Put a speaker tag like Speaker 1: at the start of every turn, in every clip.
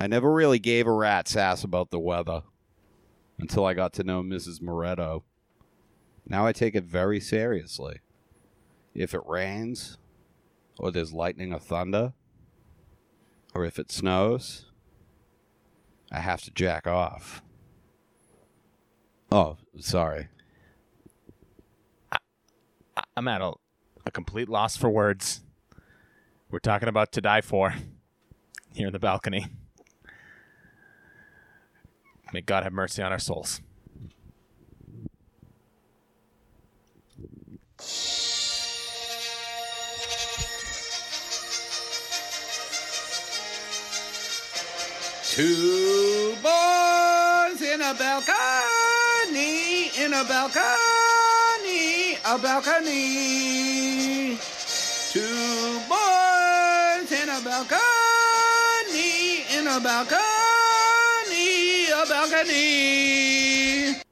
Speaker 1: I never really gave a rat's ass about the weather until I got to know Mrs. Moretto. Now I take it very seriously. If it rains, or there's lightning or thunder, or if it snows, I have to jack off. Oh, sorry.
Speaker 2: I'm at a, a complete loss for words. We're talking about to die for here in the balcony. May God have mercy on our souls.
Speaker 3: Two boys in a balcony, in a balcony, a balcony. Two boys in a balcony, in a balcony, a balcony.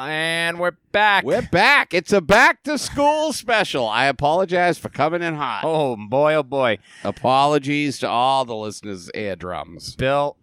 Speaker 2: And we're back.
Speaker 1: We're back. It's a back to school special. I apologize for coming in hot.
Speaker 2: oh boy, oh boy.
Speaker 1: Apologies to all the listeners' eardrums.
Speaker 2: Bill,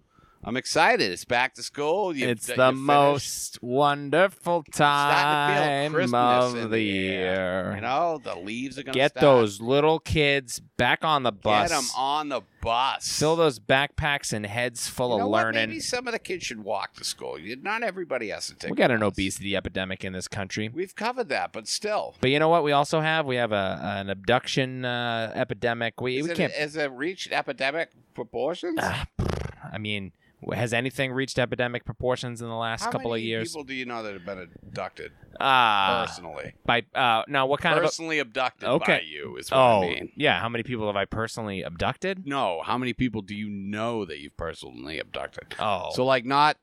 Speaker 1: I'm excited. It's back to school. You-
Speaker 2: it's
Speaker 1: you
Speaker 2: the
Speaker 1: finished.
Speaker 2: most wonderful
Speaker 1: Starting to feel
Speaker 2: time
Speaker 1: Christmas
Speaker 2: of
Speaker 1: in
Speaker 2: the,
Speaker 1: air.
Speaker 2: year.
Speaker 1: You know the leaves are gonna
Speaker 2: Get
Speaker 1: start.
Speaker 2: those little kids back on the bus.
Speaker 1: Get them on the bus.
Speaker 2: Fill those backpacks and heads full
Speaker 1: you know
Speaker 2: of
Speaker 1: what?
Speaker 2: learning.
Speaker 1: Maybe some of the kids should walk to school. You- Not everybody has to take.
Speaker 2: we got an
Speaker 1: the bus.
Speaker 2: obesity epidemic in this country.
Speaker 1: We've covered that, but still,
Speaker 2: But you know what? We also have we have a an abduction uh, epidemic. We
Speaker 1: is
Speaker 2: we
Speaker 1: it,
Speaker 2: can't. Ah,
Speaker 1: has it reached epidemic proportions?
Speaker 2: I mean, has anything reached epidemic proportions in the last
Speaker 1: How
Speaker 2: couple
Speaker 1: many
Speaker 2: of years?
Speaker 1: people do you know that have been abducted
Speaker 2: Ah,
Speaker 1: personally?
Speaker 2: by uh, now what kind
Speaker 1: personally abducted by
Speaker 2: Okay.
Speaker 1: you is
Speaker 2: of?
Speaker 1: what
Speaker 2: A,
Speaker 1: I
Speaker 2: oh,
Speaker 1: mean.
Speaker 2: yeah. How many people have I personally abducted?
Speaker 1: No, how many people do you know that you've personally abducted?
Speaker 2: Oh,
Speaker 1: So like not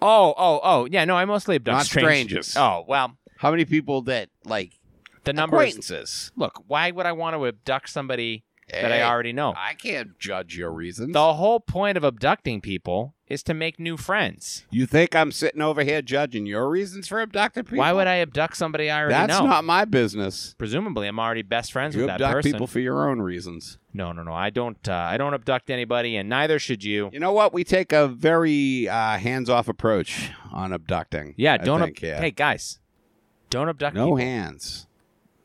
Speaker 2: oh, oh, oh. Yeah, no, I mostly abduct
Speaker 1: Not
Speaker 2: strangers.
Speaker 1: strangers.
Speaker 2: Oh, well,
Speaker 1: how many people that like
Speaker 2: the number is.
Speaker 1: acquaintances.
Speaker 2: Look, why would I want to abduct somebody that
Speaker 1: Hey,
Speaker 2: I already know?
Speaker 1: I can't judge your reasons.
Speaker 2: The whole point of abducting people is to make new friends.
Speaker 1: You think I'm sitting over here judging your reasons for abducting people?
Speaker 2: Why would I abduct somebody I already
Speaker 1: That's
Speaker 2: know?
Speaker 1: not my business.
Speaker 2: Presumably, I'm already best friends
Speaker 1: You
Speaker 2: with that
Speaker 1: abduct
Speaker 2: person.
Speaker 1: people for your own reasons.
Speaker 2: No, no, no. I don't. Uh, I don't abduct anybody, and neither should you.
Speaker 1: You know what? We take a very uh, hands-off approach on abducting.
Speaker 2: Yeah,
Speaker 1: I
Speaker 2: don't.
Speaker 1: think,
Speaker 2: ab-
Speaker 1: yeah.
Speaker 2: Hey, guys, don't abduct.
Speaker 1: no
Speaker 2: people.
Speaker 1: hands.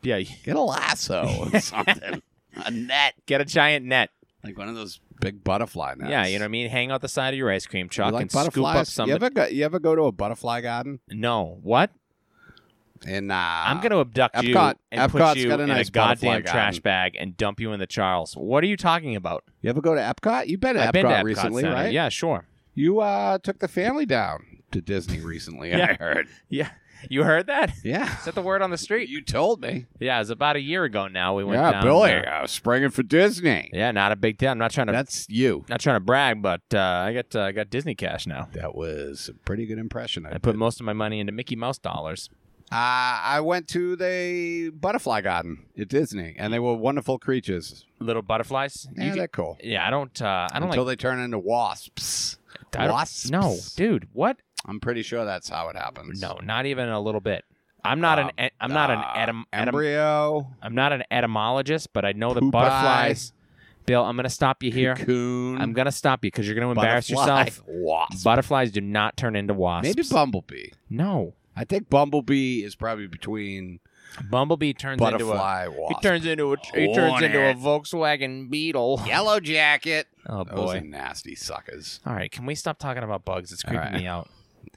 Speaker 2: Yeah,
Speaker 1: Get a lasso or something. a net,
Speaker 2: get a giant net.
Speaker 1: like one of those big butterfly nets.
Speaker 2: Yeah, you know what I mean. Hang out the side of your ice cream
Speaker 1: You
Speaker 2: truck
Speaker 1: like
Speaker 2: and scoop up
Speaker 1: butterflies?
Speaker 2: some.
Speaker 1: You ever go, you ever go to a butterfly garden?
Speaker 2: No, what?
Speaker 1: And uh,
Speaker 2: I'm gonna abduct
Speaker 1: Epcot-
Speaker 2: you and put
Speaker 1: Epcot's
Speaker 2: you
Speaker 1: got a
Speaker 2: in
Speaker 1: nice
Speaker 2: a
Speaker 1: butterfly
Speaker 2: goddamn
Speaker 1: garden.
Speaker 2: trash bag and dump you in the Charles. What are you talking about?
Speaker 1: You ever go to Epcot? You've been to Epcot
Speaker 2: I've been to Epcot
Speaker 1: recently,
Speaker 2: Center.
Speaker 1: right?
Speaker 2: Yeah, sure.
Speaker 1: You uh, took the family down to Disney recently. I
Speaker 2: Yeah.
Speaker 1: heard.
Speaker 2: Yeah, you heard that?
Speaker 1: Yeah.
Speaker 2: Is that the word on the street?
Speaker 1: You told me.
Speaker 2: Yeah, it was about a year ago now. We went
Speaker 1: Yeah,
Speaker 2: down.
Speaker 1: Billy,
Speaker 2: uh,
Speaker 1: I was springing for Disney.
Speaker 2: yeah, not a big deal. I'm not trying to
Speaker 1: That's you.
Speaker 2: not trying to brag, but uh, I got uh, I got Disney cash now.
Speaker 1: That was a pretty good impression. I,
Speaker 2: I put
Speaker 1: did.
Speaker 2: most of my money into Mickey Mouse dollars.
Speaker 1: Uh, I went to the butterfly garden at Disney, and they were wonderful creatures.
Speaker 2: Little butterflies. You
Speaker 1: Yeah,
Speaker 2: can-
Speaker 1: they're cool.
Speaker 2: yeah, I don't. Uh, I don't
Speaker 1: Until
Speaker 2: like.
Speaker 1: they turn into wasps.
Speaker 2: I don't-
Speaker 1: wasps.
Speaker 2: No, dude. What?
Speaker 1: I'm pretty sure that's how it happens.
Speaker 2: No, not even a little bit. I'm not an.
Speaker 1: Um,
Speaker 2: e- I'm not an
Speaker 1: uh,
Speaker 2: etym. etym-
Speaker 1: embryo,
Speaker 2: I'm not an etymologist, but I know the
Speaker 1: Poop eye.
Speaker 2: butterflies. Bill, I'm gonna stop you here.
Speaker 1: cocoon.
Speaker 2: I'm gonna stop you because you're gonna embarrass
Speaker 1: butterfly,
Speaker 2: yourself.
Speaker 1: Wasp.
Speaker 2: Butterflies do not turn into wasps.
Speaker 1: Maybe bumblebee.
Speaker 2: no.
Speaker 1: I think bumblebee is probably between
Speaker 2: Bumblebee turns into a.
Speaker 1: butterfly
Speaker 2: He
Speaker 1: wasp.
Speaker 2: turns into a. He turns into a
Speaker 1: Hornet.
Speaker 2: Volkswagen Beetle.
Speaker 1: Yellow jacket.
Speaker 2: Oh
Speaker 1: Those are
Speaker 2: boy.
Speaker 1: nasty suckers.
Speaker 2: All right, can we stop talking about bugs? It's
Speaker 1: All
Speaker 2: creeping
Speaker 1: right.
Speaker 2: me out.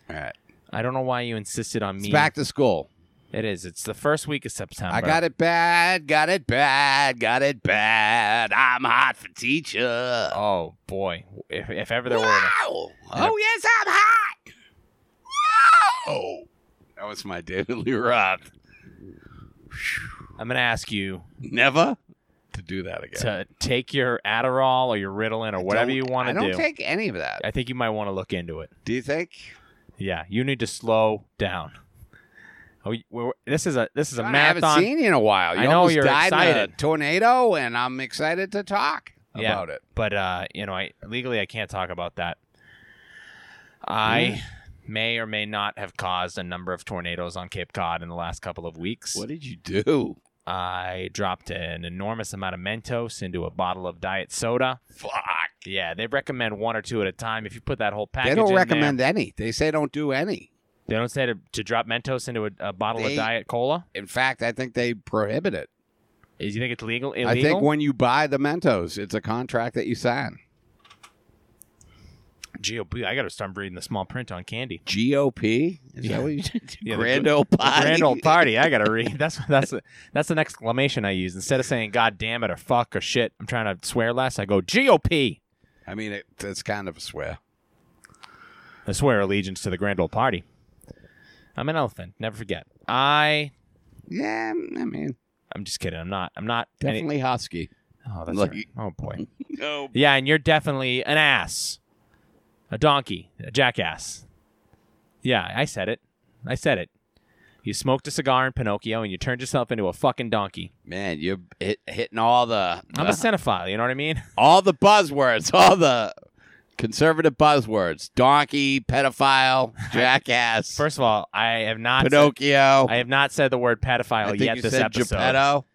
Speaker 1: All right.
Speaker 2: I don't know why you insisted on
Speaker 1: It's
Speaker 2: me.
Speaker 1: back to school.
Speaker 2: It is. It's the first week of September.
Speaker 1: I got it bad, got it bad, got it bad. I'm hot for teacher.
Speaker 2: Oh boy! If, if ever there were,
Speaker 1: Wow. Oh, yes, I'm hot. Wow. That was my David Lee Roth.
Speaker 2: I'm gonna ask you
Speaker 1: Never to do that again.
Speaker 2: to take your Adderall or your Ritalin or whatever
Speaker 1: Don't-
Speaker 2: you want
Speaker 1: I
Speaker 2: to
Speaker 1: don't
Speaker 2: do.
Speaker 1: take any of that.
Speaker 2: I think you might want to look into it.
Speaker 1: Do you think?
Speaker 2: Yeah, you need to slow down. Oh, you- we're, this is a this is a
Speaker 1: John, I
Speaker 2: marathon.
Speaker 1: haven't seen you in a while. You
Speaker 2: I know
Speaker 1: almost
Speaker 2: you're
Speaker 1: died in a
Speaker 2: excited.
Speaker 1: tornado, and I'm excited to talk
Speaker 2: Yeah.
Speaker 1: about it.
Speaker 2: but uh, you know, I legally I can't talk about that. I may or may not have caused a number of tornadoes on Cape Cod in the last couple of weeks.
Speaker 1: What did you do?
Speaker 2: I dropped an enormous amount of Mentos into a bottle of diet soda.
Speaker 1: Fuck.
Speaker 2: Yeah, they recommend one or two at a time. If you put that whole package,
Speaker 1: They don't
Speaker 2: in
Speaker 1: recommend any. They say don't do any.
Speaker 2: There, they don't say to, to drop Mentos into a, a bottle
Speaker 1: They-
Speaker 2: of diet cola.
Speaker 1: In fact, I think they prohibit it.
Speaker 2: Is you think it's legal? Illegal?
Speaker 1: I think when you buy the Mentos, it's a contract that you sign.
Speaker 2: GOP. oh, I got to start reading the small print on candy.
Speaker 1: GOP? Is
Speaker 2: Yeah.
Speaker 1: that what you
Speaker 2: Yeah, the
Speaker 1: Grand
Speaker 2: gr-
Speaker 1: old pie.
Speaker 2: Grand old party. I got to read. That's that's that's an exclamation I use instead of saying "God damn it" or "fuck" or "shit." I'm trying to swear less. I go GOP.
Speaker 1: I mean, it, it's kind of a swear.
Speaker 2: I swear allegiance to the grand old party. I'm an elephant. Never forget. I.
Speaker 1: Yeah, I mean,
Speaker 2: I'm just kidding. I'm not. I'm not. any-
Speaker 1: definitely husky.
Speaker 2: oh, that's
Speaker 1: Look, Mm.
Speaker 2: right. Oh boy.
Speaker 1: No.
Speaker 2: Yeah, and you're definitely an ass, a donkey, a jackass. Yeah, I said it. I said it. You smoked a cigar in Pinocchio, and you turned yourself into a fucking donkey.
Speaker 1: Man, you're hit, hitting all the, uh,
Speaker 2: I'm a cinephile. You know what I mean?
Speaker 1: all the buzzwords, all the conservative buzzwords. Donkey, pedophile, jackass,
Speaker 2: First of all, I have not.
Speaker 1: Pinocchio.
Speaker 2: I have not said the word pedophile
Speaker 1: I think
Speaker 2: yet
Speaker 1: you
Speaker 2: this
Speaker 1: said
Speaker 2: episode.
Speaker 1: Geppetto.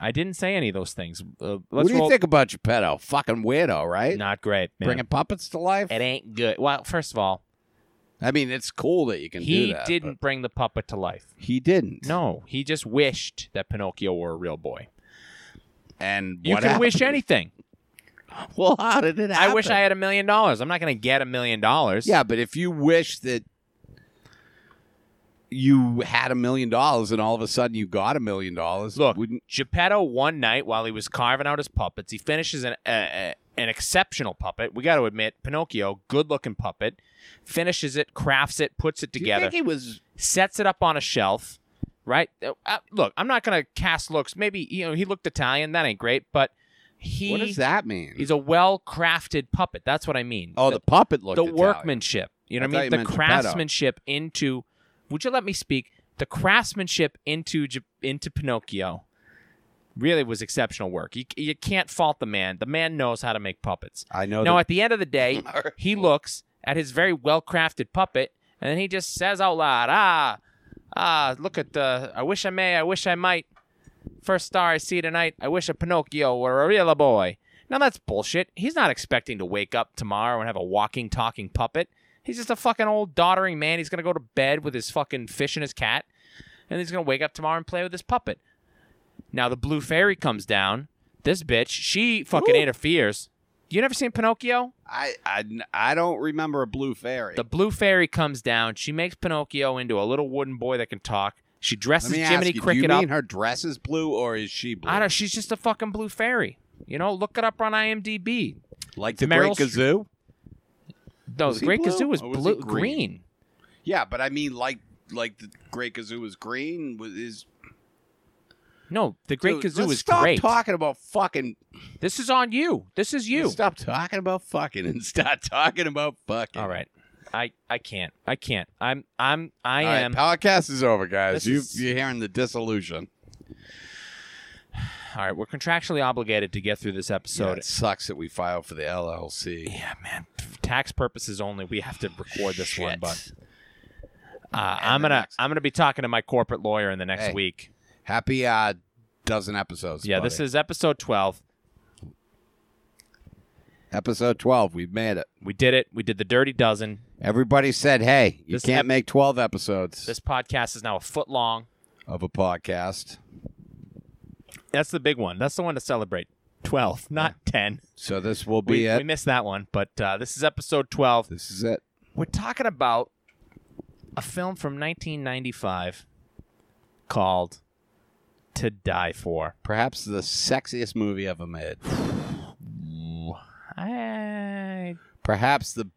Speaker 2: I didn't say any of those things. Uh, let's
Speaker 1: What do you
Speaker 2: roll-
Speaker 1: think about Geppetto? Fucking weirdo, right?
Speaker 2: Not great. Man.
Speaker 1: Bringing puppets to life.
Speaker 2: It ain't good. Well, first of all,
Speaker 1: I mean, it's cool that you can
Speaker 2: he
Speaker 1: do that.
Speaker 2: didn't bring the puppet to life.
Speaker 1: but He didn't.
Speaker 2: No, he just wished that Pinocchio were a real boy.
Speaker 1: And
Speaker 2: You
Speaker 1: what
Speaker 2: can
Speaker 1: happened?
Speaker 2: wish anything.
Speaker 1: Well, how did it happen?
Speaker 2: I wish I had a million dollars. I'm not going to get a million dollars.
Speaker 1: Yeah, but if you wish that you had a million dollars and all of a sudden you got a million dollars,
Speaker 2: Look.
Speaker 1: wouldn't
Speaker 2: Geppetto, one night while he was carving out his puppets, he finishes an, a a- an exceptional puppet. We got to admit, Pinocchio, good looking puppet, finishes it, crafts it, puts it
Speaker 1: do you
Speaker 2: together,
Speaker 1: think he was?
Speaker 2: sets it up on a shelf, right? Uh, uh, look, I'm not going to cast looks. Maybe, you know, he looked Italian. That ain't great, but he.
Speaker 1: what does that mean?
Speaker 2: He's a well crafted puppet. That's what I mean.
Speaker 1: oh, the, puppet looked
Speaker 2: the
Speaker 1: Italian.
Speaker 2: workmanship. You know
Speaker 1: I
Speaker 2: what I mean?
Speaker 1: thought you
Speaker 2: The
Speaker 1: meant Geppetto.
Speaker 2: craftsmanship into. Would you let me speak? The craftsmanship into Ge- into Pinocchio really was exceptional work. You you can't fault the man. The man knows how to make puppets.
Speaker 1: I know.
Speaker 2: now
Speaker 1: that-
Speaker 2: at the end of the day, he looks at his very well crafted puppet and then he just says out loud, "Ah, ah, look at the. I wish I may. I wish I might. First star I see tonight. I wish a Pinocchio were a real boy." Now that's bullshit. He's not expecting to wake up tomorrow and have a walking, talking puppet. He's just a fucking old doddering man. He's gonna go to bed with his fucking fish and his cat, and he's gonna wake up tomorrow and play with his puppet. Now the blue fairy comes down. This bitch, she fucking
Speaker 1: Ooh.
Speaker 2: interferes. You never seen Pinocchio?
Speaker 1: I, I I don't remember a blue fairy.
Speaker 2: The blue fairy comes down. She makes Pinocchio into a little wooden boy that can talk. She
Speaker 1: Let
Speaker 2: dresses
Speaker 1: me
Speaker 2: Jiminy
Speaker 1: ask you,
Speaker 2: Cricket
Speaker 1: do you
Speaker 2: up.
Speaker 1: mean her dress is blue or is she blue?
Speaker 2: I don't. She's just a fucking blue fairy. You know, look it up on IMDb.
Speaker 1: like the
Speaker 2: Meryl
Speaker 1: Great
Speaker 2: Streep.
Speaker 1: Kazoo.
Speaker 2: No,
Speaker 1: Was
Speaker 2: the
Speaker 1: he
Speaker 2: Great
Speaker 1: blue
Speaker 2: Kazoo was
Speaker 1: or was he
Speaker 2: blue,
Speaker 1: green?
Speaker 2: green.
Speaker 1: Yeah, but I mean, like like the Great Kazoo was green. Was is
Speaker 2: No, the Great
Speaker 1: Dude,
Speaker 2: Kazoo
Speaker 1: let's
Speaker 2: is
Speaker 1: stop
Speaker 2: great.
Speaker 1: talking about fucking
Speaker 2: This is on you. This is you.
Speaker 1: Stop talking about fucking and stop talking about fucking.
Speaker 2: All right, I I can't. I can't. I'm I'm I
Speaker 1: All right,
Speaker 2: am.
Speaker 1: podcast is over, guys.
Speaker 2: This
Speaker 1: You
Speaker 2: is-
Speaker 1: you're hearing the disillusion.
Speaker 2: All right, we're contractually obligated to get through this
Speaker 1: So
Speaker 2: episode.
Speaker 1: it sucks that we filed for the LLC.
Speaker 2: Yeah, man. For tax purposes only, we have to record this one,
Speaker 1: Shit.
Speaker 2: but uh,
Speaker 1: And
Speaker 2: I'm
Speaker 1: the
Speaker 2: gonna
Speaker 1: next.
Speaker 2: I'm gonna be talking to my corporate lawyer in the next
Speaker 1: Hey.
Speaker 2: week.
Speaker 1: happy uh, dozen episodes.
Speaker 2: Yeah, this is episode 12.
Speaker 1: episode twelve. We've made it.
Speaker 2: We did it. We did the dirty dozen.
Speaker 1: Everybody said, "Hey, you
Speaker 2: This
Speaker 1: can't
Speaker 2: ep-
Speaker 1: make twelve episodes
Speaker 2: This podcast is now a foot long.
Speaker 1: of a podcast."
Speaker 2: That's the big one. That's the one to celebrate. 12, not 10.
Speaker 1: So this will be
Speaker 2: We,
Speaker 1: it.
Speaker 2: we missed that one, but uh, this is episode 12.
Speaker 1: this is it.
Speaker 2: We're talking about a film from 1995 called To Die For.
Speaker 1: Perhaps the sexiest movie ever made.
Speaker 2: I,
Speaker 1: Perhaps the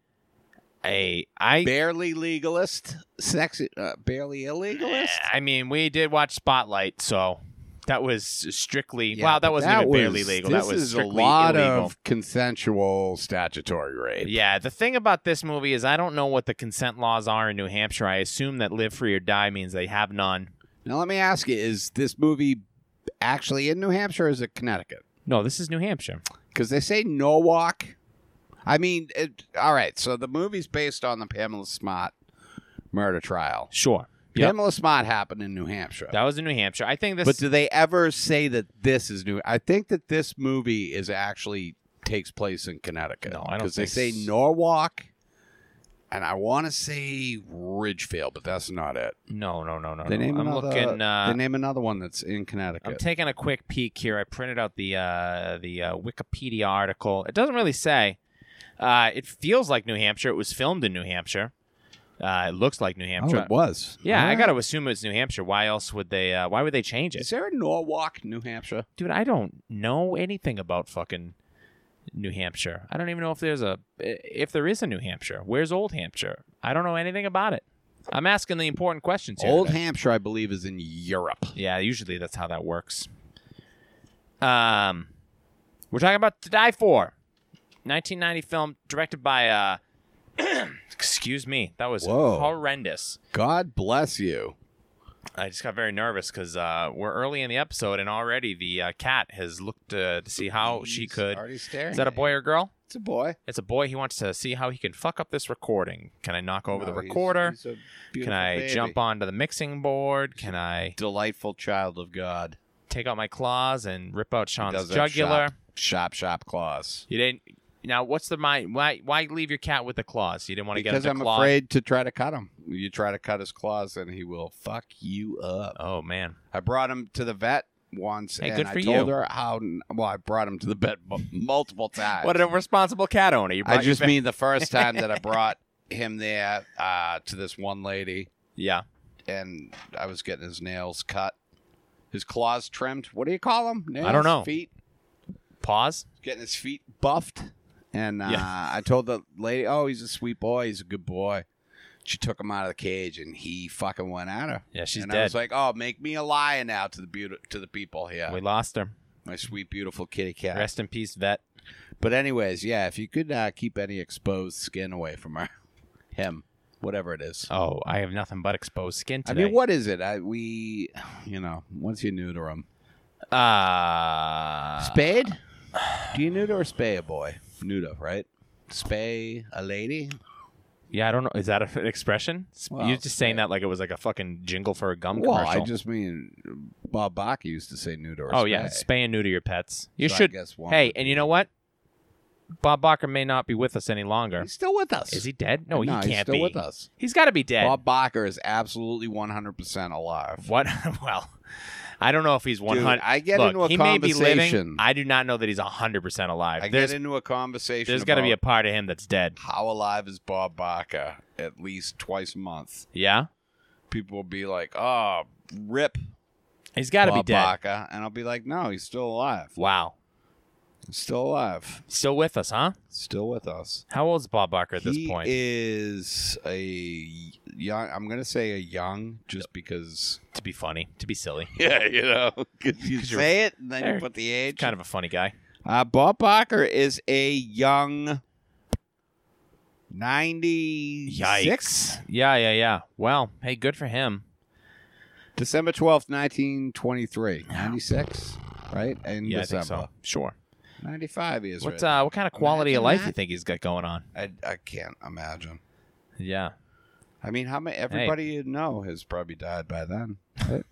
Speaker 2: I, I,
Speaker 1: barely legalist, sexy, uh, barely illegalist.
Speaker 2: I mean, we did watch Spotlight, so that was strictly.
Speaker 1: Yeah,
Speaker 2: wow,
Speaker 1: but
Speaker 2: that wasn't even barely
Speaker 1: was-
Speaker 2: legal.
Speaker 1: This
Speaker 2: that was
Speaker 1: is a
Speaker 2: strictly
Speaker 1: lot
Speaker 2: illegal.
Speaker 1: of consensual statutory rape.
Speaker 2: Yeah, the thing about this movie is I don't know what the consent laws are in New Hampshire. I assume that live free or die means they have none.
Speaker 1: Now let me ask you: Is this movie actually in New Hampshire or is it Connecticut?
Speaker 2: No, this is New Hampshire.
Speaker 1: Because they say Norwalk. I mean, it, all right. So the movie's based on the Pamela Smart murder trial.
Speaker 2: Sure. Yep.
Speaker 1: Pamela Smart happened in New Hampshire.
Speaker 2: That was in New Hampshire. I think this
Speaker 1: But do they ever say that this is new? I think that this movie is actually takes place in Connecticut.
Speaker 2: No, I don't
Speaker 1: Because they say
Speaker 2: think s-
Speaker 1: Norwalk, and I want to say Ridgefield, but that's not it.
Speaker 2: No, no, no, no.
Speaker 1: They
Speaker 2: no.
Speaker 1: name
Speaker 2: I'm
Speaker 1: another,
Speaker 2: looking. Uh,
Speaker 1: They name another one that's in
Speaker 2: I'm
Speaker 1: Connecticut.
Speaker 2: taking a quick peek here. I printed out the uh, the uh, Wikipedia article. It doesn't really say. Uh, it feels like New Hampshire. It was filmed in New Hampshire. Uh, it looks like New
Speaker 1: oh,
Speaker 2: Hampshire.
Speaker 1: it was.
Speaker 2: yeah, I
Speaker 1: Alright.
Speaker 2: gotta assume it's New Hampshire. Why else would they? Uh, why would they change it?
Speaker 1: Is there a Norwalk, New Hampshire?
Speaker 2: dude, I don't know anything about fucking New Hampshire. I don't even know if there's a if there is a New Hampshire. Where's Old Hampshire? I don't know anything about it. I'm asking the important questions here.
Speaker 1: Old
Speaker 2: today.
Speaker 1: Hampshire, I believe, is in Europe.
Speaker 2: yeah, usually that's how that works. Um, we're talking about To Die For, 1990 film directed by uh, excuse me, that was
Speaker 1: Whoa.
Speaker 2: horrendous.
Speaker 1: God bless you.
Speaker 2: I just got very nervous because uh, we're early in the episode and already the uh, cat has looked uh, to see how she
Speaker 1: He's
Speaker 2: could.
Speaker 1: Already staring.
Speaker 2: Is that a
Speaker 1: at
Speaker 2: boy or girl?
Speaker 1: you. It's a boy.
Speaker 2: It's a boy. He wants to see how he can fuck up this recording. Can I knock over the
Speaker 1: No, he's-
Speaker 2: recorder?
Speaker 1: he's a
Speaker 2: can
Speaker 1: beautiful
Speaker 2: I
Speaker 1: baby.
Speaker 2: jump onto the mixing board? Can I
Speaker 1: Delightful child of God.
Speaker 2: take out my claws and rip out
Speaker 1: He
Speaker 2: Sean's
Speaker 1: does have
Speaker 2: jugular?
Speaker 1: Shop, shop, shop claws.
Speaker 2: You didn't. Now, what's the my why? Why leave your cat with the claws? You didn't want to get him
Speaker 1: Because
Speaker 2: the
Speaker 1: I'm
Speaker 2: claw.
Speaker 1: afraid to try to cut him. You try to cut his claws, and he will fuck you up.
Speaker 2: Oh man,
Speaker 1: I brought him to the vet once,
Speaker 2: Hey,
Speaker 1: and
Speaker 2: good
Speaker 1: I
Speaker 2: for
Speaker 1: told
Speaker 2: you.
Speaker 1: her how. Well, I brought him to the vet mu- multiple times.
Speaker 2: what a responsible cat owner! You brought
Speaker 1: I
Speaker 2: your
Speaker 1: just
Speaker 2: fa-
Speaker 1: mean the first time that I brought him there uh, to this one lady,
Speaker 2: yeah.
Speaker 1: and I was getting his nails cut, his claws trimmed. What do you call them? Nails,
Speaker 2: I don't know.
Speaker 1: Feet.
Speaker 2: Pause.
Speaker 1: getting his feet buffed. And uh,
Speaker 2: Yeah.
Speaker 1: I told the lady, "Oh, he's a sweet boy. He's a good boy." She took him out of the cage, and he fucking went at her.
Speaker 2: Yeah, she's
Speaker 1: and I
Speaker 2: dead.
Speaker 1: was like, "Oh, make me a liar now to the beauti- to the people here,
Speaker 2: We lost her.
Speaker 1: my sweet beautiful kitty cat."
Speaker 2: Rest in peace, vet.
Speaker 1: But anyways, yeah, if you could uh, keep any exposed skin away from her, him, whatever it is.
Speaker 2: Oh, I have nothing but exposed skin
Speaker 1: I
Speaker 2: today.
Speaker 1: mean, what is it? I, we, you know, once you neuter him,
Speaker 2: Uh,
Speaker 1: spayed. Do you neuter or spay a boy? Neuter, right? Spay a lady?
Speaker 2: Yeah, I don't know. Is that a, an expression? S-
Speaker 1: Well,
Speaker 2: You're just saying
Speaker 1: yeah.
Speaker 2: that like it was like a fucking jingle for a gum
Speaker 1: Well,
Speaker 2: commercial.
Speaker 1: I just mean Bob Bach used to say neuter. Or
Speaker 2: oh yeah,
Speaker 1: spay.
Speaker 2: spay and neuter your pets. You
Speaker 1: So I
Speaker 2: should.
Speaker 1: guess one
Speaker 2: Hey,
Speaker 1: would
Speaker 2: and
Speaker 1: be-
Speaker 2: you know what? Bob Barker may not be with us any longer.
Speaker 1: he's still with us.
Speaker 2: Is he dead? No, he
Speaker 1: no,
Speaker 2: can't
Speaker 1: he's still
Speaker 2: be.
Speaker 1: with us.
Speaker 2: He's got to be dead.
Speaker 1: Bob Barker is absolutely 100% alive.
Speaker 2: What? well, I don't know if he's one
Speaker 1: Dude,
Speaker 2: hundred.
Speaker 1: I get
Speaker 2: Look,
Speaker 1: into a
Speaker 2: he may be
Speaker 1: conversation.
Speaker 2: living. I do not know that he's hundred percent alive.
Speaker 1: I
Speaker 2: there's
Speaker 1: get into a conversation.
Speaker 2: there's got to be a
Speaker 1: about
Speaker 2: part of him that's dead.
Speaker 1: how alive is Bob Barker at least twice a month.
Speaker 2: Yeah,
Speaker 1: People will be like, "Oh, rip
Speaker 2: he's got to be
Speaker 1: Bob
Speaker 2: dead.
Speaker 1: Barker," and I'll be like, "No, he's still alive.
Speaker 2: Wow,
Speaker 1: He's still alive.
Speaker 2: still with us, huh?
Speaker 1: Still with us."
Speaker 2: How old's Bob Barker at this
Speaker 1: he
Speaker 2: point?
Speaker 1: is a young. I'm gonna say a young, just because.
Speaker 2: to be funny, to be silly,
Speaker 1: Yeah, you know, because you
Speaker 2: 'Cause you're-
Speaker 1: say it and then
Speaker 2: There.
Speaker 1: you put the age.
Speaker 2: kind of a funny guy.
Speaker 1: Uh, Bob Barker is a young. 96
Speaker 2: Yeah, yeah, yeah. Well, hey, good for him.
Speaker 1: December 12th 1923 96 right in
Speaker 2: yeah,
Speaker 1: December
Speaker 2: I think so. Sure.
Speaker 1: 95 he is
Speaker 2: What's
Speaker 1: right
Speaker 2: uh, what kind of quality
Speaker 1: Imagine
Speaker 2: of life
Speaker 1: that.
Speaker 2: you think he's got going on?
Speaker 1: I, I can't imagine
Speaker 2: Yeah.
Speaker 1: I mean how many everybody you know has probably died by then I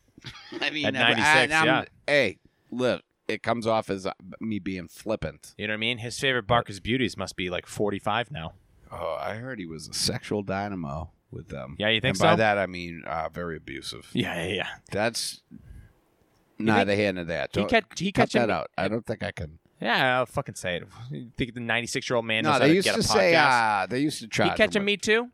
Speaker 1: mean
Speaker 2: At
Speaker 1: I-
Speaker 2: 96,
Speaker 1: and I'm-
Speaker 2: yeah.
Speaker 1: hey look it comes off as uh, me being flippant
Speaker 2: You know what I mean? His favorite Barker's beauties must be like 45 now.
Speaker 1: Oh, I heard he was a sexual dynamo with them.
Speaker 2: Yeah, you think
Speaker 1: and By
Speaker 2: so?
Speaker 1: that I mean uh, very abusive.
Speaker 2: Yeah, yeah, yeah.
Speaker 1: That's neither here nor there.
Speaker 2: He
Speaker 1: Don't,
Speaker 2: catch he
Speaker 1: cut
Speaker 2: catch
Speaker 1: that
Speaker 2: him.
Speaker 1: out. I don't think I can.
Speaker 2: Yeah, I'll fucking say it. You think the 96 year old man
Speaker 1: No,
Speaker 2: knows how
Speaker 1: they
Speaker 2: to
Speaker 1: used
Speaker 2: get
Speaker 1: to
Speaker 2: a podcast?
Speaker 1: say uh, they used to
Speaker 2: he
Speaker 1: charge.
Speaker 2: catch a
Speaker 1: him with-
Speaker 2: me too.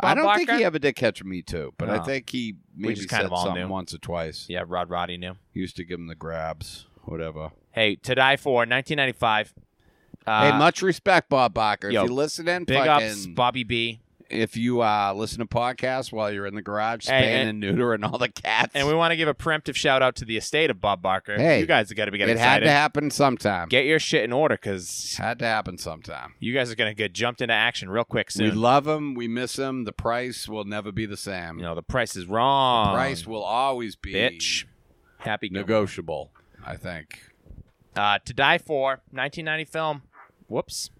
Speaker 1: I
Speaker 2: Bob
Speaker 1: don't think he
Speaker 2: Barker?
Speaker 1: ever did catch a me too, but I
Speaker 2: No.
Speaker 1: think he maybe
Speaker 2: just
Speaker 1: said
Speaker 2: kind of all
Speaker 1: something
Speaker 2: knew.
Speaker 1: once or twice.
Speaker 2: Yeah, Rod Roddy knew.
Speaker 1: He used to give him the grabs, whatever.
Speaker 2: Hey, to die for 1995. Uh,
Speaker 1: hey, much respect, Bob Barker.
Speaker 2: yo,
Speaker 1: if you listen in,
Speaker 2: big
Speaker 1: fucking,
Speaker 2: ups, Bobby B.
Speaker 1: if you uh, listen to podcasts while you're in the garage,
Speaker 2: Hey,
Speaker 1: spaying
Speaker 2: and-
Speaker 1: and neutering all the cats,
Speaker 2: And we want to give a preemptive shout out to the estate of Bob Barker.
Speaker 1: Hey,
Speaker 2: you guys have got to be
Speaker 1: it
Speaker 2: getting
Speaker 1: had
Speaker 2: excited.
Speaker 1: to happen sometime.
Speaker 2: Get your shit in order because
Speaker 1: Had to happen sometime.
Speaker 2: you guys are going to get jumped into action real quick
Speaker 1: We
Speaker 2: soon.
Speaker 1: love him. We miss him. The price will never be the same.
Speaker 2: you know, the price is wrong.
Speaker 1: price will always be
Speaker 2: bitch. Happy Gilmore.
Speaker 1: negotiable. I think.
Speaker 2: Uh, to Die For, 1990 film. Whoops.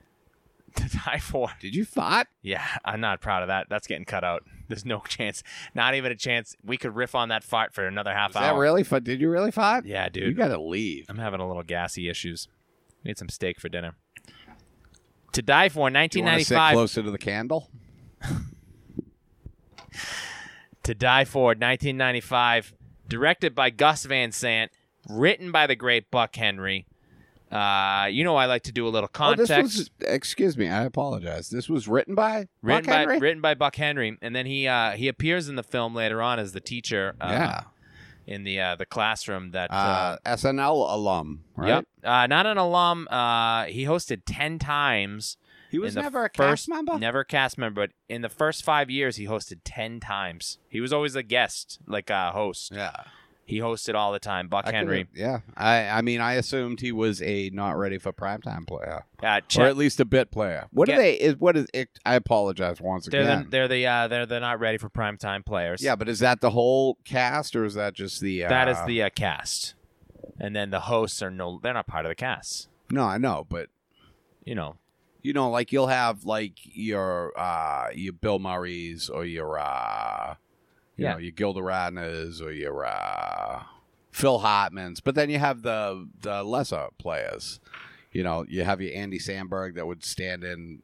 Speaker 2: To Die For.
Speaker 1: Did you thought?
Speaker 2: Yeah, I'm not proud of that. That's getting cut out. There's no chance. Not even a chance. We could riff on that fart for another half
Speaker 1: Is that
Speaker 2: hour.
Speaker 1: really? Fu- did you really thought?
Speaker 2: Yeah,
Speaker 1: You
Speaker 2: dude.
Speaker 1: gotta leave.
Speaker 2: I'm having a little gassy issues. We need some steak for dinner. To Die For,
Speaker 1: Do you want to sit
Speaker 2: 1995.
Speaker 1: closer to the candle?
Speaker 2: To Die For, 1995, directed by Gus Van Sant, written by the great Buck Henry. Uh, you know, I like to do a little context.
Speaker 1: Oh, this was. Excuse me. I apologize. This was written by
Speaker 2: written
Speaker 1: Buck
Speaker 2: by
Speaker 1: Henry?
Speaker 2: written by Buck Henry, and then he uh, he appears in the film later on as the teacher. Uh,
Speaker 1: yeah.
Speaker 2: in the uh, the classroom that.
Speaker 1: Uh,
Speaker 2: Uh,
Speaker 1: SNL alum, right?
Speaker 2: Yep. Uh, not an alum. Uh, he hosted ten times.
Speaker 1: He was
Speaker 2: in the
Speaker 1: never a
Speaker 2: first,
Speaker 1: cast member.
Speaker 2: Never a cast member, but in the first five years, he hosted ten times. He was always a guest, like a host.
Speaker 1: yeah.
Speaker 2: He hosted all the time. Buck
Speaker 1: I could've-
Speaker 2: Henry.
Speaker 1: Yeah. I, I mean, I assumed he was a not ready for primetime player.
Speaker 2: Uh,
Speaker 1: Or
Speaker 2: check.
Speaker 1: at least a bit player. What
Speaker 2: Yeah.
Speaker 1: are they? Is what is? It, I apologize once
Speaker 2: They're
Speaker 1: again.
Speaker 2: the, they're the uh, they're the not ready for primetime players.
Speaker 1: yeah, but is that the whole cast or is that just the? Uh,
Speaker 2: that is the uh, cast, and then the hosts are no they're not part of the cast.
Speaker 1: No, I know, but
Speaker 2: You know,
Speaker 1: you know, like you'll have like your uh your Bill Murray's or your uh you
Speaker 2: Yeah.
Speaker 1: know, your Gilda Radner's or your uh Phil Hartman's, but then you have the the lesser players. You know, you have your Andy Sandberg that would stand in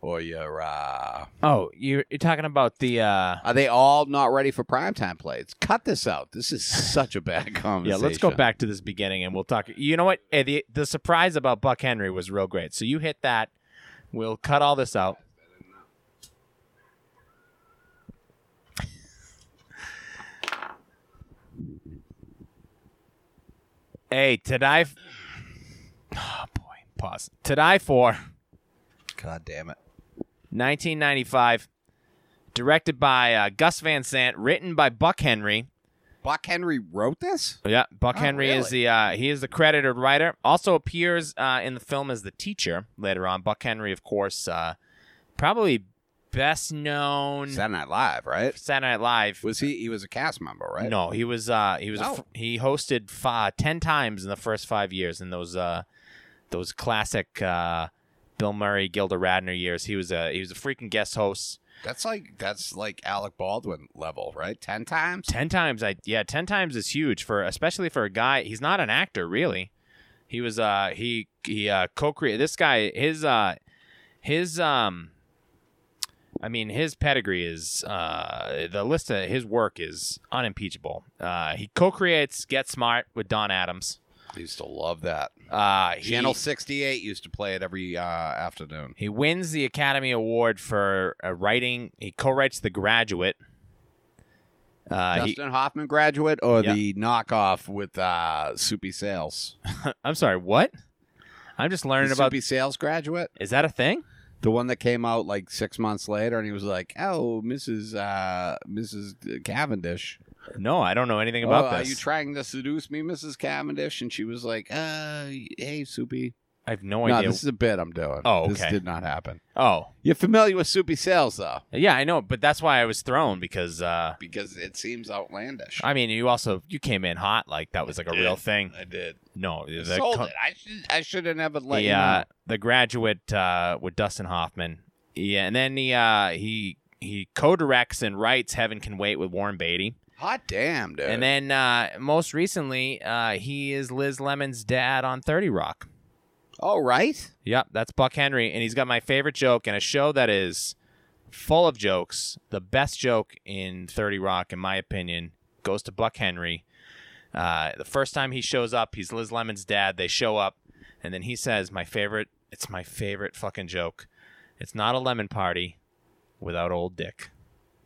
Speaker 1: or your uh
Speaker 2: Oh, you're, you're talking about the. Uh,
Speaker 1: are they all not ready for primetime plays? Cut this out. This is such a bad
Speaker 2: yeah,
Speaker 1: conversation.
Speaker 2: let's go back to this beginning and we'll talk. You know what? Eh, The, the surprise about Buck Henry was real great. So you hit that. We'll cut all this out. hey, to die. F- oh, boy. Pause. To die for.
Speaker 1: God damn it.
Speaker 2: 1995, directed by uh, Gus Van Sant, written by Buck Henry.
Speaker 1: Buck Henry wrote this?
Speaker 2: Yeah, Buck
Speaker 1: Oh,
Speaker 2: Henry is
Speaker 1: really?
Speaker 2: the uh, he is the credited writer. Also appears uh, in the film as the teacher later on. Buck Henry, of course, uh, probably best known
Speaker 1: Saturday Night Live, right?
Speaker 2: Saturday Night Live.
Speaker 1: Was he he was a cast member, right?
Speaker 2: No, he was uh, he was a
Speaker 1: No.
Speaker 2: fr- he hosted fi- ten times in the first five years in those uh, those classic uh, Bill Murray, Gilda Radner years. He was a he was a freaking guest host.
Speaker 1: That's like that's like Alec Baldwin level, right? Ten times.
Speaker 2: Ten times, I yeah, ten times is huge for especially for a guy. He's not an actor, really. He was uh he he uh co-created this guy. His uh his um, I mean his pedigree is uh the list of his work is unimpeachable. Uh, he co-creates Get Smart with Don Adams.
Speaker 1: I used to love that.
Speaker 2: Uh, he,
Speaker 1: Channel sixty eight used to play it every uh, afternoon.
Speaker 2: He wins the Academy Award for uh, writing. He co-writes The Graduate. Uh, he,
Speaker 1: Dustin Hoffman graduate or
Speaker 2: Yeah.
Speaker 1: the knockoff with uh, Soupy Sales?
Speaker 2: I'm sorry, what? I'm just learning
Speaker 1: The
Speaker 2: about
Speaker 1: Soupy Sales graduate,
Speaker 2: Is that a thing?
Speaker 1: the one that came out like six months later, and he was like, "Oh, Mrs. Uh, Mrs. Cavendish,
Speaker 2: No, I don't know anything about
Speaker 1: oh, are
Speaker 2: this.
Speaker 1: you trying to seduce me, Mrs. Cavendish?" And she was like, "Uh, hey, Soupy,
Speaker 2: I have no,
Speaker 1: no,
Speaker 2: idea.
Speaker 1: this is a bit I'm doing.
Speaker 2: Oh,
Speaker 1: this
Speaker 2: okay.
Speaker 1: did not happen.
Speaker 2: Oh,
Speaker 1: You're familiar with Soupy Sales though."
Speaker 2: yeah, I know, but that's why I was thrown because uh,
Speaker 1: because it seems outlandish.
Speaker 2: I mean, you also you came in hot like that was like a real thing.
Speaker 1: I did.
Speaker 2: No, the
Speaker 1: Sold
Speaker 2: co-
Speaker 1: it. I should. I should have never let
Speaker 2: the,
Speaker 1: you.
Speaker 2: uh, the graduate uh, with Dustin Hoffman. Yeah, and then he uh, he he co-directs and writes Heaven Can Wait with Warren Beatty.
Speaker 1: know. Hot damn, dude.
Speaker 2: And then uh, most recently, uh, he is Liz Lemon's dad on 30 Rock.
Speaker 1: All right.
Speaker 2: Yep, that's Buck Henry, and he's got my favorite joke in a show that is full of jokes. The best joke in Thirty Rock, in my opinion, goes to Buck Henry. Uh, the first time he shows up, he's Liz Lemon's dad. They show up, and then he says, "My favorite. It's my favorite fucking joke. It's not a lemon party without old Dick,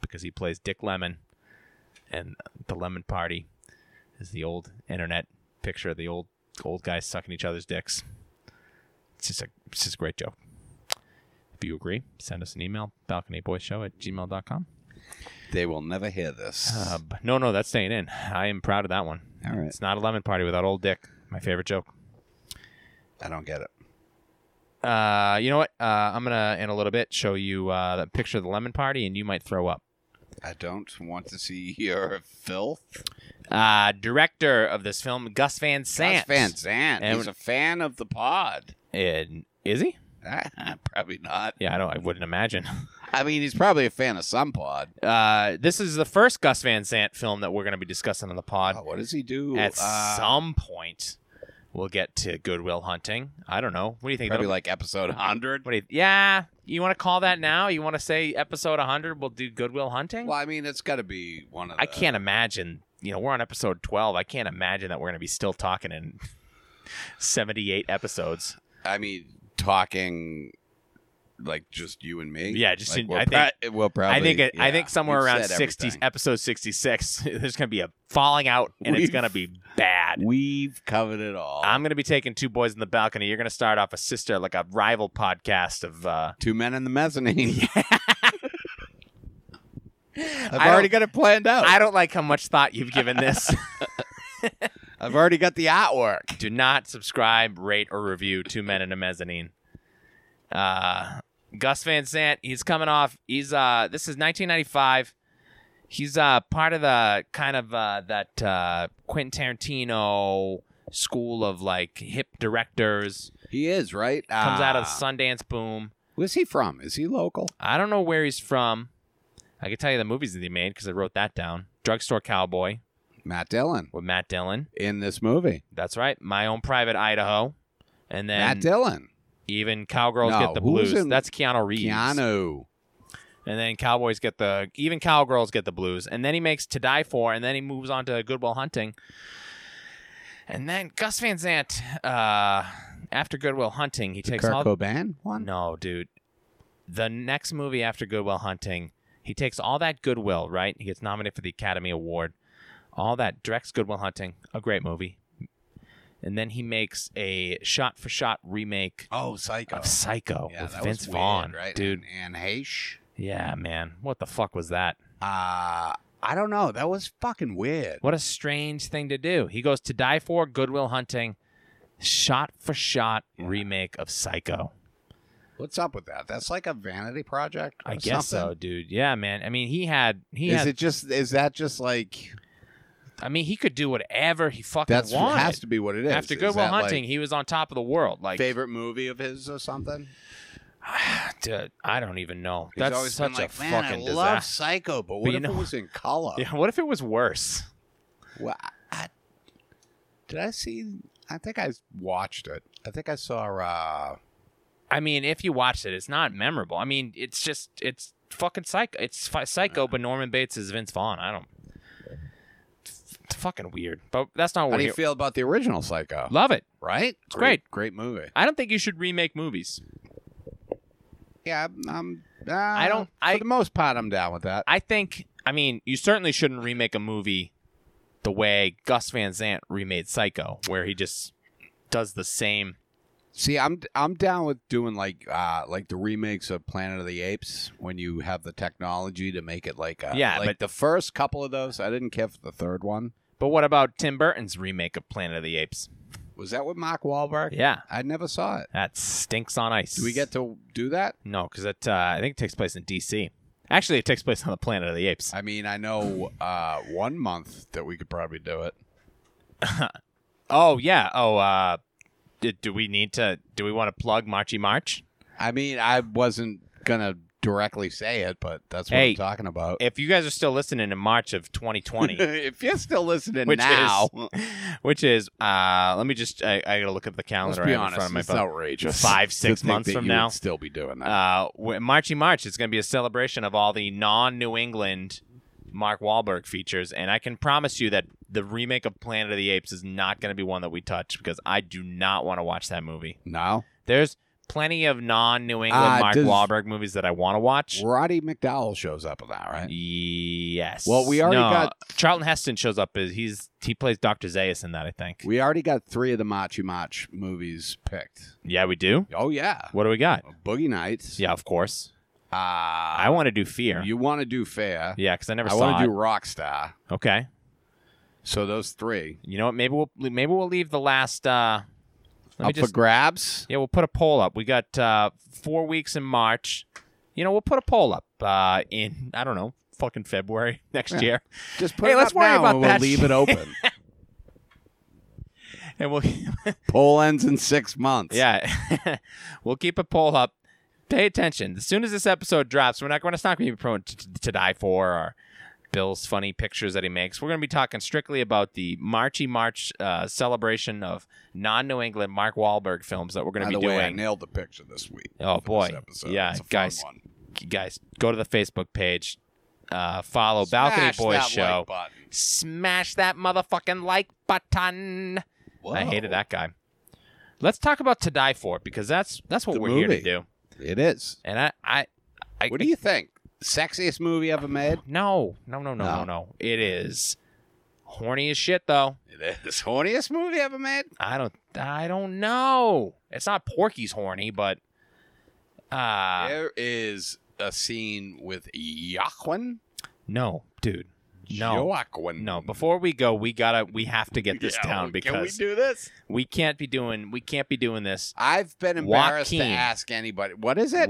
Speaker 2: because he plays Dick Lemon, and the lemon party is the old internet picture of the old old guys sucking each other's dicks." It's just a, it's just a great joke. If you agree, send us an email, balconyboyshow at gmail.com.
Speaker 1: They will never hear this.
Speaker 2: Uh, b- no, no, that's staying in. I am proud of that one.
Speaker 1: All right.
Speaker 2: It's not a lemon party without old Dick, my favorite joke.
Speaker 1: I don't get it.
Speaker 2: Uh, you know what? Uh, I'm going to, in a little bit, show you uh, the picture of the lemon party, and you might throw up.
Speaker 1: I don't want to see your filth.
Speaker 2: Uh, director of this film, Gus Van Sant.
Speaker 1: That's Van Zant.
Speaker 2: And-
Speaker 1: He's a fan of the pod.
Speaker 2: And- is he?
Speaker 1: Probably not.
Speaker 2: Yeah, I don't. I wouldn't imagine.
Speaker 1: I mean, he's probably a fan of some pod.
Speaker 2: Uh, this is the first Gus Van Sant film that we're going to be discussing on the pod.
Speaker 1: Oh, what does he do?
Speaker 2: at
Speaker 1: Uh,
Speaker 2: some point. We'll get to Goodwill Hunting. I don't know. What do you think?
Speaker 1: Probably
Speaker 2: That'll-
Speaker 1: like episode 100.
Speaker 2: what do you, yeah, you want to call that now? You want to say episode 100? We'll do Goodwill Hunting.
Speaker 1: Well, I mean, it's got to be one of.
Speaker 2: I
Speaker 1: the-
Speaker 2: can't imagine. You know, we're on episode 12. I can't imagine that we're going to be still talking in 78 episodes.
Speaker 1: I mean, talking like just you and me.
Speaker 2: Yeah, just
Speaker 1: Like,
Speaker 2: in-
Speaker 1: we'll
Speaker 2: I
Speaker 1: pra-
Speaker 2: think-
Speaker 1: we'll probably.
Speaker 2: I think it, I
Speaker 1: yeah,
Speaker 2: think somewhere
Speaker 1: we've
Speaker 2: around
Speaker 1: said
Speaker 2: 60
Speaker 1: everything.
Speaker 2: episode 66 there's going to be a falling out and it's
Speaker 1: We've-
Speaker 2: going to be bad.
Speaker 1: We've covered it all.
Speaker 2: I'm going to be taking two boys in the balcony. You're going to start off a sister like a rival podcast of uh
Speaker 1: Two men in the mezzanine. I've
Speaker 2: I
Speaker 1: already got it planned out.
Speaker 2: I don't like how much thought you've given this.
Speaker 1: I've already got the artwork.
Speaker 2: Do not subscribe, rate, or review Two Men in a Mezzanine. Uh, Gus Van Sant, he's coming off. He's uh, this is 1995. He's uh, part of the kind of uh, that uh, Quentin Tarantino school of like hip directors.
Speaker 1: He is right.
Speaker 2: Comes out of
Speaker 1: Ah.
Speaker 2: Sundance Boom.
Speaker 1: Where's he from? Is he local?
Speaker 2: I don't know where he's from. I can tell you the movies that he made because I wrote that down. Drugstore Cowboy
Speaker 1: Matt Dillon
Speaker 2: with Matt Dillon.
Speaker 1: in this movie.
Speaker 2: That's right. My own private Idaho. And then
Speaker 1: Matt Dillon,
Speaker 2: Even cowgirls
Speaker 1: No,
Speaker 2: get the
Speaker 1: who's
Speaker 2: blues.
Speaker 1: in-
Speaker 2: That's Keanu Reeves.
Speaker 1: Keanu.
Speaker 2: And then cowboys get the even cowgirls get the blues. And then he makes To Die For, and then he moves on to Goodwill Hunting. And then Gus Van Sant, uh, after Goodwill Hunting, he takes
Speaker 1: Kurt
Speaker 2: all
Speaker 1: Cobain one.
Speaker 2: no, dude. The next movie after Goodwill Hunting, he takes all that goodwill, right? He gets nominated for the Academy Award. All that directs Goodwill Hunting, a great movie. And then he makes a shot for shot remake
Speaker 1: Oh, Psycho.
Speaker 2: of Psycho
Speaker 1: Yeah,
Speaker 2: with
Speaker 1: that
Speaker 2: Vince
Speaker 1: was weird,
Speaker 2: Vaughn,
Speaker 1: right?
Speaker 2: dude.
Speaker 1: And, and Heche.
Speaker 2: Yeah, man, what the fuck was that?
Speaker 1: Uh, I don't know. That was fucking weird.
Speaker 2: What a strange thing to do. He goes to die for Goodwill Hunting, shot for shot remake of Psycho.
Speaker 1: What's up with that? That's like a vanity project. or
Speaker 2: I guess so,
Speaker 1: something?
Speaker 2: dude. Yeah, man. I mean, he had he
Speaker 1: Is
Speaker 2: had.
Speaker 1: it just? Is that just like?
Speaker 2: I mean, he could do whatever he fucking
Speaker 1: That's
Speaker 2: wanted.
Speaker 1: has to be what it is.
Speaker 2: After
Speaker 1: Is
Speaker 2: Goodwill
Speaker 1: that, like,
Speaker 2: Hunting, he was on top of the world. Like,
Speaker 1: favorite movie of his or something.
Speaker 2: dude, I don't even know.
Speaker 1: He's
Speaker 2: That's
Speaker 1: always
Speaker 2: such
Speaker 1: been like,
Speaker 2: a
Speaker 1: Man,
Speaker 2: fucking
Speaker 1: I love
Speaker 2: disaster.
Speaker 1: Psycho, but what
Speaker 2: you
Speaker 1: if
Speaker 2: know-
Speaker 1: it was in color?
Speaker 2: Yeah, what if it was worse?
Speaker 1: Well, I, I, did I see? I think I watched it. I think I saw.
Speaker 2: Oh,
Speaker 1: Uh,
Speaker 2: I mean, if you watched it, it's not memorable. I mean, it's just it's fucking psycho. It's fi- psycho, but Norman Bates is Vince Vaughn. I don't. It's fucking weird, but that's not
Speaker 1: how
Speaker 2: what
Speaker 1: do
Speaker 2: you
Speaker 1: you feel about the original Psycho?
Speaker 2: Love it.
Speaker 1: Right? It's
Speaker 2: great.
Speaker 1: Great movie.
Speaker 2: I don't think you should remake movies.
Speaker 1: Yeah, I'm. I'm uh, I
Speaker 2: don't-
Speaker 1: For
Speaker 2: I-
Speaker 1: the most part, I'm down with that.
Speaker 2: I think. I mean, you certainly shouldn't remake a movie the way Gus Van Sant remade Psycho, where he just does the same.
Speaker 1: See, I'm. I'm down with doing like, uh, like the remakes of Planet of the Apes when you have the technology to make it like. A,
Speaker 2: Yeah,
Speaker 1: like
Speaker 2: but-
Speaker 1: the first couple of those, I didn't care for the third one.
Speaker 2: But what about Tim Burton's remake of Planet of the Apes?
Speaker 1: Was that with Mark Wahlberg?
Speaker 2: Yeah,
Speaker 1: I never saw it.
Speaker 2: that stinks on ice.
Speaker 1: Do we get to do that?
Speaker 2: No, because it. Uh, I think it takes place in D.C. Actually, it takes place on the Planet of the Apes.
Speaker 1: I mean, I know uh, one month that we could probably do it.
Speaker 2: Oh yeah. Oh, uh, do, do we need to? Do we want to plug Marchy March?
Speaker 1: I mean, I wasn't gonna directly say it, but that's what
Speaker 2: Hey,
Speaker 1: I'm talking about.
Speaker 2: If you guys are still listening in March of 2020,
Speaker 1: if you're still listening
Speaker 2: Which
Speaker 1: now,
Speaker 2: which is, uh, let me just, I, I gotta look up the
Speaker 1: let's
Speaker 2: calendar
Speaker 1: be
Speaker 2: I have in
Speaker 1: honest,
Speaker 2: front of my
Speaker 1: it's
Speaker 2: phone.
Speaker 1: outrageous.
Speaker 2: Five,
Speaker 1: to
Speaker 2: six
Speaker 1: think
Speaker 2: months
Speaker 1: that
Speaker 2: from
Speaker 1: you would
Speaker 2: now.
Speaker 1: still be doing that.
Speaker 2: Uh, w- Marchy March is gonna be a celebration of all the non-New England Mark Wahlberg features, and I can promise you that the remake of Planet of the Apes is not gonna be one that we touch because I do not want to watch that movie.
Speaker 1: now,
Speaker 2: There's plenty of non-New England
Speaker 1: Uh,
Speaker 2: Mark
Speaker 1: does-
Speaker 2: Wahlberg movies that I want to watch.
Speaker 1: Roddy McDowell shows up in that, right?
Speaker 2: Yes.
Speaker 1: Well, we already
Speaker 2: No,
Speaker 1: got-
Speaker 2: Charlton Heston shows up as he's he plays Doctor Zayas in that I think.
Speaker 1: We already got three of the Machu Mach movies picked.
Speaker 2: yeah, we do.
Speaker 1: Oh yeah,
Speaker 2: What do we got?
Speaker 1: Boogie Nights.
Speaker 2: Yeah, of course.
Speaker 1: Uh,
Speaker 2: I want to do Fear.
Speaker 1: you want to do Fair?
Speaker 2: yeah, because I never
Speaker 1: I
Speaker 2: saw
Speaker 1: want to
Speaker 2: it.
Speaker 1: do Rockstar.
Speaker 2: okay.
Speaker 1: So those three
Speaker 2: You know what? Maybe we'll maybe we'll leave the last. Uh, let me
Speaker 1: up
Speaker 2: just.
Speaker 1: for grabs.
Speaker 2: yeah, we'll put a poll up. We got uh, four weeks in March. You know, we'll put a poll up uh, in I don't know, fucking February next
Speaker 1: Yeah.
Speaker 2: year,
Speaker 1: Just put
Speaker 2: Hey,
Speaker 1: it
Speaker 2: let's
Speaker 1: up
Speaker 2: worry
Speaker 1: now
Speaker 2: about
Speaker 1: and we'll
Speaker 2: that
Speaker 1: leave it
Speaker 2: shit.
Speaker 1: open.
Speaker 2: and we'll
Speaker 1: Poll ends in six months.
Speaker 2: Yeah. we'll keep a poll up. Pay attention. As soon as this episode drops, we're not going to stop you from t- t- to die for or Bill's funny pictures that he makes. We're going to be talking strictly about the Marchy March uh, celebration of non-New England Mark Wahlberg films that we're going
Speaker 3: By
Speaker 2: to
Speaker 3: the
Speaker 2: be
Speaker 3: way, I
Speaker 2: doing.
Speaker 3: nailed the picture this week.
Speaker 2: Oh,
Speaker 3: for this
Speaker 2: boy.
Speaker 3: episode.
Speaker 2: Yeah,
Speaker 3: It's a fun
Speaker 2: guys,
Speaker 3: one.
Speaker 2: Guys, go to the Facebook page, uh, follow Balcony
Speaker 3: Smash
Speaker 2: Boys
Speaker 3: that
Speaker 2: Show,
Speaker 3: like button.
Speaker 2: smash that motherfucking like button. I
Speaker 3: Whoa.
Speaker 2: hated that guy. Let's talk about to die for because that's that's what
Speaker 1: The
Speaker 2: we're here to
Speaker 1: movie.
Speaker 2: do.
Speaker 1: It is.
Speaker 2: And I, I, I
Speaker 1: What do you think? Sexiest movie ever made?
Speaker 2: No, no, no, no, no,
Speaker 1: No.
Speaker 2: no. It is horny as shit, though.
Speaker 1: It is. Horniest movie ever made?
Speaker 2: I don't, I don't know. It's not Porky's horny, but uh
Speaker 1: there is a scene with Joaquin.
Speaker 2: no, dude, no,
Speaker 1: Joaquin.
Speaker 2: no. Before we go, we gotta, we have to get this
Speaker 1: Yeah,
Speaker 2: down
Speaker 1: Can we
Speaker 2: because we,
Speaker 1: do this?
Speaker 2: can't be doing, we can't be doing this.
Speaker 1: I've been embarrassed to
Speaker 2: Joaquin.
Speaker 1: ask anybody. What is it?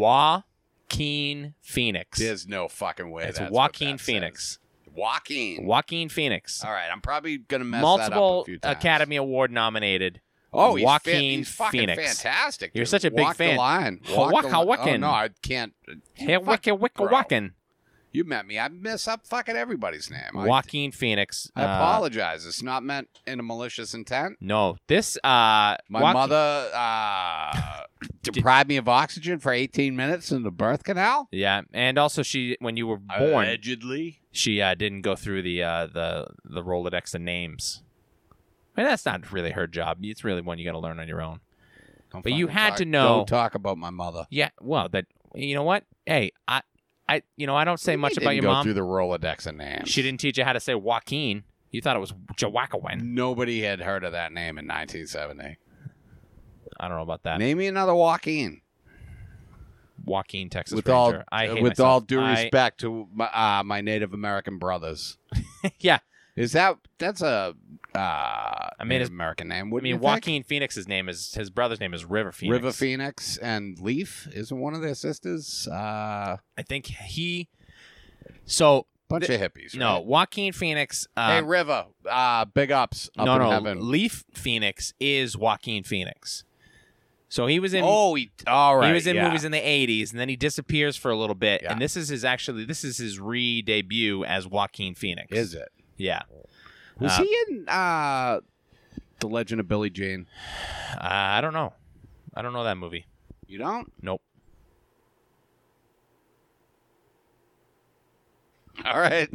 Speaker 2: Joaquin Phoenix.
Speaker 1: There's no fucking way.
Speaker 2: it's
Speaker 1: that's what
Speaker 2: Joaquin
Speaker 1: that
Speaker 2: Phoenix.
Speaker 1: says. Joaquin.
Speaker 2: Joaquin Phoenix.
Speaker 1: All right, I'm probably gonna mess that up a
Speaker 2: Multiple
Speaker 1: few times.
Speaker 2: Academy Award nominated.
Speaker 1: Oh, he's,
Speaker 2: Joaquin
Speaker 1: fan, he's fucking
Speaker 2: Phoenix.
Speaker 1: fantastic.
Speaker 2: You're
Speaker 1: dude.
Speaker 2: such a big
Speaker 1: Walk
Speaker 2: fan.
Speaker 1: The line.
Speaker 2: Jo-
Speaker 1: Walk the
Speaker 2: Joaquin.
Speaker 1: li- Oh, no, I can't.
Speaker 2: Hey,
Speaker 1: Fuck,
Speaker 2: wicka wicka
Speaker 1: bro.
Speaker 2: wackin.
Speaker 1: You met me. I mess up fucking everybody's name. I-
Speaker 2: Joaquin Phoenix.
Speaker 1: I,
Speaker 2: uh,
Speaker 1: apologize. It's not meant in a malicious intent.
Speaker 2: No, this uh,
Speaker 1: My
Speaker 2: Joaqu-
Speaker 1: mother uh, deprived me of oxygen for 18 minutes in the birth canal.
Speaker 2: Yeah, and also she when you were born,
Speaker 1: Allegedly.
Speaker 2: she uh, didn't go through the uh, the the Rolodex of names. And that's not really her job. It's really one you got to learn on your own.
Speaker 1: Don't
Speaker 2: But you
Speaker 1: fucking
Speaker 2: had
Speaker 1: talk-
Speaker 2: to know-
Speaker 1: Don't talk about my mother.
Speaker 2: Yeah, well, that you know what? Hey, I I you know I don't say much
Speaker 1: She
Speaker 2: about
Speaker 1: didn't
Speaker 2: your
Speaker 1: go
Speaker 2: mom.
Speaker 1: through the Rolodex of names.
Speaker 2: She didn't teach you how to say Joaquin. You thought it was Jawakawin.
Speaker 1: Nobody had heard of that name in 1970.
Speaker 2: I don't know about that.
Speaker 1: Name me another Joaquin.
Speaker 2: Joaquin, Texas
Speaker 1: with all
Speaker 2: Ranger. I hate
Speaker 1: with
Speaker 2: myself.
Speaker 1: all due
Speaker 2: I-
Speaker 1: respect to my, uh, my Native American brothers.
Speaker 2: Yeah.
Speaker 1: is that that's a uh, I
Speaker 2: mean, it's-
Speaker 1: American name?
Speaker 2: I
Speaker 1: Wouldn't
Speaker 2: mean,
Speaker 1: you think?
Speaker 2: Joaquin Phoenix's name is his brother's name is River Phoenix.
Speaker 1: River Phoenix and Leaf isn't one of their sisters. Uh,
Speaker 2: I think he. So
Speaker 1: bunch
Speaker 2: Th-
Speaker 1: of hippies.
Speaker 2: no,
Speaker 1: right?
Speaker 2: Joaquin Phoenix. Uh,
Speaker 1: hey River, uh, big ups up
Speaker 2: no,
Speaker 1: in
Speaker 2: no,
Speaker 1: heaven.
Speaker 2: Leaf Phoenix is Joaquin Phoenix. So he was in.
Speaker 1: oh, he, all right.
Speaker 2: he was in
Speaker 1: yeah.
Speaker 2: movies in the '80s, and then he disappears for a little bit,
Speaker 1: Yeah.
Speaker 2: and this is his actually this is his re debut as Joaquin Phoenix.
Speaker 1: Is it?
Speaker 2: Yeah,
Speaker 1: Was
Speaker 2: Uh,
Speaker 1: he in uh, the Legend of Billy Jean?
Speaker 2: uh, I don't know. I don't know that movie.
Speaker 1: You don't?
Speaker 2: Nope.
Speaker 1: All right.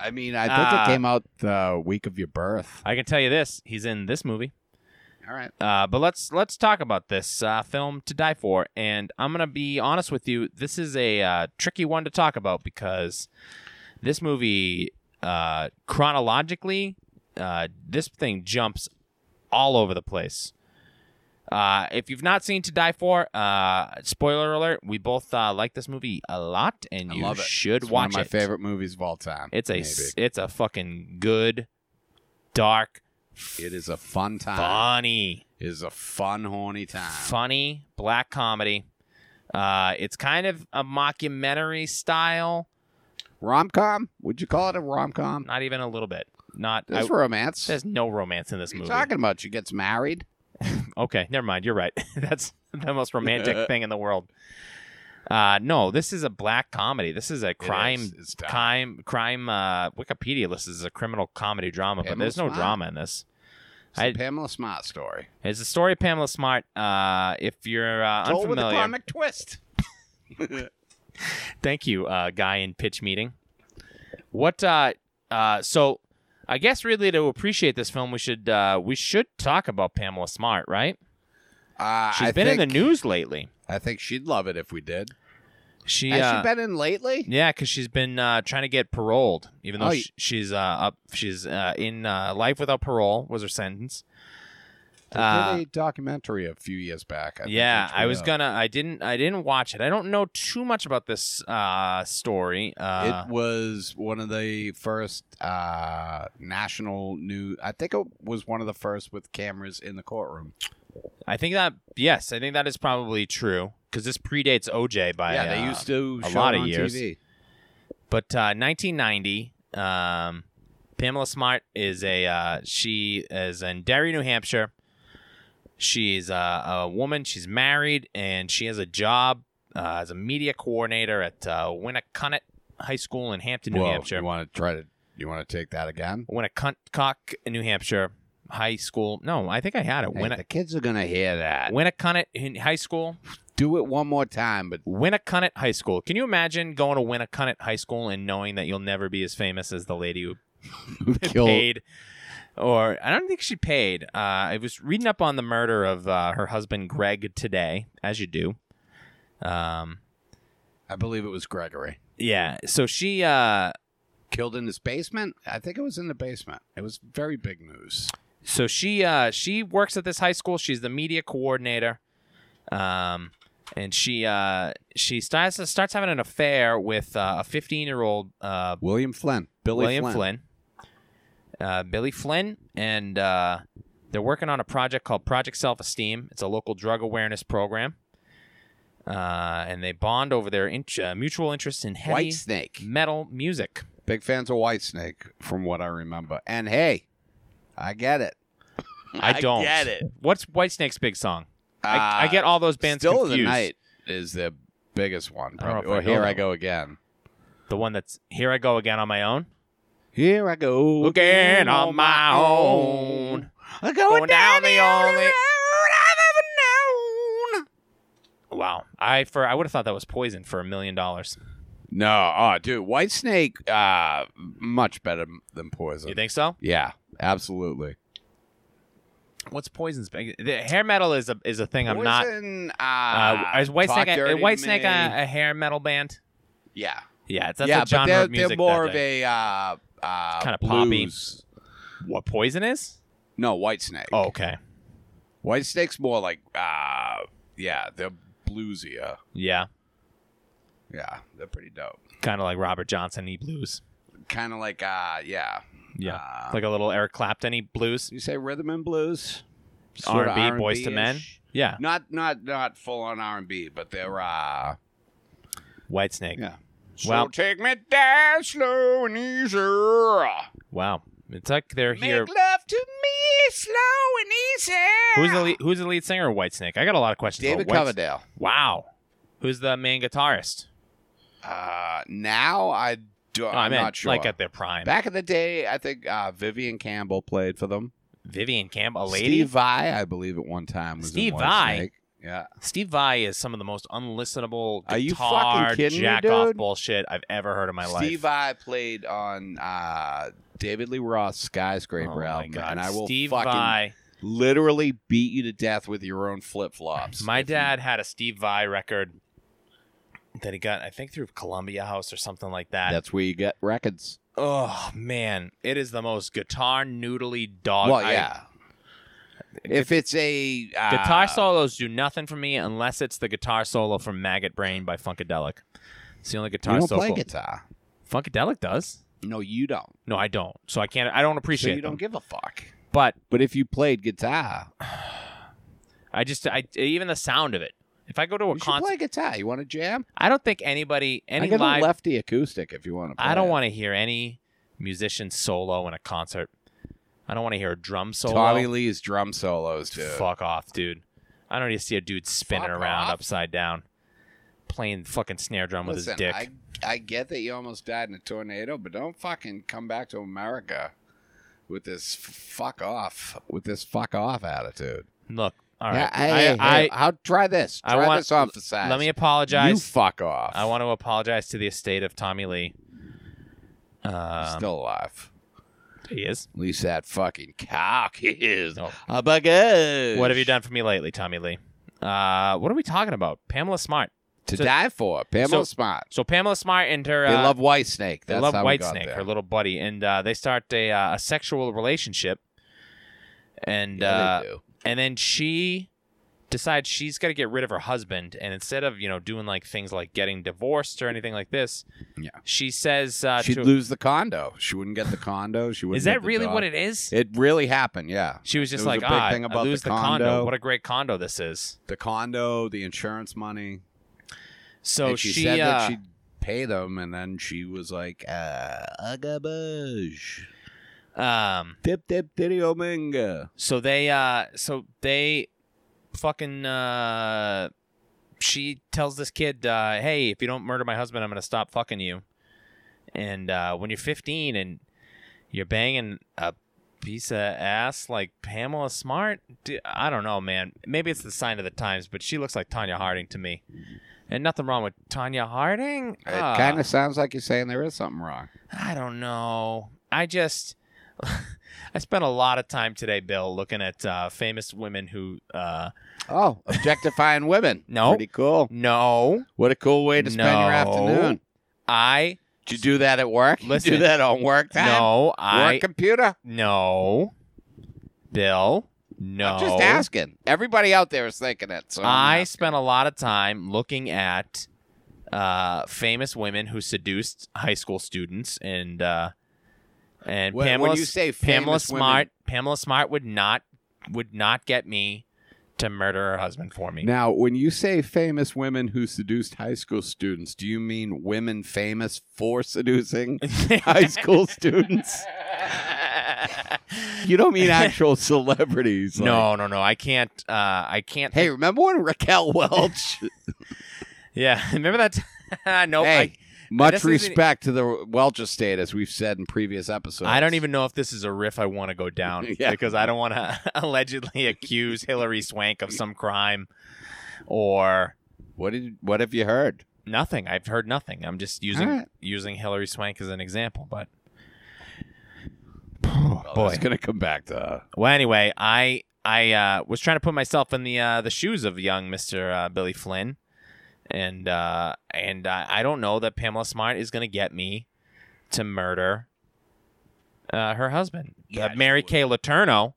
Speaker 1: I mean, I think
Speaker 2: Uh,
Speaker 1: it came out the week of your birth.
Speaker 2: I can tell you this: he's in this movie.
Speaker 1: All right.
Speaker 2: Uh, but let's let's talk about this uh, film to die for, and I'm gonna be honest with you. This is a uh, tricky one to talk about because this movie uh, chronologically, uh, this thing jumps all over the place. Uh, if you've not seen To Die For, uh, spoiler alert: we both uh, like this movie a lot, and
Speaker 1: I
Speaker 2: you
Speaker 1: love it.
Speaker 2: should
Speaker 1: It's one
Speaker 2: watch
Speaker 1: of my
Speaker 2: it.
Speaker 1: favorite movies of all time.
Speaker 2: It's a
Speaker 1: maybe.
Speaker 2: s- it's a fucking good, dark,
Speaker 1: It is a fun time.
Speaker 2: funny.
Speaker 1: It is a fun horny time.
Speaker 2: funny black comedy. Uh, it's kind of a mockumentary style,
Speaker 1: Rom com? Would you call it a rom com?
Speaker 2: not even a little bit. Not I-
Speaker 1: That's romance.
Speaker 2: there's no romance in this
Speaker 1: what are you
Speaker 2: movie.
Speaker 1: talking about? She gets married.
Speaker 2: Okay, never mind. You're right. That's the most romantic thing in the world. Uh, no, this is a black comedy. This is a
Speaker 1: It
Speaker 2: crime,
Speaker 1: is. It's time.
Speaker 2: crime, crime. Uh, Wikipedia lists this as a criminal comedy drama, but
Speaker 1: Pamela
Speaker 2: there's no
Speaker 1: Smart.
Speaker 2: drama in this.
Speaker 1: It's the
Speaker 2: I-
Speaker 1: Pamela Smart story.
Speaker 2: It's the story of Pamela Smart. Uh, if you're uh,
Speaker 1: Told with a
Speaker 2: unfamiliar,
Speaker 1: karmic twist.
Speaker 2: Thank you, uh, guy in pitch meeting. What? Uh, uh, so, I guess really to appreciate this film, we should uh, we should talk about Pamela Smart, right?
Speaker 1: Uh,
Speaker 2: She's
Speaker 1: I
Speaker 2: been in
Speaker 1: think-
Speaker 2: the news lately.
Speaker 1: I think she'd love it if we did.
Speaker 2: She,
Speaker 1: Has
Speaker 2: uh,
Speaker 1: she been in lately?
Speaker 2: yeah, because she's been uh, trying to get paroled, even though
Speaker 1: Oh,
Speaker 2: sh she's uh, up. She's uh, in uh, life without parole was her sentence.
Speaker 1: They
Speaker 2: Uh,
Speaker 1: did a documentary a few years back. I think,
Speaker 2: yeah,
Speaker 1: on
Speaker 2: I was
Speaker 1: HBO.
Speaker 2: gonna. I didn't. I didn't watch it. I don't know too much about this uh, story. Uh,
Speaker 1: it was one of the first uh, national new. I think it was one of the first with cameras in the courtroom.
Speaker 2: I think that yes, I think that is probably true because this predates OJ by
Speaker 1: yeah, they
Speaker 2: uh,
Speaker 1: used to
Speaker 2: a
Speaker 1: show
Speaker 2: lot
Speaker 1: it
Speaker 2: of
Speaker 1: on
Speaker 2: years.
Speaker 1: TV.
Speaker 2: But uh, 1990, um, Pamela Smart is a uh, she is in Derry, New Hampshire. She's uh, a woman. She's married, and she has a job uh, as a media coordinator at uh, Winnicott High School in Hampton, New
Speaker 1: Whoa,
Speaker 2: Hampshire.
Speaker 1: You want to try to? You want to take that again?
Speaker 2: I went to Cuntcock, New Hampshire High School. No, I think I had it.
Speaker 1: Hey,
Speaker 2: When
Speaker 1: the kids are gonna hear that.
Speaker 2: Win a Winneconnet in High School.
Speaker 1: Do it one more time, but
Speaker 2: Winneconnet High School. Can you imagine going to Winneconnet High School and knowing that you'll never be as famous as the lady who
Speaker 1: kill.
Speaker 2: paid? Or I don't think she paid. Uh, I was reading up on the murder of uh, her husband Greg today, as you do. Um,
Speaker 1: I believe it was Gregory.
Speaker 2: yeah. So she. Uh,
Speaker 1: Killed in his basement. I think it was in the basement. It was very big news.
Speaker 2: so she uh, she works at this high school. She's the media coordinator, um, and she uh, she starts starts having an affair with uh, a 15 year old uh,
Speaker 1: William Flynn. Billy
Speaker 2: William Flynn, uh, Billy Flynn, and uh, they're working on a project called Project Self Esteem. It's a local drug awareness program, uh, and they bond over their in- uh, mutual interest in heavy
Speaker 1: White Snake.
Speaker 2: metal music.
Speaker 1: Big fans of White Snake, from what I remember. And hey, I get it.
Speaker 2: I, don't
Speaker 1: get it.
Speaker 2: What's Whitesnake's big song? I, I
Speaker 1: Uh,
Speaker 2: get all those bands
Speaker 1: Still
Speaker 2: confused.
Speaker 1: of the night is the biggest one.
Speaker 2: I don't know
Speaker 1: Probably. Or
Speaker 2: if I know
Speaker 1: here
Speaker 2: that
Speaker 1: I
Speaker 2: one.
Speaker 1: go again.
Speaker 2: The one that's here. I go again on my own.
Speaker 1: Here I go
Speaker 2: Again on my own.
Speaker 1: I'm going,
Speaker 2: Going
Speaker 1: down,
Speaker 2: down
Speaker 1: the
Speaker 2: the
Speaker 1: only
Speaker 2: only-
Speaker 1: road I've ever known.
Speaker 2: Wow. I for I would have thought that was Poison for a million dollars.
Speaker 1: No, oh, dude, White Snake, uh, much better m- than Poison.
Speaker 2: You think so?
Speaker 1: Yeah, absolutely.
Speaker 2: What's Poison's big? The hair metal is a is a thing I'm not
Speaker 1: Poison,
Speaker 2: Uh,
Speaker 1: uh,
Speaker 2: is White
Speaker 1: Talk
Speaker 2: Snake a,
Speaker 1: Dirty to
Speaker 2: White Snake
Speaker 1: Me.
Speaker 2: a, a hair metal band?
Speaker 1: yeah,
Speaker 2: Yeah, it's that's
Speaker 1: yeah,
Speaker 2: a genre
Speaker 1: but they're,
Speaker 2: of music.
Speaker 1: they're more of a uh, uh,
Speaker 2: Kinda poppy.
Speaker 1: blues.
Speaker 2: what Poison is?
Speaker 1: No, White Snake.
Speaker 2: Oh, okay.
Speaker 1: White Snake's more like uh, yeah, they're bluesier.
Speaker 2: Yeah,
Speaker 1: Yeah, they're pretty dope.
Speaker 2: kind of like Robert Johnson e blues.
Speaker 1: Kind of like uh, yeah,
Speaker 2: Yeah,
Speaker 1: Uh,
Speaker 2: like a little Eric Clapton e blues.
Speaker 1: you say rhythm and blues,
Speaker 2: R
Speaker 1: Sorta
Speaker 2: and B, Boys to Men.
Speaker 1: R&B-ish.
Speaker 2: Yeah,
Speaker 1: Not not not full on R and B, but they're uh,
Speaker 2: White Snake.
Speaker 1: yeah.
Speaker 2: Well-
Speaker 1: so take me down slow and easy.
Speaker 2: Wow, it's like they're
Speaker 1: Make
Speaker 2: here.
Speaker 1: love to me slow and easy.
Speaker 2: Who's the lead, Oh, who's the lead singer of White Snake? I got a lot of questions.
Speaker 1: David
Speaker 2: about White
Speaker 1: Coverdale.
Speaker 2: Wow, who's the main guitarist?
Speaker 1: Uh, now I do.
Speaker 2: Oh, I
Speaker 1: I'm
Speaker 2: meant
Speaker 1: not sure.
Speaker 2: like at their prime.
Speaker 1: Back in the day, I think uh, Vivian Campbell played for them.
Speaker 2: Vivian Campbell, a lady.
Speaker 1: Steve Vai, I believe, at one time was
Speaker 2: Steve
Speaker 1: in
Speaker 2: Vai?
Speaker 1: Whitesnake. Yeah,
Speaker 2: Steve Vai is some of the most unlistenable
Speaker 1: Are you
Speaker 2: guitar
Speaker 1: fucking kidding me,
Speaker 2: jack off
Speaker 1: dude?
Speaker 2: bullshit I've ever heard in my life.
Speaker 1: Steve Vai played on uh, David Lee Roth's Skyscraper
Speaker 2: Oh my
Speaker 1: album,
Speaker 2: God.
Speaker 1: and I will
Speaker 2: Steve
Speaker 1: fucking
Speaker 2: Vai.
Speaker 1: literally beat you to death with your own flip flops.
Speaker 2: My dad had a Steve Vai record that he got, I think, through Columbia House or something like that.
Speaker 1: That's where you get records.
Speaker 2: oh man, it is the most guitar noodly dog.
Speaker 1: well,
Speaker 2: I-
Speaker 1: yeah. If it's a uh,
Speaker 2: guitar solos do nothing for me unless it's the guitar solo from Maggot Brain by Funkadelic. It's the only
Speaker 1: you
Speaker 2: guitar
Speaker 1: don't
Speaker 2: solo.
Speaker 1: play guitar.
Speaker 2: Funkadelic does.
Speaker 1: No, you don't.
Speaker 2: No, I don't. So I can't. I don't appreciate
Speaker 1: so you
Speaker 2: them.
Speaker 1: don't give a fuck.
Speaker 2: but
Speaker 1: But if you played guitar,
Speaker 2: I just, I even the sound of it. If I go to a
Speaker 1: you should
Speaker 2: concert,
Speaker 1: play guitar. You want to jam?
Speaker 2: I don't think anybody any
Speaker 1: I got a
Speaker 2: live
Speaker 1: lefty acoustic if you want to. Play
Speaker 2: I don't
Speaker 1: it.
Speaker 2: want to hear any musician solo in a concert. I don't want to hear a drum solo.
Speaker 1: Tommy Lee's drum solos, dude.
Speaker 2: Fuck off, dude. I don't need to see a dude spinning
Speaker 1: Fuck
Speaker 2: around
Speaker 1: off.
Speaker 2: upside down, playing fucking snare drum with
Speaker 1: Listen,
Speaker 2: his dick.
Speaker 1: I, I get that you almost died in a tornado, but don't fucking come back to America with this f- fuck off, with this fuck off attitude.
Speaker 2: Look, all
Speaker 1: Yeah,
Speaker 2: right.
Speaker 1: hey,
Speaker 2: I,
Speaker 1: hey, I'll try this.
Speaker 2: I
Speaker 1: Try
Speaker 2: want-
Speaker 1: this on for size.
Speaker 2: let me
Speaker 1: You
Speaker 2: apologize.
Speaker 1: fuck off.
Speaker 2: I want to apologize to the estate of Tommy Lee.
Speaker 1: He's
Speaker 2: Um,
Speaker 1: still alive.
Speaker 2: he is.
Speaker 1: At least that fucking cock is
Speaker 2: Oh.
Speaker 1: a bagoose.
Speaker 2: What have you done for me lately, Tommy Lee? Uh, what are we talking about? Pamela Smart.
Speaker 1: to
Speaker 2: So-
Speaker 1: die for? Pamela
Speaker 2: so-
Speaker 1: Smart.
Speaker 2: So Pamela Smart and her
Speaker 1: They
Speaker 2: uh,
Speaker 1: love White Snake.
Speaker 2: They
Speaker 1: That's
Speaker 2: love
Speaker 1: how we got
Speaker 2: Whitesnake,
Speaker 1: there.
Speaker 2: her little buddy, and uh, they start a, uh, a sexual relationship. And
Speaker 1: Yeah,
Speaker 2: uh,
Speaker 1: they do.
Speaker 2: and then she decides she's got to get rid of her husband, and instead of you know doing like things like getting divorced or anything like this,
Speaker 1: Yeah.
Speaker 2: she says uh,
Speaker 1: She'd
Speaker 2: to-
Speaker 1: lose the condo. She wouldn't get the condo. She wouldn't.
Speaker 2: is
Speaker 1: get
Speaker 2: that
Speaker 1: the
Speaker 2: really
Speaker 1: dog.
Speaker 2: what it is?
Speaker 1: It really happened. Yeah,
Speaker 2: she was just
Speaker 1: there was
Speaker 2: like,
Speaker 1: a big
Speaker 2: ah,
Speaker 1: thing
Speaker 2: I
Speaker 1: about the
Speaker 2: lose the condo.
Speaker 1: condo.
Speaker 2: What a great condo this is.
Speaker 1: the condo, the insurance money.
Speaker 2: So
Speaker 1: and she, said
Speaker 2: uh,
Speaker 1: that she'd pay them, and then she was like, uh, "Agabage,
Speaker 2: um,
Speaker 1: dip dip diddy ominga."
Speaker 2: So they uh so they fucking uh she tells this kid, uh, hey, if you don't murder my husband, I'm gonna stop fucking you. And uh, when you're 15 and you're banging a piece of ass like Pamela Smart, d- I don't know, man. Maybe it's the sign of the times, but she looks like Tanya Harding to me. And nothing wrong with Tanya Harding.
Speaker 1: It
Speaker 2: Ah.
Speaker 1: kind of sounds like you're saying there is something wrong.
Speaker 2: I don't know. I just I spent a lot of time today, Bill, looking at uh, famous women who uh,
Speaker 1: Oh, objectifying women.
Speaker 2: No.
Speaker 1: Pretty cool.
Speaker 2: no,
Speaker 1: What a cool way to spend your
Speaker 2: No.
Speaker 1: afternoon.
Speaker 2: I
Speaker 1: Did you do that at work? you
Speaker 2: Listen.
Speaker 1: do that on work time?
Speaker 2: no, I
Speaker 1: Work computer?
Speaker 2: no, Bill, no.
Speaker 1: I'm just asking. Everybody out there is thinking it. So I'm
Speaker 2: I
Speaker 1: asking.
Speaker 2: spent a lot of time looking at uh, famous women who seduced high school students, and uh, and
Speaker 1: When- when
Speaker 2: Pamela
Speaker 1: you say
Speaker 2: Pamela
Speaker 1: famous women-
Speaker 2: Smart, Pamela Smart would not would not get me to murder her husband for me.
Speaker 1: Now, when you say famous women who seduced high school students, do you mean women famous for seducing high school students? You don't mean actual celebrities. like-
Speaker 2: no, no, no. I can't. Uh, I can't.
Speaker 1: Hey, remember when Raquel Welch?
Speaker 2: Yeah. Remember that? nope.
Speaker 1: hey, much
Speaker 2: this isn't-
Speaker 1: respect to the Welch estate, as we've said in previous episodes.
Speaker 2: I, I don't even know if this is a riff I want to go down
Speaker 1: Yeah.
Speaker 2: because I don't want to allegedly accuse Hillary Swank of some crime or
Speaker 1: What did? What have you heard?
Speaker 2: nothing. I've heard nothing. I'm just using
Speaker 1: All right.
Speaker 2: using Hillary Swank as an example, but.
Speaker 1: it's
Speaker 2: Oh, boy.
Speaker 1: gonna come back to.
Speaker 2: Well, anyway, I I uh, was trying to put myself in the uh, the shoes of young Mister uh, Billy Flynn, and uh, and uh, I don't know that Pamela Smart is going to get me to murder uh, her husband, uh, Mary Kay Letourneau.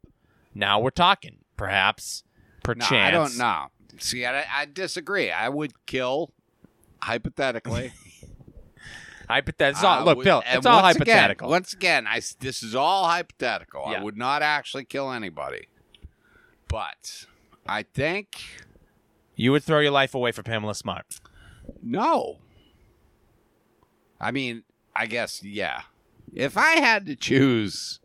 Speaker 2: Now we're talking, perhaps,
Speaker 1: No,
Speaker 2: perchance.
Speaker 1: I don't know. See, I, I disagree. I would kill, hypothetically.
Speaker 2: Hypothetical.
Speaker 1: I
Speaker 2: look,
Speaker 1: would-
Speaker 2: Bill,
Speaker 1: and
Speaker 2: it's all
Speaker 1: once
Speaker 2: hypothetical.
Speaker 1: Again, once again, I s- this is all hypothetical.
Speaker 2: Yeah.
Speaker 1: I would not actually kill anybody, but I think
Speaker 2: you would throw your life away for Pamela Smart.
Speaker 1: no. I mean, I guess yeah. If I had to choose,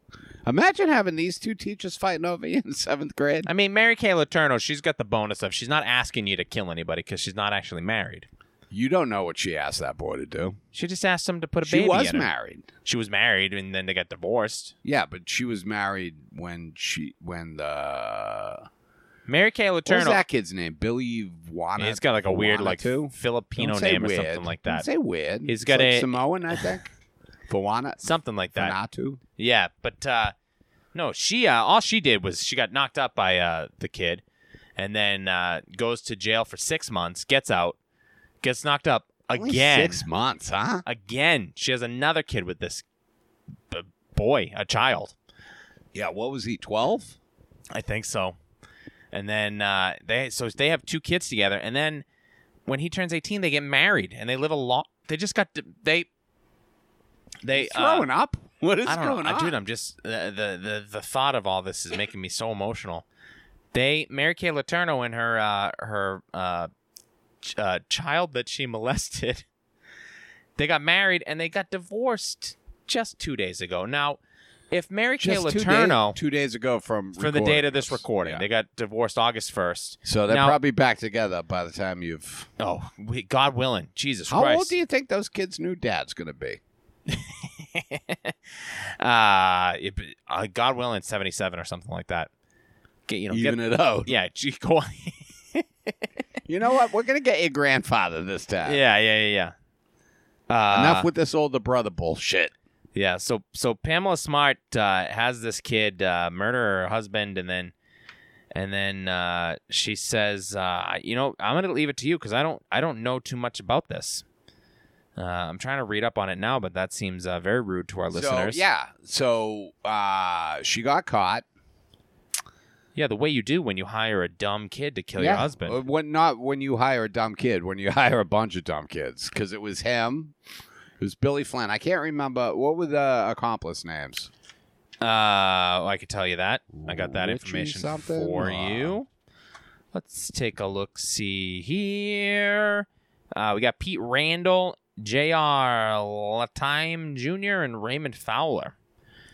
Speaker 1: imagine having these two teachers fighting over you in seventh grade.
Speaker 2: I mean, Mary Kay Letourneau, she's got the bonus of she's not asking you to kill anybody because she's not actually married.
Speaker 1: You don't know what she asked that boy to do.
Speaker 2: She just asked him to put a
Speaker 1: She
Speaker 2: baby
Speaker 1: was
Speaker 2: in her.
Speaker 1: married.
Speaker 2: she was married and then they got divorced.
Speaker 1: Yeah, but she was married when she when the
Speaker 2: Mary Kay
Speaker 1: what's
Speaker 2: Letourneau.
Speaker 1: that kid's name? Billy Wana.
Speaker 2: He's got like a weird
Speaker 1: Wanna
Speaker 2: like
Speaker 1: too?
Speaker 2: Filipino
Speaker 1: Don't say
Speaker 2: name or
Speaker 1: weird.
Speaker 2: something like
Speaker 1: Don't
Speaker 2: that.
Speaker 1: say weird.
Speaker 2: He's
Speaker 1: It's
Speaker 2: got
Speaker 1: like
Speaker 2: a-
Speaker 1: Samoan, I think. Fawana,
Speaker 2: Something like that.
Speaker 1: Fanatu.
Speaker 2: Yeah, but uh, no, she uh, all she did was she got knocked up by uh, the kid, and then uh, goes to jail for six months. Gets out, gets knocked up
Speaker 1: Only
Speaker 2: again.
Speaker 1: six months, huh?
Speaker 2: Again, she has another kid with this b- boy, a child.
Speaker 1: Yeah. What was he? Twelve?
Speaker 2: I think so. And then uh, they so they have two kids together, and then when he turns eighteen, they get married and they live a long. They just got di- they they uh,
Speaker 1: Throwing up? What is
Speaker 2: I don't
Speaker 1: going
Speaker 2: know, I-
Speaker 1: on?
Speaker 2: dude. I'm just the, the the the thought of all this is making me so emotional. They Mary Kay Letourneau and her uh, her uh, ch- uh, child that she molested. They got married and they got divorced just two days ago. Now, if Mary Kay
Speaker 1: Just two,
Speaker 2: Letourneau
Speaker 1: days, two days ago from
Speaker 2: for the date of this recording.
Speaker 1: Yeah.
Speaker 2: They got divorced August 1st.
Speaker 1: so they're
Speaker 2: Now-
Speaker 1: probably back together by the time you've.
Speaker 2: Oh, we, God willing. Jesus
Speaker 1: How
Speaker 2: Christ.
Speaker 1: old do you think those kids' new dad's going to be?
Speaker 2: uh, it, uh, God willing, 77 or something like that. Get, you know,
Speaker 1: Even
Speaker 2: get,
Speaker 1: it out.
Speaker 2: yeah, gee, go on.
Speaker 1: You know what? We're going to get your grandfather this time.
Speaker 2: yeah, yeah, yeah, yeah. Uh,
Speaker 1: Enough with this older brother bullshit.
Speaker 2: Yeah. So so Pamela Smart uh, has this kid uh, murder her husband, and then and then uh, she says, uh, you know, I'm gonna leave it to you because I don't I don't know too much about this. Uh, I'm trying to read up on it now, but that seems uh, very rude to our listeners.
Speaker 1: So, yeah. So uh, she got caught.
Speaker 2: Yeah, the way you do when you hire a dumb kid to kill your husband.
Speaker 1: Uh, When not when you hire a dumb kid, when you hire a bunch of dumb kids, because it was him. It was Billy Flynn. I can't remember what were the accomplice names.
Speaker 2: Uh, I could tell you that. I got that
Speaker 1: Oh. Richie
Speaker 2: information
Speaker 1: something?
Speaker 2: for
Speaker 1: Uh,
Speaker 2: you. Let's take a look. See here. Uh, we got Pete Randall, J.R. Latime Jr., and Raymond Fowler.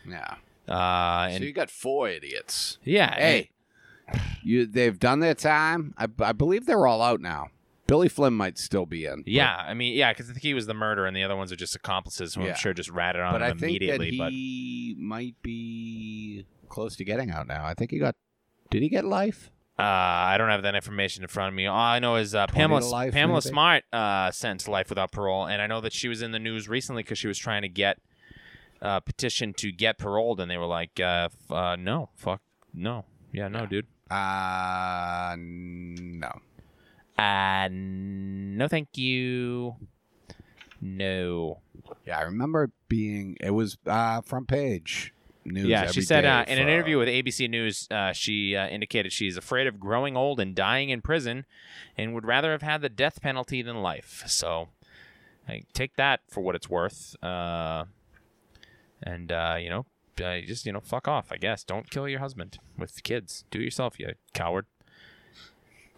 Speaker 1: Yeah.
Speaker 2: Uh, and
Speaker 1: so you got four idiots.
Speaker 2: yeah,
Speaker 1: Hey, you they've done their time. I, I believe they're all out now.
Speaker 2: and
Speaker 1: Billy Flynn might still be in. but-
Speaker 2: Yeah, I mean, yeah, because I think he was the murderer, and the other ones are just accomplices who
Speaker 1: Yeah.
Speaker 2: I'm sure just ratted on
Speaker 1: but
Speaker 2: him
Speaker 1: I think that
Speaker 2: immediately.
Speaker 1: he might be close to getting out now. I think he got. Did he get life?
Speaker 2: But uh, I don't have that information in front of me. All I know is uh,
Speaker 1: Twenty to
Speaker 2: Pamela
Speaker 1: life,
Speaker 2: Pamela
Speaker 1: maybe?
Speaker 2: Smart uh, sentenced to life without parole, and I know that she was in the news recently because she was trying to get uh, petition to get paroled, and they were like, uh, f- uh, "No, fuck, no, yeah, no, dude,
Speaker 1: Uh no.
Speaker 2: uh, no, thank you, no."
Speaker 1: Yeah, I remember it being. It was uh front page news.
Speaker 2: Yeah, she
Speaker 1: every
Speaker 2: said
Speaker 1: day
Speaker 2: uh, in an
Speaker 1: for-
Speaker 2: interview with ABC News, uh, she uh, indicated she's afraid of growing old and dying in prison, and would rather have had the death penalty than life. So, I take that for what it's worth. Uh, and uh, you know, uh, just you know, fuck off. I guess don't kill your husband with kids. Do it yourself, you coward.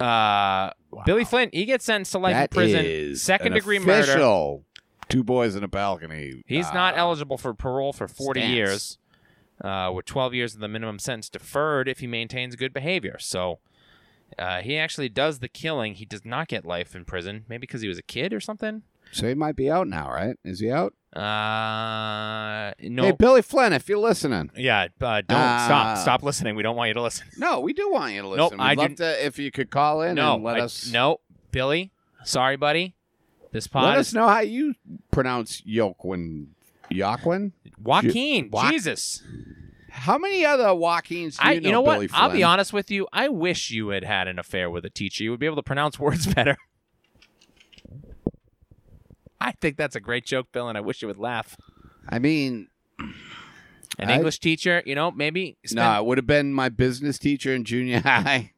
Speaker 2: Uh, Billy Flint, he gets sentenced to life
Speaker 1: That
Speaker 2: in prison,
Speaker 1: is
Speaker 2: second
Speaker 1: an
Speaker 2: degree murder.
Speaker 1: official Two boys in a balcony.
Speaker 2: He's
Speaker 1: uh,
Speaker 2: not eligible for parole for 40
Speaker 1: stance.
Speaker 2: years, uh, with 12 years of the minimum sentence deferred if he maintains good behavior. So uh, he actually does the killing. He does not get life in prison, maybe because he was a kid or something.
Speaker 1: So he might be out now, right? Is he out?
Speaker 2: Uh, no.
Speaker 1: Hey, Billy Flynn, if you're listening.
Speaker 2: yeah, uh, don't
Speaker 1: Ah.
Speaker 2: stop. Stop listening. We don't want you to listen.
Speaker 1: No, we do want you to listen.
Speaker 2: Nope,
Speaker 1: We'd
Speaker 2: I
Speaker 1: love
Speaker 2: didn't-
Speaker 1: to if you could call in
Speaker 2: no,
Speaker 1: and let
Speaker 2: I-
Speaker 1: us
Speaker 2: no, Billy. Sorry, buddy. This pod
Speaker 1: let
Speaker 2: is
Speaker 1: us know how you pronounce Yoquin. Yoquin?
Speaker 2: Joaquin.
Speaker 1: Joa-
Speaker 2: Jesus.
Speaker 1: How many other Joaquins do you
Speaker 2: I,
Speaker 1: know?
Speaker 2: you know what?
Speaker 1: Billy
Speaker 2: I'll be
Speaker 1: Flynn?
Speaker 2: honest with you. I wish you had had an affair with a teacher. You would be able to pronounce words better. I think that's a great joke, Bill, and I wish you would laugh.
Speaker 1: I mean,
Speaker 2: An
Speaker 1: I-
Speaker 2: English teacher, you know, maybe.
Speaker 1: no, it would have been my business teacher in junior high.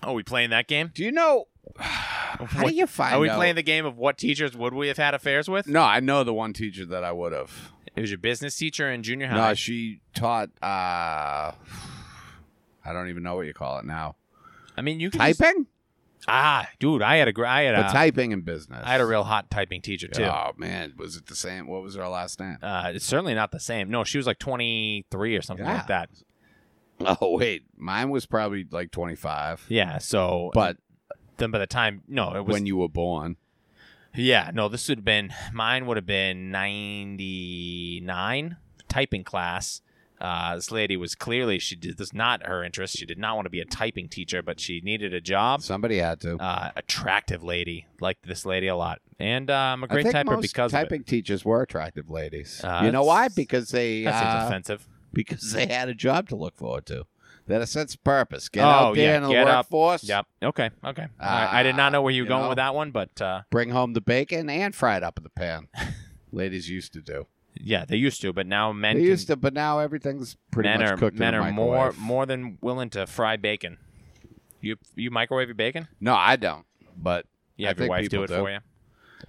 Speaker 2: Are Oh, we playing that game?
Speaker 1: Do you know? How
Speaker 2: What-
Speaker 1: do you find?
Speaker 2: Are we
Speaker 1: out-
Speaker 2: playing the game of what teachers would we have had affairs with?
Speaker 1: No, I know the one teacher that I would have.
Speaker 2: It was your business teacher in junior high.
Speaker 1: No, she taught. uh I don't even know what you call it now.
Speaker 2: I mean, you could just-
Speaker 1: Typing,
Speaker 2: ah, dude, I had a gr- I had
Speaker 1: but
Speaker 2: a
Speaker 1: typing in business.
Speaker 2: I had a real hot typing teacher too.
Speaker 1: Oh man, was it the same? What was her last name?
Speaker 2: Uh, it's certainly not the same. No, she was like 23 or something
Speaker 1: Yeah.
Speaker 2: like that.
Speaker 1: Oh wait, mine was probably like twenty five.
Speaker 2: Yeah, so
Speaker 1: But
Speaker 2: then by the time no, it was
Speaker 1: when you were born,
Speaker 2: Yeah, no, this would have been mine would have been 99 typing class. Uh, this lady was clearly she did this not her interest. She did not want to be a typing teacher, but she needed a job.
Speaker 1: somebody had to.
Speaker 2: Uh, attractive lady, liked this lady a lot, and uh, I'm a great
Speaker 1: I think
Speaker 2: typer
Speaker 1: most
Speaker 2: because of it.
Speaker 1: typing teachers were attractive ladies.
Speaker 2: Uh,
Speaker 1: you know why?
Speaker 2: that's-
Speaker 1: Because they
Speaker 2: That seems
Speaker 1: uh,
Speaker 2: offensive.
Speaker 1: because they had a job to look forward to. They had a sense of purpose. Get
Speaker 2: Oh,
Speaker 1: out there
Speaker 2: yeah,
Speaker 1: in the
Speaker 2: get up.
Speaker 1: workforce.
Speaker 2: Yep. Okay. Okay. All right. I did
Speaker 1: Ah,
Speaker 2: not know where you were
Speaker 1: you
Speaker 2: going
Speaker 1: know.
Speaker 2: with that one, but uh,
Speaker 1: Bring home the bacon and fry it up in the pan. Ladies used to do.
Speaker 2: yeah, they used to, but now men
Speaker 1: They
Speaker 2: can-
Speaker 1: used to, but now everything's pretty
Speaker 2: men
Speaker 1: much
Speaker 2: are
Speaker 1: cooked
Speaker 2: men
Speaker 1: in a
Speaker 2: are more
Speaker 1: microwave.
Speaker 2: more than willing to fry bacon. You you microwave your bacon?
Speaker 1: No, I don't. But
Speaker 2: You
Speaker 1: I
Speaker 2: have your
Speaker 1: think
Speaker 2: wife do
Speaker 1: people
Speaker 2: it
Speaker 1: do.
Speaker 2: for you.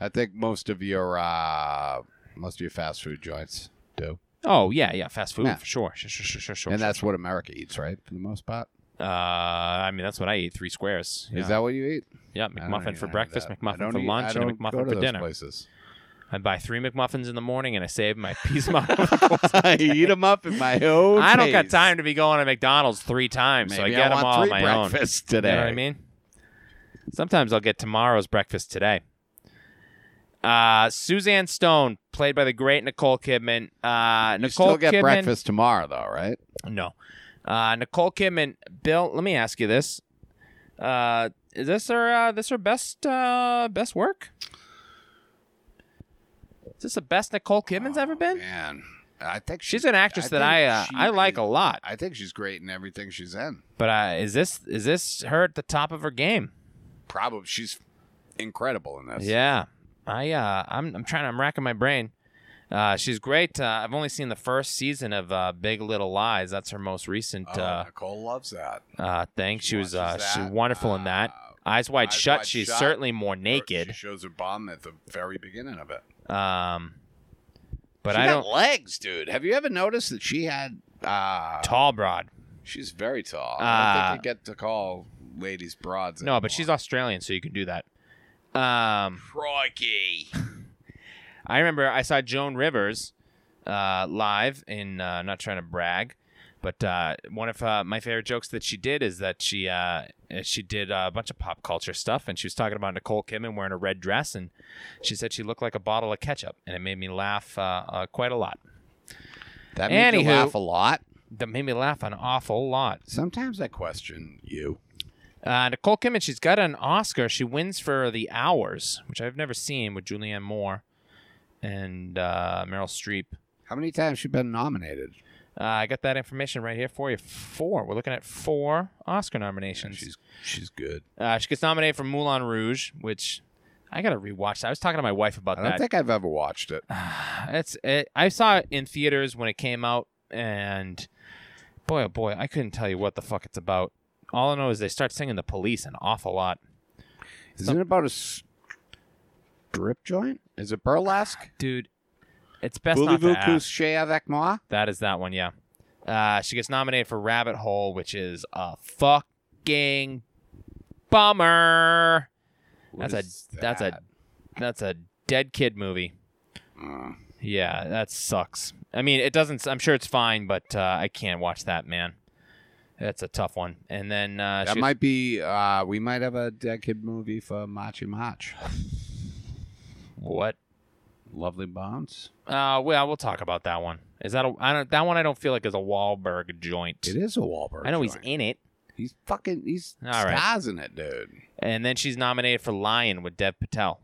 Speaker 1: I think most of your uh, most of your fast food joints do,
Speaker 2: Oh yeah, yeah, fast food
Speaker 1: Yeah.
Speaker 2: for sure, sure, sure, sure, sure, sure.
Speaker 1: and that's what America eats, right? For the most part,
Speaker 2: uh, I mean that's what I eat: three squares. Yeah.
Speaker 1: is that what you eat?
Speaker 2: yeah,
Speaker 1: I don't
Speaker 2: McMuffin
Speaker 1: eat
Speaker 2: for
Speaker 1: any of
Speaker 2: breakfast,
Speaker 1: that. I
Speaker 2: McMuffin
Speaker 1: don't
Speaker 2: for
Speaker 1: eat- I
Speaker 2: lunch, and a
Speaker 1: don't go
Speaker 2: McMuffin
Speaker 1: to
Speaker 2: for
Speaker 1: those
Speaker 2: dinner.
Speaker 1: Places.
Speaker 2: I buy three McMuffins in the morning and I save my piece of
Speaker 1: I eat them up in my own.
Speaker 2: I don't got
Speaker 1: taste.
Speaker 2: time to be going to McDonald's three times, so I
Speaker 1: Maybe
Speaker 2: get them
Speaker 1: want
Speaker 2: all on
Speaker 1: three
Speaker 2: my own.
Speaker 1: breakfasts today.
Speaker 2: You know what I mean? Sometimes I'll get tomorrow's breakfast today. Uh, Suzanne Stone, played by the great Nicole Kidman. Uh,
Speaker 1: You
Speaker 2: Nicole
Speaker 1: still get
Speaker 2: Kidman,
Speaker 1: breakfast tomorrow, though, right?
Speaker 2: No. Uh, Nicole Kidman. Bill, let me ask you this: uh, Is this her uh, this her best uh, best work? Is this the best Nicole Kidman's ever been?
Speaker 1: Oh, Man, I think
Speaker 2: Eh. She's an actress that I uh, I like a lot,
Speaker 1: I think she's great in everything she's in.
Speaker 2: but uh, is this is this her at the top of her game?
Speaker 1: Probably she's incredible in this.
Speaker 2: Yeah, I uh, I'm I'm trying I'm racking my brain. Uh, she's great. Uh, I've only seen the first season of uh, Big Little Lies. That's her most recent
Speaker 1: Oh,
Speaker 2: uh,
Speaker 1: Nicole loves that.
Speaker 2: uh, thing. She,
Speaker 1: She
Speaker 2: was uh,
Speaker 1: watches
Speaker 2: she's
Speaker 1: that.
Speaker 2: wonderful in that.
Speaker 1: Uh,
Speaker 2: Eyes Wide
Speaker 1: Eyes
Speaker 2: Shut.
Speaker 1: Wide
Speaker 2: she's
Speaker 1: Shut.
Speaker 2: certainly more
Speaker 1: She
Speaker 2: naked.
Speaker 1: shows her bum at the very beginning of it.
Speaker 2: Um, but
Speaker 1: She
Speaker 2: I
Speaker 1: got
Speaker 2: don't
Speaker 1: legs, dude. Have you ever noticed that she had? Uh,
Speaker 2: tall broad.
Speaker 1: she's very tall. I
Speaker 2: Uh,
Speaker 1: don't think you get to call ladies broads.
Speaker 2: No, but she's Australian, so you can do that. Um,
Speaker 1: crikey.
Speaker 2: I remember I saw Joan Rivers uh, live in. Uh, I'm not trying to brag, But uh, one of uh, my favorite jokes that she did is that she uh, she did a bunch of pop culture stuff, and she was talking about Nicole Kidman wearing a red dress, and she said she looked like a bottle of ketchup, and it made me laugh uh, uh, quite a lot.
Speaker 1: That made
Speaker 2: Anywho.
Speaker 1: you laugh a lot.
Speaker 2: That made me laugh an awful lot.
Speaker 1: Sometimes I question you.
Speaker 2: Uh, Nicole Kidman, she's got an Oscar. She wins for The Hours, which I've never seen, with Julianne Moore and uh, Meryl Streep.
Speaker 1: How many times you been nominated?
Speaker 2: Uh, I got that information right here for you. Four. We're looking at four Oscar nominations.
Speaker 1: She's she's good.
Speaker 2: Uh, she gets nominated for Moulin Rouge, which I gotta rewatch. That. I was talking to my wife about
Speaker 1: I don't
Speaker 2: that.
Speaker 1: think I've ever watched it.
Speaker 2: it's it, I saw it in theaters when it came out, and boy, oh boy, I couldn't tell you what the fuck it's about. All I know is they start singing the police an awful lot.
Speaker 1: Isn't it about a strip joint? Is it burlesque?
Speaker 2: Dude, it's best not to
Speaker 1: Voulez-vous
Speaker 2: ask.
Speaker 1: coucher avec moi?
Speaker 2: That is that one, yeah. Uh, she gets nominated for Rabbit Hole, which is a fucking bummer.
Speaker 1: What
Speaker 2: that's
Speaker 1: is
Speaker 2: a that's a
Speaker 1: that?
Speaker 2: that's a dead kid movie.
Speaker 1: Mm.
Speaker 2: Yeah, that sucks. I mean, it doesn't. I'm sure it's fine, but uh, I can't watch that, man. That's a tough one. And then uh,
Speaker 1: that
Speaker 2: she-
Speaker 1: might be. Uh, we might have a dead kid movie for Machi Mach.
Speaker 2: what?
Speaker 1: Lovely bombs.
Speaker 2: Uh, well, we'll talk about that one. Is that a? I don't. That one I don't feel like is a Wahlberg joint.
Speaker 1: It is a Wahlberg.
Speaker 2: I know he's
Speaker 1: joint.
Speaker 2: in it.
Speaker 1: He's fucking. He's
Speaker 2: All right.
Speaker 1: stars in it, dude.
Speaker 2: And then she's nominated for Lion with Dev Patel.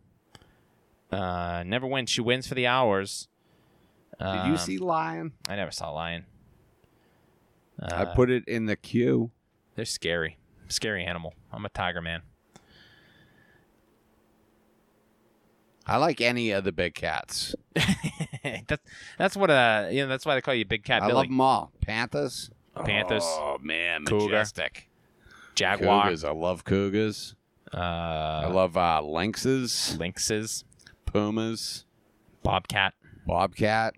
Speaker 2: Uh, never wins. She wins for the hours.
Speaker 1: Did
Speaker 2: Um,
Speaker 1: you see Lion?
Speaker 2: I never saw Lion.
Speaker 1: I
Speaker 2: Uh,
Speaker 1: put it in the queue.
Speaker 2: They're scary. Scary animal. I'm a tiger man.
Speaker 1: I like any of the big cats.
Speaker 2: that's that's what uh you know that's why they call you Big Cat
Speaker 1: I
Speaker 2: Billy.
Speaker 1: love them all. Panthers.
Speaker 2: Panthers.
Speaker 1: Oh man,
Speaker 2: Cougar.
Speaker 1: majestic.
Speaker 2: Jaguar.
Speaker 1: Cougars. I love cougars.
Speaker 2: Uh,
Speaker 1: I love uh, lynxes,
Speaker 2: lynxes.
Speaker 1: pumas,
Speaker 2: Bobcat.
Speaker 1: bobcat.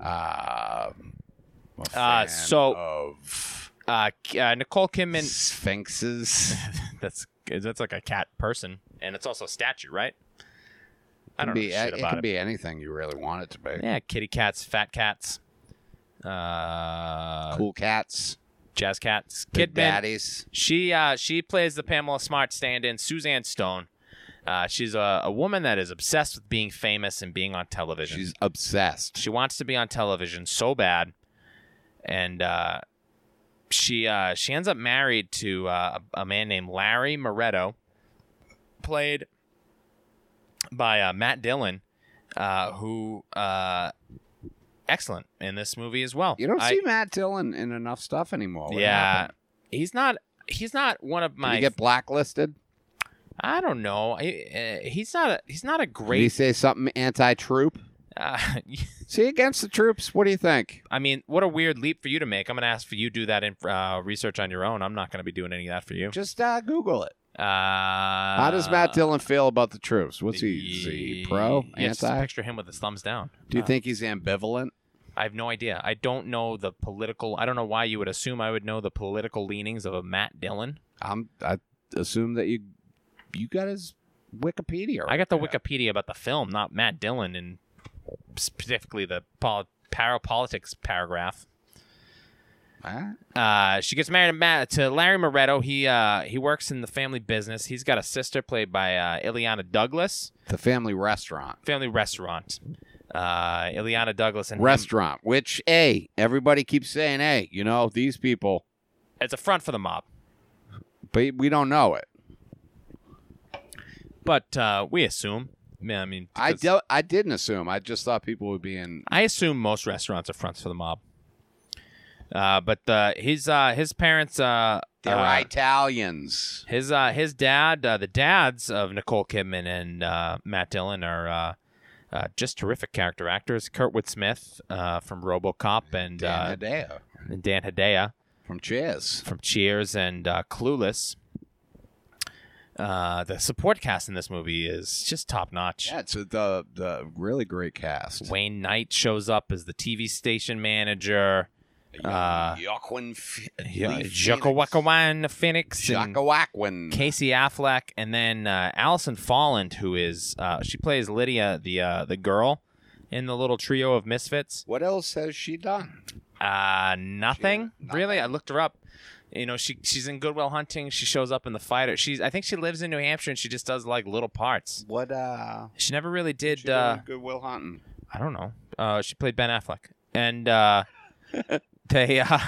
Speaker 1: Uh, I'm a
Speaker 2: Uh,
Speaker 1: fan
Speaker 2: so-
Speaker 1: of
Speaker 2: Uh, K- uh, Nicole Kidman.
Speaker 1: sphinxes.
Speaker 2: That's that's like a cat person, and it's also a statue, right? I don't
Speaker 1: Could be,
Speaker 2: know shit
Speaker 1: it,
Speaker 2: about
Speaker 1: could
Speaker 2: it.
Speaker 1: be anything you really want it to be.
Speaker 2: Yeah, kitty cats, fat cats, uh,
Speaker 1: Cool cats,
Speaker 2: jazz cats,
Speaker 1: big
Speaker 2: Kidman.
Speaker 1: daddies.
Speaker 2: She uh, she plays the Pamela Smart stand-in, Suzanne Stone. Uh, she's a, a woman that is obsessed with being famous and being on television.
Speaker 1: She's obsessed.
Speaker 2: she wants to be on television so bad, and uh, she uh, she ends up married to uh, a a man named Larry Moretto, played by uh, Matt Dillon, uh, who uh, excellent in this movie as well.
Speaker 1: you don't
Speaker 2: I-
Speaker 1: see Matt Dillon in enough stuff anymore. What
Speaker 2: yeah,
Speaker 1: happened?
Speaker 2: he's not. He's not one of
Speaker 1: Did
Speaker 2: my
Speaker 1: he get blacklisted?
Speaker 2: I don't know. I, uh, he's not a he's not a
Speaker 1: Did he
Speaker 2: great.
Speaker 1: say something anti-troop?
Speaker 2: Uh,
Speaker 1: See against the troops. What do you think?
Speaker 2: I mean, what a weird leap for you to make. I'm gonna ask for you to do that in uh, research on your own. I'm not gonna be doing any of that for you.
Speaker 1: Just uh, Google it.
Speaker 2: Uh,
Speaker 1: How does Matt Dillon feel about the troops? What's he? Is he pro?
Speaker 2: Yeah, just
Speaker 1: Anti?
Speaker 2: picture him with his thumbs down.
Speaker 1: Do you
Speaker 2: Uh,
Speaker 1: think he's ambivalent?
Speaker 2: I have no idea. I don't know the political. I don't know why you would assume I would know the political leanings of a Matt Dillon.
Speaker 1: I'm. I assume that you. You got his Wikipedia.
Speaker 2: I got the
Speaker 1: Wikipedia.
Speaker 2: Wikipedia about the film, not Matt Dillon, and specifically the pol- para politics paragraph. Uh, she gets married to, Matt, to Larry Moretto. He uh, he works in the family business. He's got a sister played by uh, Ileana Douglas.
Speaker 1: the family restaurant.
Speaker 2: Family restaurant. Uh, Ileana Douglas and him-
Speaker 1: restaurant, which a everybody keeps saying, hey, you know these people,
Speaker 2: It's a front for the mob,
Speaker 1: but we don't know it.
Speaker 2: but uh, we assume. Yeah, I mean,
Speaker 1: I
Speaker 2: because-
Speaker 1: do, I didn't assume. I just thought people would be in.
Speaker 2: I assume most restaurants are fronts for the mob. Uh, but uh, his uh, his parents. Uh,
Speaker 1: They're
Speaker 2: uh,
Speaker 1: Italians.
Speaker 2: His uh, his dad, uh, the dads of Nicole Kidman and uh, Matt Dillon are uh, uh, just terrific character actors. Kurtwood Smith uh, from RoboCop and
Speaker 1: Dan
Speaker 2: Dan,
Speaker 1: Hedaya
Speaker 2: uh, Dan Hedaya
Speaker 1: from Cheers.
Speaker 2: from Cheers and uh, Clueless. Uh, the support cast in this movie is just top notch.
Speaker 1: Yeah, it's a, the the really great cast.
Speaker 2: Wayne Knight shows up as the TV station manager. uh,
Speaker 1: Joaquin Ph- Lee
Speaker 2: Jocko Wakawan Phoenix. and-
Speaker 1: Jokawakwin.
Speaker 2: Casey Affleck, and then uh, Allison Folland, who is uh, she plays Lydia, the uh, the girl in the little trio of misfits.
Speaker 1: What else has she done?
Speaker 2: Uh, nothing
Speaker 1: nothing.
Speaker 2: really. I looked her up. You know, she she's in Goodwill Hunting. She shows up in The Fighter. She's I think she lives in New Hampshire and she just does like little parts.
Speaker 1: What uh?
Speaker 2: She never really did.
Speaker 1: she did
Speaker 2: uh,
Speaker 1: Goodwill Hunting.
Speaker 2: I don't know. Uh, she played Ben Affleck, and uh, they. Uh,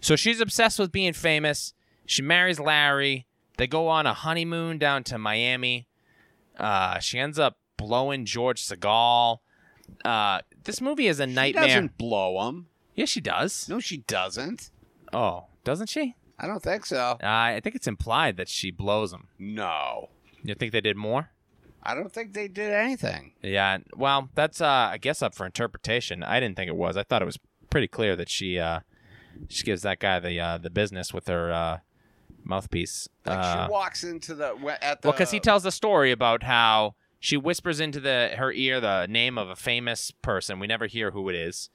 Speaker 2: so she's obsessed with being famous. She marries Larry. They go on a honeymoon down to Miami. Uh, she ends up blowing George Segal. Uh, this movie is a nightmare.
Speaker 1: She doesn't blow him.
Speaker 2: Yeah, she does.
Speaker 1: No, she doesn't.
Speaker 2: Oh, doesn't she?
Speaker 1: I don't think so.
Speaker 2: Uh, I think it's implied that she blows him.
Speaker 1: No,
Speaker 2: You think they did more?
Speaker 1: I don't think they did anything.
Speaker 2: Yeah. Well, that's uh, I guess up for interpretation. I didn't think it was. I thought it was pretty clear that she uh, she gives that guy the uh, the business with her uh, mouthpiece.
Speaker 1: Like
Speaker 2: Uh,
Speaker 1: she walks into the we- at the
Speaker 2: well, because he tells the story about how she whispers into the her ear the name of a famous person. We never hear who it is,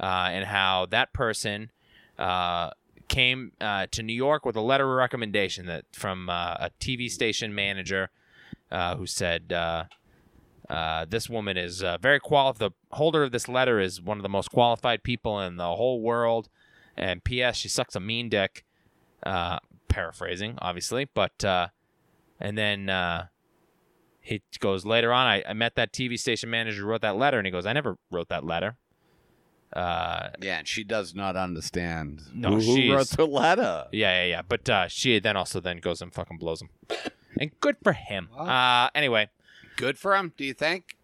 Speaker 2: uh, and how that person uh, came uh, to New York with a letter of recommendation that from uh, a TV station manager uh, who said. Uh, uh, this woman is uh, very qualified. The holder of this letter is one of the most qualified people in the whole world. And P.S. She sucks a mean dick. Uh, paraphrasing, obviously, but uh, and then uh, he goes later on. I, I met that TV station manager who wrote that letter, and he goes, "I never wrote that letter." Uh,
Speaker 1: yeah, and she does not understand.
Speaker 2: No,
Speaker 1: who, who
Speaker 2: she's-
Speaker 1: wrote the letter.
Speaker 2: yeah, yeah, yeah. But uh, she then also then goes and fucking blows him, and good for him. Uh, anyway,
Speaker 1: Good for him, do you think?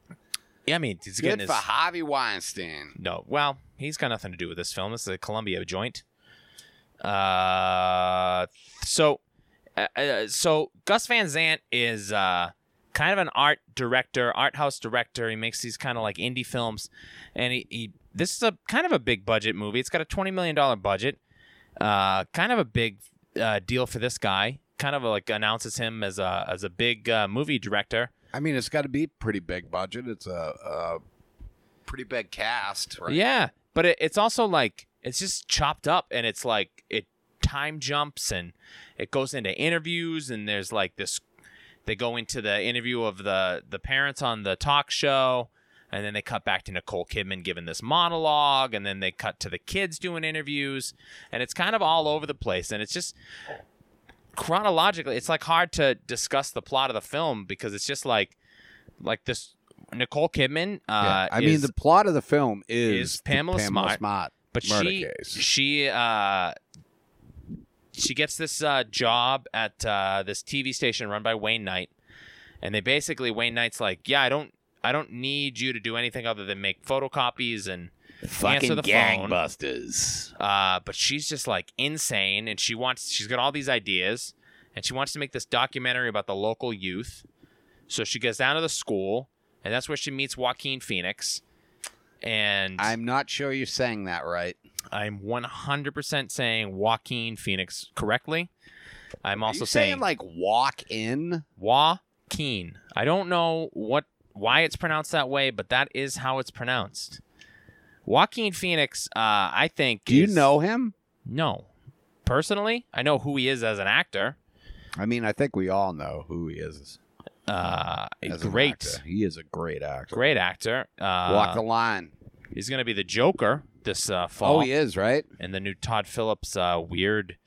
Speaker 2: yeah, I mean, he's
Speaker 1: Good
Speaker 2: getting
Speaker 1: for
Speaker 2: his
Speaker 1: Harvey Weinstein.
Speaker 2: no. Well, he's got nothing to do with this film. This is a Columbia joint. Uh, so, uh, uh, so Gus Van Zant is uh, kind of an art director, art house director. He makes these kind of like indie films, and he, he this is a kind of a big budget movie. It's got a twenty million dollar budget. Uh, kind of a big uh, deal for this guy. Kind of like announces him as a as a big uh, movie director.
Speaker 1: I mean, it's got to be pretty big budget. It's a, a pretty big cast, right?
Speaker 2: Yeah, but it, it's also like it's just chopped up, and it's like it time jumps, and it goes into interviews, and there's like this. They go into the interview of the the parents on the talk show, and then they cut back to Nicole Kidman giving this monologue, and then they cut to the kids doing interviews, and it's kind of all over the place, and it's just chronologically, it's like hard to discuss the plot of the film because it's just like like this. Nicole Kidman. Uh,
Speaker 1: Yeah. I mean,
Speaker 2: is-
Speaker 1: the plot of the film is,
Speaker 2: is Pamela
Speaker 1: the Pamela
Speaker 2: Smart.
Speaker 1: Smart
Speaker 2: but
Speaker 1: murder
Speaker 2: she
Speaker 1: case.
Speaker 2: she uh she gets this uh, job at uh, this TV station run by Wayne Knight, and they basically Wayne Knight's like, yeah, I don't I don't need you to do anything other than make photocopies and answer the phone.
Speaker 1: gangbusters.
Speaker 2: Uh, but she's just like insane, and she wants she's got all these ideas, and she wants to make this documentary about the local youth. So she goes down to the school, and that's where she meets Joaquin Phoenix. And
Speaker 1: I'm not sure you're saying that right.
Speaker 2: I'm 100% saying Joaquin Phoenix correctly. I'm
Speaker 1: Are
Speaker 2: also
Speaker 1: you saying,
Speaker 2: saying,
Speaker 1: like walk in?
Speaker 2: Joaquin. I don't know what why it's pronounced that way, but that is how it's pronounced. Joaquin Phoenix, uh, I think.
Speaker 1: Do you
Speaker 2: is-
Speaker 1: know him?
Speaker 2: No, personally, I know who he is as an actor.
Speaker 1: I mean, I think we all know who he is.
Speaker 2: Uh,
Speaker 1: as an
Speaker 2: great,
Speaker 1: actor. He is a great actor.
Speaker 2: great actor. Uh,
Speaker 1: Walk the line.
Speaker 2: he's going to be the Joker this uh, fall
Speaker 1: Oh, he is right.
Speaker 2: in the new Todd Phillips uh, weird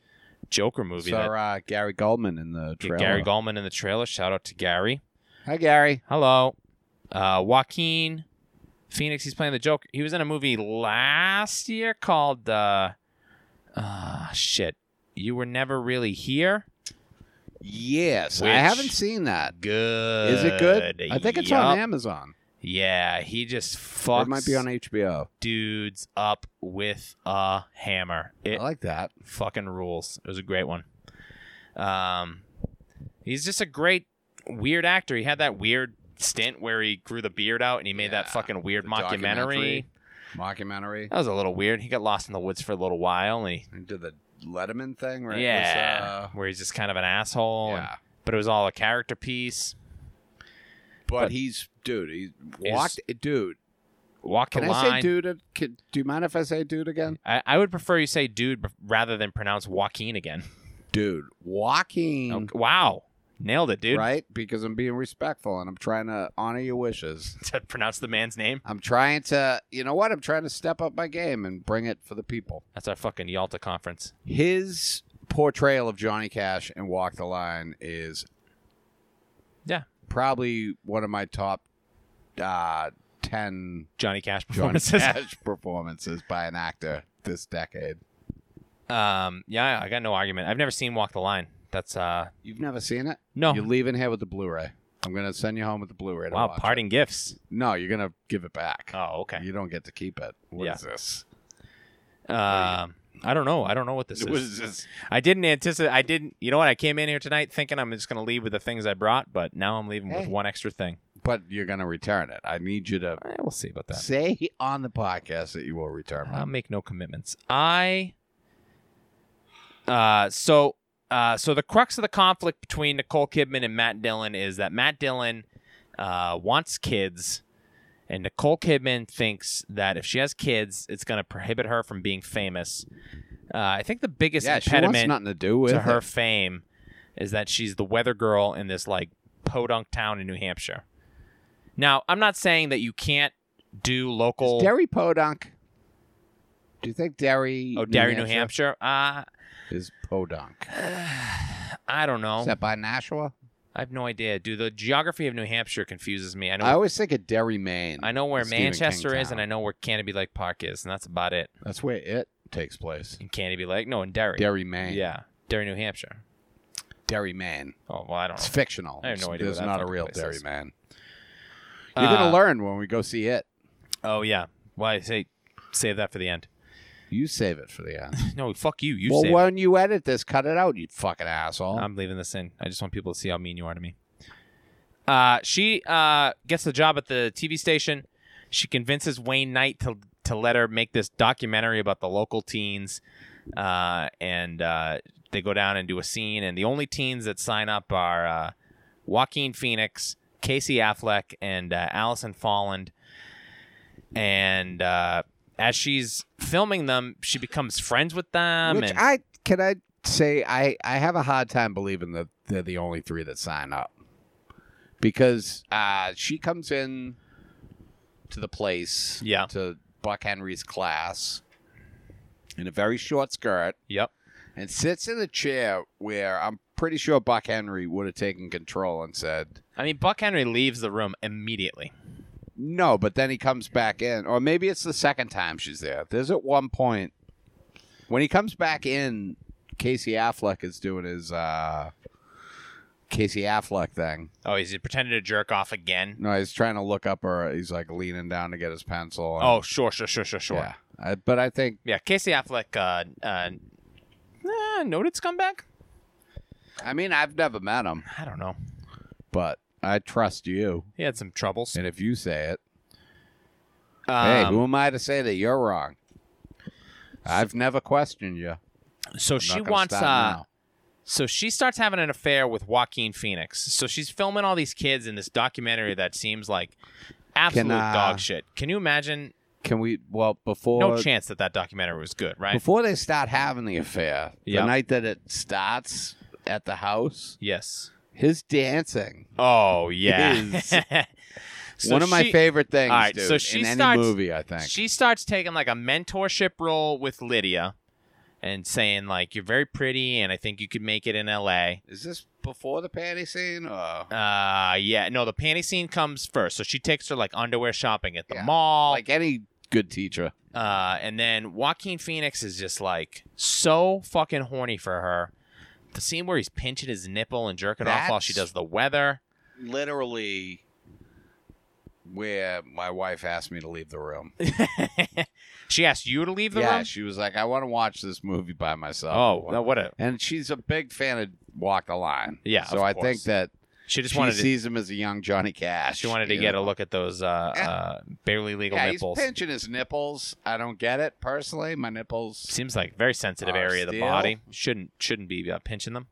Speaker 2: Joker movie.
Speaker 1: Saw
Speaker 2: that
Speaker 1: uh, Gary Goldman in the
Speaker 2: Yeah,
Speaker 1: trailer.
Speaker 2: Gary Goldman in the trailer. Shout out to Gary.
Speaker 1: Hi, Gary.
Speaker 2: Hello. Uh, Joaquin Phoenix, he's playing the Joker. He was in a movie last year called uh, uh shit. You were never really here.
Speaker 1: Yes,
Speaker 2: Which-
Speaker 1: I haven't seen that.
Speaker 2: Good.
Speaker 1: Is it good? I think it's on
Speaker 2: Yup.
Speaker 1: Amazon.
Speaker 2: Yeah, he just
Speaker 1: Or
Speaker 2: fucks
Speaker 1: It might be on HBO.
Speaker 2: dudes up with a hammer. It
Speaker 1: I like that.
Speaker 2: fucking rules. It was a great one. Um, he's just a great weird actor. He had that weird stint where he grew the beard out and he made
Speaker 1: Yeah,
Speaker 2: that fucking weird
Speaker 1: the
Speaker 2: mockumentary.
Speaker 1: documentary. Mockumentary.
Speaker 2: That was a little weird. He got lost in the woods for a little while and he,
Speaker 1: He did the Letterman thing, right? It was,
Speaker 2: yeah,
Speaker 1: uh,
Speaker 2: where he's just kind of an asshole. and-
Speaker 1: yeah.
Speaker 2: but it was all a character piece.
Speaker 1: But,
Speaker 2: But-
Speaker 1: he's dude. He's walked. eh, dude,
Speaker 2: Walk
Speaker 1: can
Speaker 2: the
Speaker 1: I say
Speaker 2: line.
Speaker 1: dude? eh, Can, do you mind if I say dude again?
Speaker 2: I, I would prefer you say dude bef- rather than pronounce Joaquin again.
Speaker 1: Dude, walking.
Speaker 2: Okay, Wow. Nailed it, dude.
Speaker 1: Hmm. right? Because I'm being respectful and I'm trying to honor your wishes.
Speaker 2: To pronounce the man's name.
Speaker 1: I'm trying to, you know what? I'm trying to step up my game and bring it for the people.
Speaker 2: That's our fucking Yalta conference.
Speaker 1: His portrayal of Johnny Cash and Walk the Line is
Speaker 2: Yeah.
Speaker 1: probably one of my top uh, 10
Speaker 2: Johnny Cash
Speaker 1: Johnny
Speaker 2: performances.
Speaker 1: Cash performances by an actor this decade.
Speaker 2: Um, yeah, I got no argument. I've never seen Walk the Line. That's uh,
Speaker 1: You've never seen it?
Speaker 2: no.
Speaker 1: You're leaving here with the Blu-ray. I'm gonna send you home with the Blu-ray. To
Speaker 2: Oh. wow,
Speaker 1: watch
Speaker 2: parting gifts.
Speaker 1: It. No, you're gonna give it back.
Speaker 2: Oh, okay.
Speaker 1: You don't get to keep it. What is
Speaker 2: Yeah.
Speaker 1: this?
Speaker 2: Um, I don't know. I don't know what this
Speaker 1: What
Speaker 2: is.
Speaker 1: is this?
Speaker 2: I didn't anticipate. I didn't. You know what? I came in here tonight thinking I'm just gonna leave with the things I brought, but now I'm leaving with
Speaker 1: Hey.
Speaker 2: one extra thing.
Speaker 1: But you're gonna return it. I need you to
Speaker 2: Eh, we'll see about that. Um,
Speaker 1: say on the podcast that you will return
Speaker 2: I'll
Speaker 1: it.
Speaker 2: make no commitments. I uh so uh so the crux of the conflict between Nicole Kidman and Matt Dillon is that Matt Dillon uh wants kids and Nicole Kidman thinks that if she has kids it's going to prohibit her from being famous. Uh, I think the biggest
Speaker 1: yeah, she wants
Speaker 2: impediment
Speaker 1: nothing to do with
Speaker 2: to her
Speaker 1: it.
Speaker 2: fame is that she's the weather girl in this like podunk town in New Hampshire. Now, I'm not saying that you can't do local
Speaker 1: Is Derry Podunk. Do you think Derry?
Speaker 2: Oh, Derry, New Hampshire. Uh,
Speaker 1: is Podunk.
Speaker 2: I don't know.
Speaker 1: Is that by Nashua?
Speaker 2: I have no idea, dude. The geography of New Hampshire confuses me. I know.
Speaker 1: I always think of Derry, Maine.
Speaker 2: I know where
Speaker 1: Stephen King
Speaker 2: Manchester is,
Speaker 1: town.
Speaker 2: and I know where Canterbury Lake Park is, and that's about it.
Speaker 1: That's where it takes place.
Speaker 2: In Canterbury Lake, no, in Derry.
Speaker 1: Derry, Maine.
Speaker 2: Yeah, Derry, New Hampshire.
Speaker 1: Derry, Maine.
Speaker 2: Oh well, I don't
Speaker 1: It's
Speaker 2: know.
Speaker 1: fictional.
Speaker 2: I have
Speaker 1: It's-
Speaker 2: no idea
Speaker 1: There's
Speaker 2: what that
Speaker 1: not a
Speaker 2: fucking
Speaker 1: real
Speaker 2: place
Speaker 1: Derry,
Speaker 2: is.
Speaker 1: man. You're gonna
Speaker 2: Uh,
Speaker 1: learn when we go see it.
Speaker 2: Oh yeah. Well, I say save that for the end.
Speaker 1: You save it for the end.
Speaker 2: No, fuck you. You
Speaker 1: well,
Speaker 2: save.
Speaker 1: when you edit this, cut it out, you fucking asshole.
Speaker 2: it. I'm leaving this in. I just want people to see how mean you are to me. Uh, she uh gets the job at the TV station. She convinces Wayne Knight to to let her make this documentary about the local teens, uh, and uh, they go down and do a scene. And the only teens that sign up are uh, Joaquin Phoenix, Casey Affleck, and uh, Allison Folland. And uh, as she's filming them, she becomes friends with them.
Speaker 1: Which
Speaker 2: and
Speaker 1: I can I say I I have a hard time believing that they're the only three that sign up because uh, she comes in to the place
Speaker 2: Yeah.
Speaker 1: to Buck Henry's class in a very short skirt
Speaker 2: yep.
Speaker 1: and sits in a chair where I'm pretty sure Buck Henry would have taken control and said.
Speaker 2: I mean, Buck Henry leaves the room immediately.
Speaker 1: No, but then he comes back in, or maybe it's the second time she's there. There's at one point when he comes back in, Casey Affleck is doing his uh, Casey Affleck thing.
Speaker 2: Oh, he's pretending to jerk off again.
Speaker 1: No, he's trying to look up, or he's like leaning down to get his pencil. and-
Speaker 2: Oh, sure, sure, sure, sure, sure.
Speaker 1: yeah.
Speaker 2: Yeah,
Speaker 1: I, but I think
Speaker 2: Casey Affleck, uh, uh, eh, noted scumbag.
Speaker 1: I mean I've never met him,
Speaker 2: I don't know.
Speaker 1: but I trust you,
Speaker 2: He had some troubles.
Speaker 1: and if you say it, hey,
Speaker 2: Um,
Speaker 1: who am I to say that you're wrong? I've never questioned you. I'm
Speaker 2: so
Speaker 1: not
Speaker 2: she
Speaker 1: gonna
Speaker 2: wants, uh,
Speaker 1: stop now.
Speaker 2: so she starts having an affair with Joaquin Phoenix. So she's filming all these kids in this documentary that seems like absolute
Speaker 1: uh,
Speaker 2: dog shit. Can you imagine?
Speaker 1: Can we? Well, before
Speaker 2: No chance that that documentary was good, right?
Speaker 1: Before they start having the affair,
Speaker 2: Yeah.
Speaker 1: the night that it starts at the house,
Speaker 2: yes.
Speaker 1: his dancing.
Speaker 2: Oh yeah.
Speaker 1: Is.
Speaker 2: So
Speaker 1: One of my
Speaker 2: she-
Speaker 1: favorite things,
Speaker 2: All right,
Speaker 1: dude,
Speaker 2: so she
Speaker 1: in any
Speaker 2: starts-
Speaker 1: movie, I think.
Speaker 2: She starts taking like a mentorship role with Lydia and saying like you're very pretty and I think you could make it in LA.
Speaker 1: Is this before the panty scene? Or...
Speaker 2: Uh yeah, no, the panty scene comes first. So she takes her like underwear shopping at the
Speaker 1: Yeah,
Speaker 2: mall.
Speaker 1: Like any good teacher.
Speaker 2: uh and then Joaquin Phoenix is just like so fucking horny for her. The scene where he's pinching his nipple and jerking off while she
Speaker 1: That's-
Speaker 2: does the weather.
Speaker 1: Literally where my wife asked me to leave the room.
Speaker 2: she asked you to leave the
Speaker 1: yeah,
Speaker 2: room?
Speaker 1: she was like, I want to watch this movie by myself.
Speaker 2: oh, no, what a
Speaker 1: And she's a big fan of Walk the Line.
Speaker 2: Yeah,
Speaker 1: So
Speaker 2: of
Speaker 1: I think
Speaker 2: course.
Speaker 1: that
Speaker 2: she just
Speaker 1: she
Speaker 2: wanted to
Speaker 1: sees him as a young Johnny Cash.
Speaker 2: she wanted to
Speaker 1: you
Speaker 2: get
Speaker 1: know?
Speaker 2: a look at those uh,
Speaker 1: Yeah.
Speaker 2: uh barely legal
Speaker 1: yeah,
Speaker 2: nipples.
Speaker 1: he's pinching his nipples. I don't get it personally. My nipples.
Speaker 2: Seems like a very sensitive
Speaker 1: Are
Speaker 2: area of the
Speaker 1: still-
Speaker 2: body. Shouldn't shouldn't be uh, pinching them.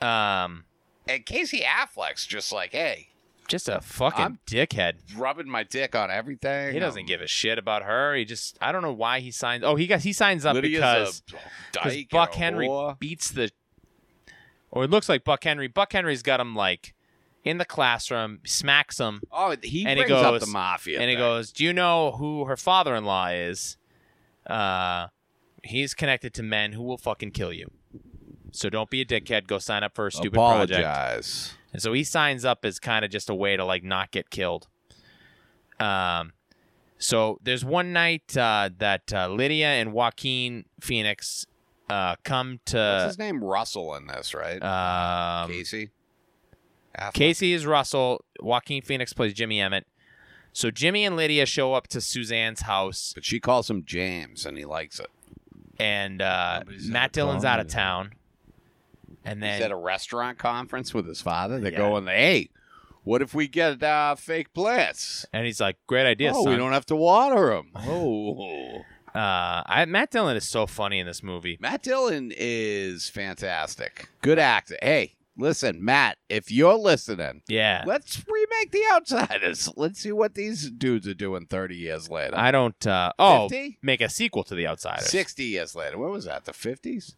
Speaker 2: Um,
Speaker 1: And Casey Affleck's just like, hey,
Speaker 2: just a fucking
Speaker 1: I'm-
Speaker 2: dickhead.
Speaker 1: rubbing my dick on everything.
Speaker 2: He doesn't give a shit about her. He just I don't know why he signs. Oh, he got he signs up
Speaker 1: Lydia's
Speaker 2: because
Speaker 1: a
Speaker 2: because
Speaker 1: dyke
Speaker 2: Buck
Speaker 1: and a
Speaker 2: Henry
Speaker 1: whore.
Speaker 2: beats the or it looks like Buck Henry. Buck Henry's got him like in the classroom, smacks him,
Speaker 1: Oh, he
Speaker 2: And he
Speaker 1: brings up
Speaker 2: goes-
Speaker 1: the mafia.
Speaker 2: and he
Speaker 1: thing.
Speaker 2: goes, "Do you know who her father-in-law is? Uh, he's connected to men who will fucking kill you. So don't be a dickhead. Go sign up for a stupid project."
Speaker 1: apologize.
Speaker 2: And so he signs up as kind of just a way to like not get killed. Um, so there's one night uh, that uh, Lydia and Joaquin Phoenix uh, come
Speaker 1: What's
Speaker 2: to
Speaker 1: his name? Russell in this, right?
Speaker 2: um,
Speaker 1: Casey. Affleck.
Speaker 2: Casey is Russell. Joaquin Phoenix plays Jimmy Emmett. So Jimmy and Lydia show up to Suzanne's house,
Speaker 1: But she calls him James, and he likes it.
Speaker 2: and uh,
Speaker 1: Nobody's out
Speaker 2: Matt
Speaker 1: of
Speaker 2: Dillon's
Speaker 1: town.
Speaker 2: out of town. And
Speaker 1: He's at
Speaker 2: then
Speaker 1: a restaurant conference with his father. They're
Speaker 2: Yeah.
Speaker 1: going, hey, what if we get uh, fake blitz?
Speaker 2: and he's like, "Great idea,
Speaker 1: oh,
Speaker 2: son."
Speaker 1: we don't have to water him. Oh,
Speaker 2: uh, I, Matt Dillon is so funny in this movie.
Speaker 1: Matt Dillon is fantastic. Good actor. Hey, listen, Matt, if you're listening,
Speaker 2: Yeah,
Speaker 1: let's remake The Outsiders. Let's see what these dudes are doing 30 years later.
Speaker 2: I don't. Uh, oh,
Speaker 1: 50?
Speaker 2: make a sequel to The Outsiders.
Speaker 1: 60 years later. What was that? The 50s?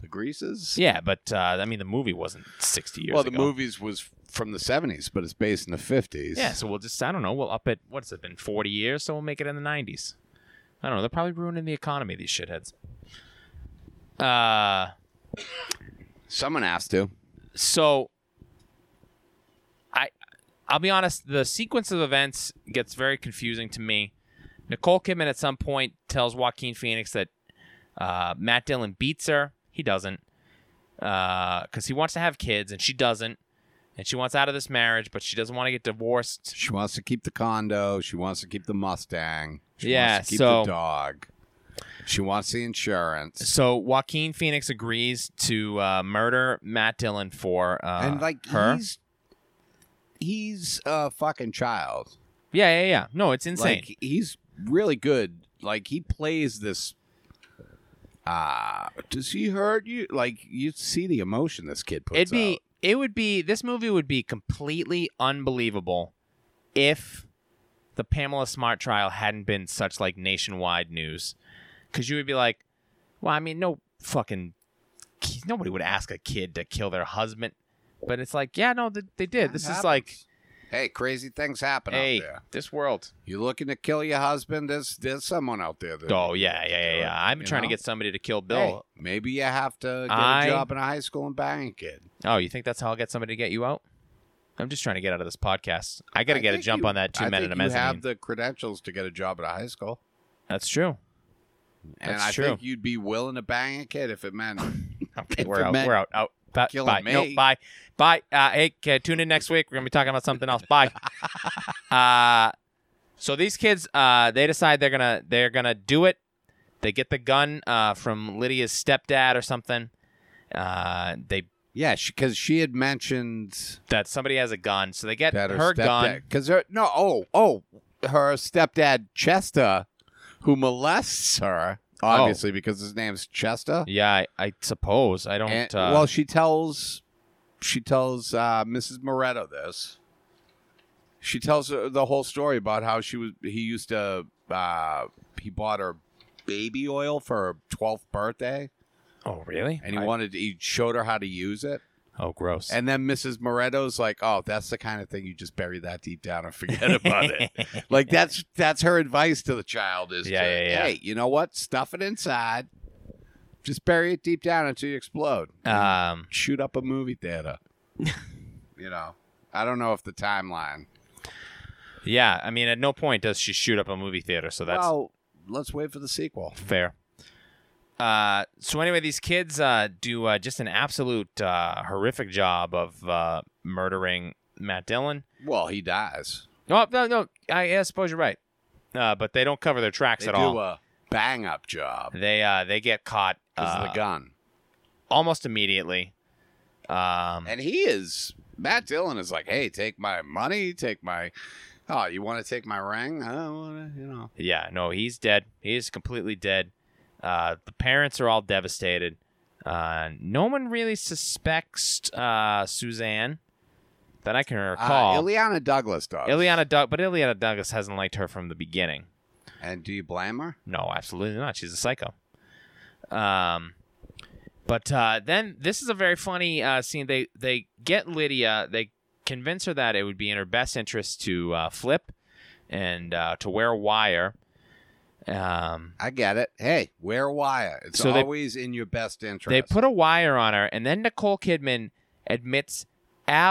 Speaker 1: The Greases?
Speaker 2: Yeah, but uh, I mean, the movie wasn't sixty years.
Speaker 1: Well, the
Speaker 2: ago.
Speaker 1: movies was from the 70s, but it's based in the 50s.
Speaker 2: Yeah, so we'll just I don't know. We'll up it. What's it been? Forty years, so we'll make it in the nineties. I don't know. They're probably ruining the economy. These shitheads. Uh,
Speaker 1: Someone has to.
Speaker 2: so I, I'll be honest. The sequence of events gets very confusing to me. Nicole Kidman at some point tells Joaquin Phoenix that uh, Matt Dillon beats her. He doesn't, because he wants to have kids, and she doesn't, and she wants out of this marriage, but she doesn't want to get divorced.
Speaker 1: She wants to keep the condo. She wants to keep the Mustang. She
Speaker 2: Yeah,
Speaker 1: wants to keep
Speaker 2: so-
Speaker 1: the dog. She wants the insurance.
Speaker 2: So Joaquin Phoenix agrees to uh, murder Matt Dillon for uh,
Speaker 1: and like
Speaker 2: her.
Speaker 1: he's he's a fucking child.
Speaker 2: yeah, yeah, yeah. No, it's insane.
Speaker 1: Like he's really good. Like he plays this uh does he hurt you? Like you see the emotion this kid puts
Speaker 2: It'd be
Speaker 1: out.
Speaker 2: it would be this movie would be completely unbelievable if the Pamela Smart trial hadn't been such like nationwide news cuz you would be like, well, I mean, no fucking ki- nobody would ask a kid to kill their husband. But it's like, yeah, no, th- they did.
Speaker 1: That
Speaker 2: This is
Speaker 1: happens.
Speaker 2: like,
Speaker 1: Hey, crazy things happen
Speaker 2: hey,
Speaker 1: out there.
Speaker 2: this world.
Speaker 1: You looking to kill your husband? There's there's someone out there that
Speaker 2: Oh yeah, yeah, yeah, yeah. I've been
Speaker 1: You
Speaker 2: trying
Speaker 1: know?
Speaker 2: to get somebody to kill Bill.
Speaker 1: Hey, maybe you have to get
Speaker 2: I-
Speaker 1: a job in a high school and bang a kid.
Speaker 2: Oh, you think that's how I'll get somebody to get you out? I'm just trying to get out of this podcast. I got to
Speaker 1: I
Speaker 2: get a
Speaker 1: think
Speaker 2: jump
Speaker 1: you-
Speaker 2: on that two
Speaker 1: I
Speaker 2: men
Speaker 1: think
Speaker 2: and a
Speaker 1: You
Speaker 2: mezzanine.
Speaker 1: have the credentials to get a job at a high school,
Speaker 2: that's true.
Speaker 1: and
Speaker 2: That's
Speaker 1: I
Speaker 2: true.
Speaker 1: think you'd be willing to bang a kid if it meant.
Speaker 2: Okay,
Speaker 1: If
Speaker 2: we're
Speaker 1: it
Speaker 2: out.
Speaker 1: meant
Speaker 2: We're out. Out. Ba-
Speaker 1: killing
Speaker 2: bye. No,
Speaker 1: me.
Speaker 2: bye. Bye. Uh, hey, uh, tune in next week. We're gonna be talking about something else. Bye. uh, so these kids, uh, they decide they're gonna they're gonna do it. They get the gun uh, from Lydia's stepdad or something. Uh, they
Speaker 1: yeah, because she, had mentioned
Speaker 2: that somebody has a gun, so they get
Speaker 1: that her,
Speaker 2: her gun.
Speaker 1: Because her no, oh, oh, her stepdad Chester, who molests her,
Speaker 2: Oh.
Speaker 1: obviously because his name's Chester.
Speaker 2: Yeah, I, I suppose I don't.
Speaker 1: And,
Speaker 2: uh,
Speaker 1: well, she tells she tells uh, Mrs. Moretto this. She tells her the whole story about how she was. He used to. Uh, he bought her baby oil for her twelfth birthday,
Speaker 2: oh really?
Speaker 1: and he
Speaker 2: I-
Speaker 1: wanted. To, he showed her how to use it,
Speaker 2: Oh, gross.
Speaker 1: and then Mrs. Moretto's like, "Oh, that's the kind of thing you just bury that deep down and forget about it." Like that's that's her advice to the child is,
Speaker 2: Yeah,
Speaker 1: to,
Speaker 2: yeah, yeah.
Speaker 1: "Hey, you know what? Stuff it inside. Just bury it deep down until you explode."
Speaker 2: um,
Speaker 1: shoot up a movie theater. you know, I don't know if the timeline.
Speaker 2: yeah, I mean, at no point does she shoot up a movie theater, so that's
Speaker 1: well, let's wait for the sequel.
Speaker 2: fair. Uh, so anyway, these kids uh, do uh, just an absolute uh, horrific job of uh, murdering Matt Dillon.
Speaker 1: Well, he dies.
Speaker 2: No, no, no. I, I suppose you're right, uh, but they don't cover their tracks
Speaker 1: They
Speaker 2: at
Speaker 1: do uh,
Speaker 2: all.
Speaker 1: a bang up job
Speaker 2: they uh, they get caught
Speaker 1: because
Speaker 2: uh,
Speaker 1: of the gun,
Speaker 2: almost immediately. Um,
Speaker 1: and he is Matt Dillon is like, "Hey, take my money, take my." Oh, you want to take my ring? I don't want to, you know.
Speaker 2: Yeah, no, he's dead. He is completely dead. Uh, the parents are all devastated. Uh, no one really suspects uh, Suzanne that I can
Speaker 1: Uh,
Speaker 2: recall.
Speaker 1: Ileana Douglas does.
Speaker 2: Ileana Doug, but Ileana Douglas hasn't liked her from the beginning.
Speaker 1: And do you blame her?
Speaker 2: No, absolutely not. She's a psycho. Um, But uh, then this is a very funny uh, scene. They they get Lydia. They convince her that it would be in her best interest to uh, flip and uh, to wear a wire. Um,
Speaker 1: I get it. Hey, wear a wire. It's
Speaker 2: So they-
Speaker 1: always in your best interest.
Speaker 2: they put a wire on her, and then Nicole Kidman admits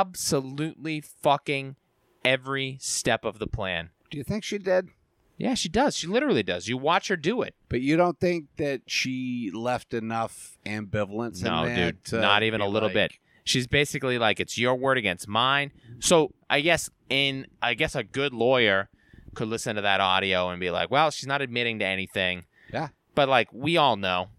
Speaker 2: absolutely fucking every step of the plan.
Speaker 1: Do you think she did?
Speaker 2: Yeah, she does. She literally does. You watch her do it.
Speaker 1: But you don't think that she left enough ambivalence
Speaker 2: No,
Speaker 1: in there?
Speaker 2: dude,
Speaker 1: to
Speaker 2: not even
Speaker 1: be
Speaker 2: a little
Speaker 1: uh, like-
Speaker 2: bit. She's basically like, it's your word against mine. So I guess in I guess a good lawyer could listen to that audio and be like, well, she's not admitting to anything.
Speaker 1: Yeah.
Speaker 2: But like we all know,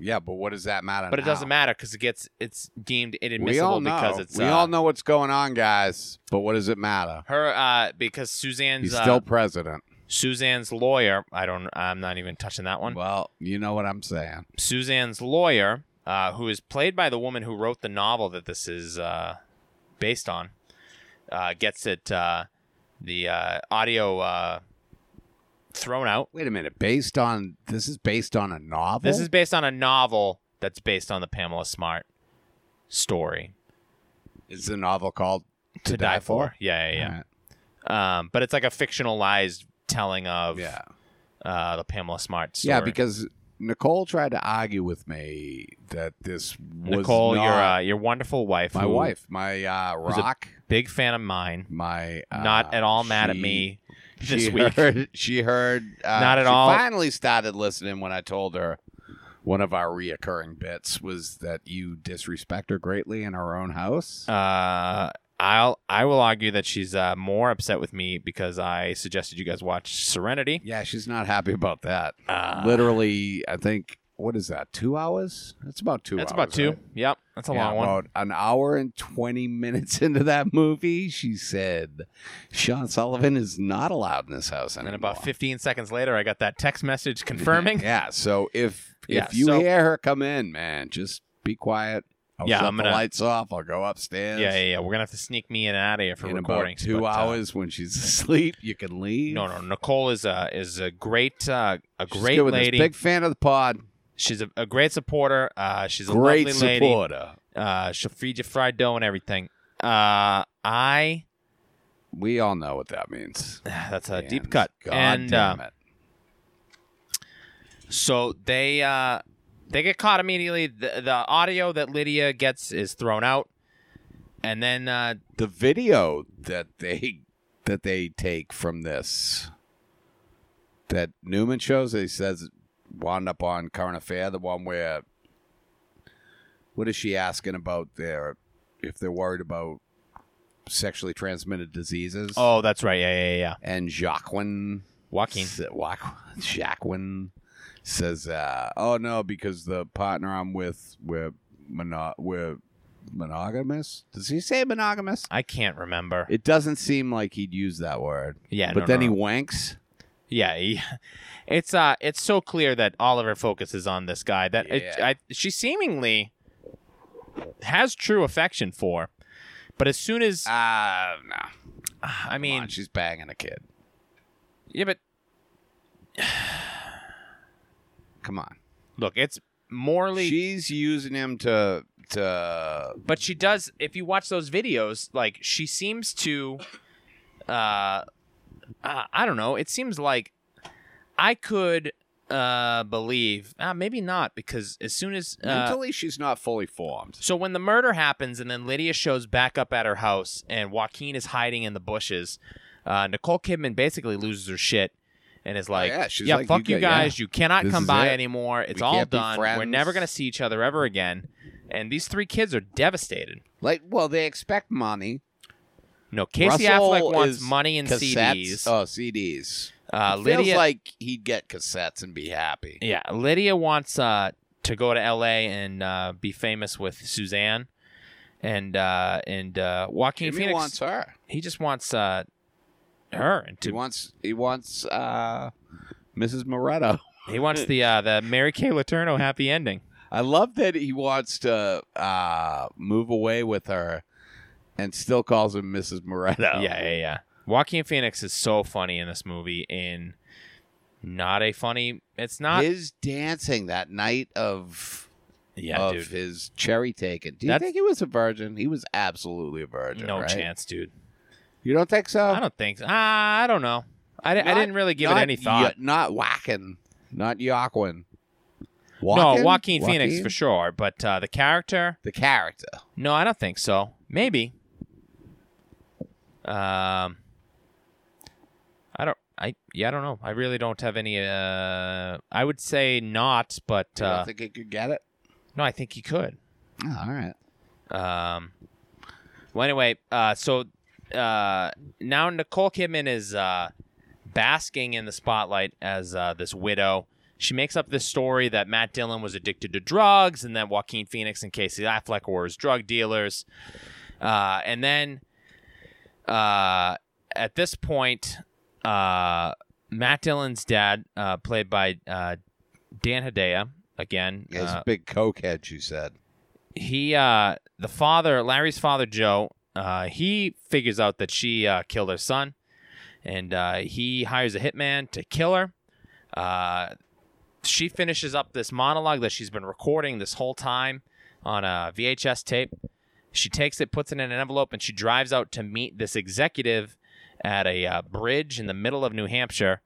Speaker 1: Yeah, but what does that matter?
Speaker 2: but it
Speaker 1: now?
Speaker 2: doesn't matter because it gets it's deemed
Speaker 1: We all
Speaker 2: inadmissible
Speaker 1: know.
Speaker 2: because it's
Speaker 1: we
Speaker 2: uh,
Speaker 1: all know what's going on, guys. But what does it matter?
Speaker 2: her uh, because Suzanne's
Speaker 1: He's
Speaker 2: uh,
Speaker 1: still president.
Speaker 2: Suzanne's lawyer. I don't. I'm not even touching that one.
Speaker 1: Well, you know what I'm saying.
Speaker 2: Suzanne's lawyer, uh, who is played by the woman who wrote the novel that this is uh, based on, uh, gets it uh, the uh, audio uh, thrown out.
Speaker 1: Wait a minute. Based on this is based on a novel.
Speaker 2: This is based on a novel that's based on the Pamela Smart story.
Speaker 1: is the novel called To, Die, For.
Speaker 2: Yeah, yeah, yeah.
Speaker 1: All right.
Speaker 2: Um, but it's like a fictionalized telling of
Speaker 1: Yeah.
Speaker 2: uh, the Pamela Smart story.
Speaker 1: Yeah, because Nicole tried to argue with me that this was
Speaker 2: Nicole,
Speaker 1: not
Speaker 2: your uh, your wonderful wife,
Speaker 1: my
Speaker 2: who-
Speaker 1: wife, my uh,
Speaker 2: was a-
Speaker 1: rock,
Speaker 2: big fan of mine,
Speaker 1: my uh,
Speaker 2: not at all mad at
Speaker 1: she-
Speaker 2: me
Speaker 1: She
Speaker 2: this week.
Speaker 1: heard, she heard uh,
Speaker 2: Not at
Speaker 1: she
Speaker 2: all.
Speaker 1: Finally started listening when I told her one of our reoccurring bits was that you disrespect her greatly in her own house.
Speaker 2: Uh, I'll I will argue that she's uh, more upset with me because I suggested you guys watch Serenity.
Speaker 1: yeah, she's not happy about that.
Speaker 2: Uh,
Speaker 1: Literally, I think what is that? Two hours? That's about two.
Speaker 2: that's
Speaker 1: hours,
Speaker 2: about two.
Speaker 1: right?
Speaker 2: Yep, that's a
Speaker 1: Yeah,
Speaker 2: long one.
Speaker 1: About an hour and 20 minutes into that movie, she said, Sean Sullivan is not allowed in this house
Speaker 2: And
Speaker 1: anymore.
Speaker 2: then about 15 seconds later, I got that text message confirming.
Speaker 1: Yeah, so if if
Speaker 2: Yeah,
Speaker 1: you
Speaker 2: so-
Speaker 1: hear her come in, man, just be quiet. I'll
Speaker 2: Yeah,
Speaker 1: shut
Speaker 2: I'm
Speaker 1: the
Speaker 2: gonna-
Speaker 1: lights off. I'll go upstairs.
Speaker 2: yeah, yeah, yeah. We're gonna have to sneak me in and out of here for
Speaker 1: In about
Speaker 2: recording. uh,
Speaker 1: two hours when she's asleep, you can leave.
Speaker 2: no, no. Nicole is a is a great uh, a
Speaker 1: She's
Speaker 2: great
Speaker 1: good with us.
Speaker 2: lady.
Speaker 1: Big fan of the pod.
Speaker 2: She's a, a great supporter. Uh, she's a
Speaker 1: Great
Speaker 2: lovely lady.
Speaker 1: supporter.
Speaker 2: Uh, she'll feed you fried dough and everything. Uh, I
Speaker 1: We all know what that means.
Speaker 2: that's a
Speaker 1: And
Speaker 2: deep cut.
Speaker 1: God
Speaker 2: and uh,
Speaker 1: damn it.
Speaker 2: So they uh, they get caught immediately. The, the audio that Lydia gets is thrown out, and then uh,
Speaker 1: the video that they that they take from this that Newman shows he says wound up on current affair the one where what is she asking about their if they're worried about sexually transmitted diseases
Speaker 2: oh, that's right, yeah, yeah, yeah.
Speaker 1: and Jacqueline
Speaker 2: Joaquin,
Speaker 1: Sa- Wa- Jacqueline says, uh, "Oh no, because the partner I'm with, we're mono- we're monogamous." Does he say monogamous?
Speaker 2: I can't remember.
Speaker 1: It doesn't seem like he'd use that word,
Speaker 2: yeah,
Speaker 1: but
Speaker 2: no,
Speaker 1: then
Speaker 2: no,
Speaker 1: he
Speaker 2: no.
Speaker 1: wanks.
Speaker 2: yeah, he, it's uh, it's so clear that all of her focus is on this guy that it,
Speaker 1: Yeah.
Speaker 2: I, she seemingly has true affection for, but as soon as
Speaker 1: Ah, no. Come
Speaker 2: I mean,
Speaker 1: on, she's banging a kid.
Speaker 2: yeah, but
Speaker 1: Come on,
Speaker 2: look, it's morally
Speaker 1: she's using him to to.
Speaker 2: but she does if you watch those videos like she seems to uh, uh i don't know it seems like i could uh believe uh, maybe not because as soon as uh,
Speaker 1: mentally, she's not fully formed.
Speaker 2: so when the murder happens and then lydia shows back up at her house and joaquin is hiding in the bushes uh nicole kidman basically loses her shit and is like
Speaker 1: Oh, yeah, she's like,
Speaker 2: fuck
Speaker 1: you
Speaker 2: you
Speaker 1: got- yeah.
Speaker 2: guys you cannot
Speaker 1: This
Speaker 2: come
Speaker 1: is
Speaker 2: by
Speaker 1: it.
Speaker 2: anymore it's
Speaker 1: We
Speaker 2: all
Speaker 1: can't be
Speaker 2: done we're
Speaker 1: friends."
Speaker 2: never gonna see each other ever again and these three kids are devastated
Speaker 1: Like, well, they expect money.
Speaker 2: No, Casey
Speaker 1: Russell
Speaker 2: Affleck wants
Speaker 1: is
Speaker 2: money and
Speaker 1: Cassettes.
Speaker 2: CDs.
Speaker 1: Oh, CDs.
Speaker 2: uh,
Speaker 1: It
Speaker 2: Lydia,
Speaker 1: feels like he'd get cassettes and be happy.
Speaker 2: yeah, Lydia wants uh, to go to L.A. and uh, be famous with Suzanne, and uh, and uh, Joaquin
Speaker 1: Jimmy
Speaker 2: Phoenix.
Speaker 1: wants her.
Speaker 2: he just wants uh, her and
Speaker 1: He
Speaker 2: to
Speaker 1: wants he wants uh, Mrs. Moretto.
Speaker 2: he wants the uh, the Mary Kay Letourneau happy ending.
Speaker 1: I love that he wants to uh, move away with her, and still calls him Mrs. Moretto.
Speaker 2: Yeah, yeah, yeah. Joaquin Phoenix is so funny in this movie. In not a funny. It's not.
Speaker 1: his dancing that night of
Speaker 2: Yeah,
Speaker 1: of
Speaker 2: dude.
Speaker 1: his cherry taken. Do you
Speaker 2: That's-
Speaker 1: think he was a virgin? He was absolutely a virgin.
Speaker 2: No
Speaker 1: right?
Speaker 2: chance, dude.
Speaker 1: You don't think so?
Speaker 2: I don't think. So. Ah, I don't know. I, di- I
Speaker 1: Not-
Speaker 2: didn't really give it
Speaker 1: Not
Speaker 2: any thought.
Speaker 1: Yo- not Whackin. Not Joaquin.
Speaker 2: No, Joaquin Phoenix for sure, but uh, the character?
Speaker 1: The character.
Speaker 2: No, I don't think so. Maybe. Um, I don't. I yeah, I don't know. I really don't have any. Uh, I would say not, but
Speaker 1: I
Speaker 2: uh,
Speaker 1: think he could get it.
Speaker 2: no, I think he could.
Speaker 1: Oh, all right.
Speaker 2: Um. Well, anyway, uh, so uh, now Nicole Kidman is uh, basking in the spotlight as uh, this widow. She makes up this story that Matt Dillon was addicted to drugs, and that Joaquin Phoenix and Casey Affleck were his drug dealers. Uh, and then uh, at this point, uh, Matt Dillon's dad, uh, played by uh, Dan Hedaya, again,
Speaker 1: He has
Speaker 2: uh,
Speaker 1: a big cokehead, you said.
Speaker 2: he uh the father larry's father joe uh he figures out that she uh killed her son and uh he hires a hitman to kill her uh she finishes up this monologue that she's been recording this whole time on a vhs tape she takes it puts it in an envelope and she drives out to meet this executive at a uh, bridge in the middle of new hampshire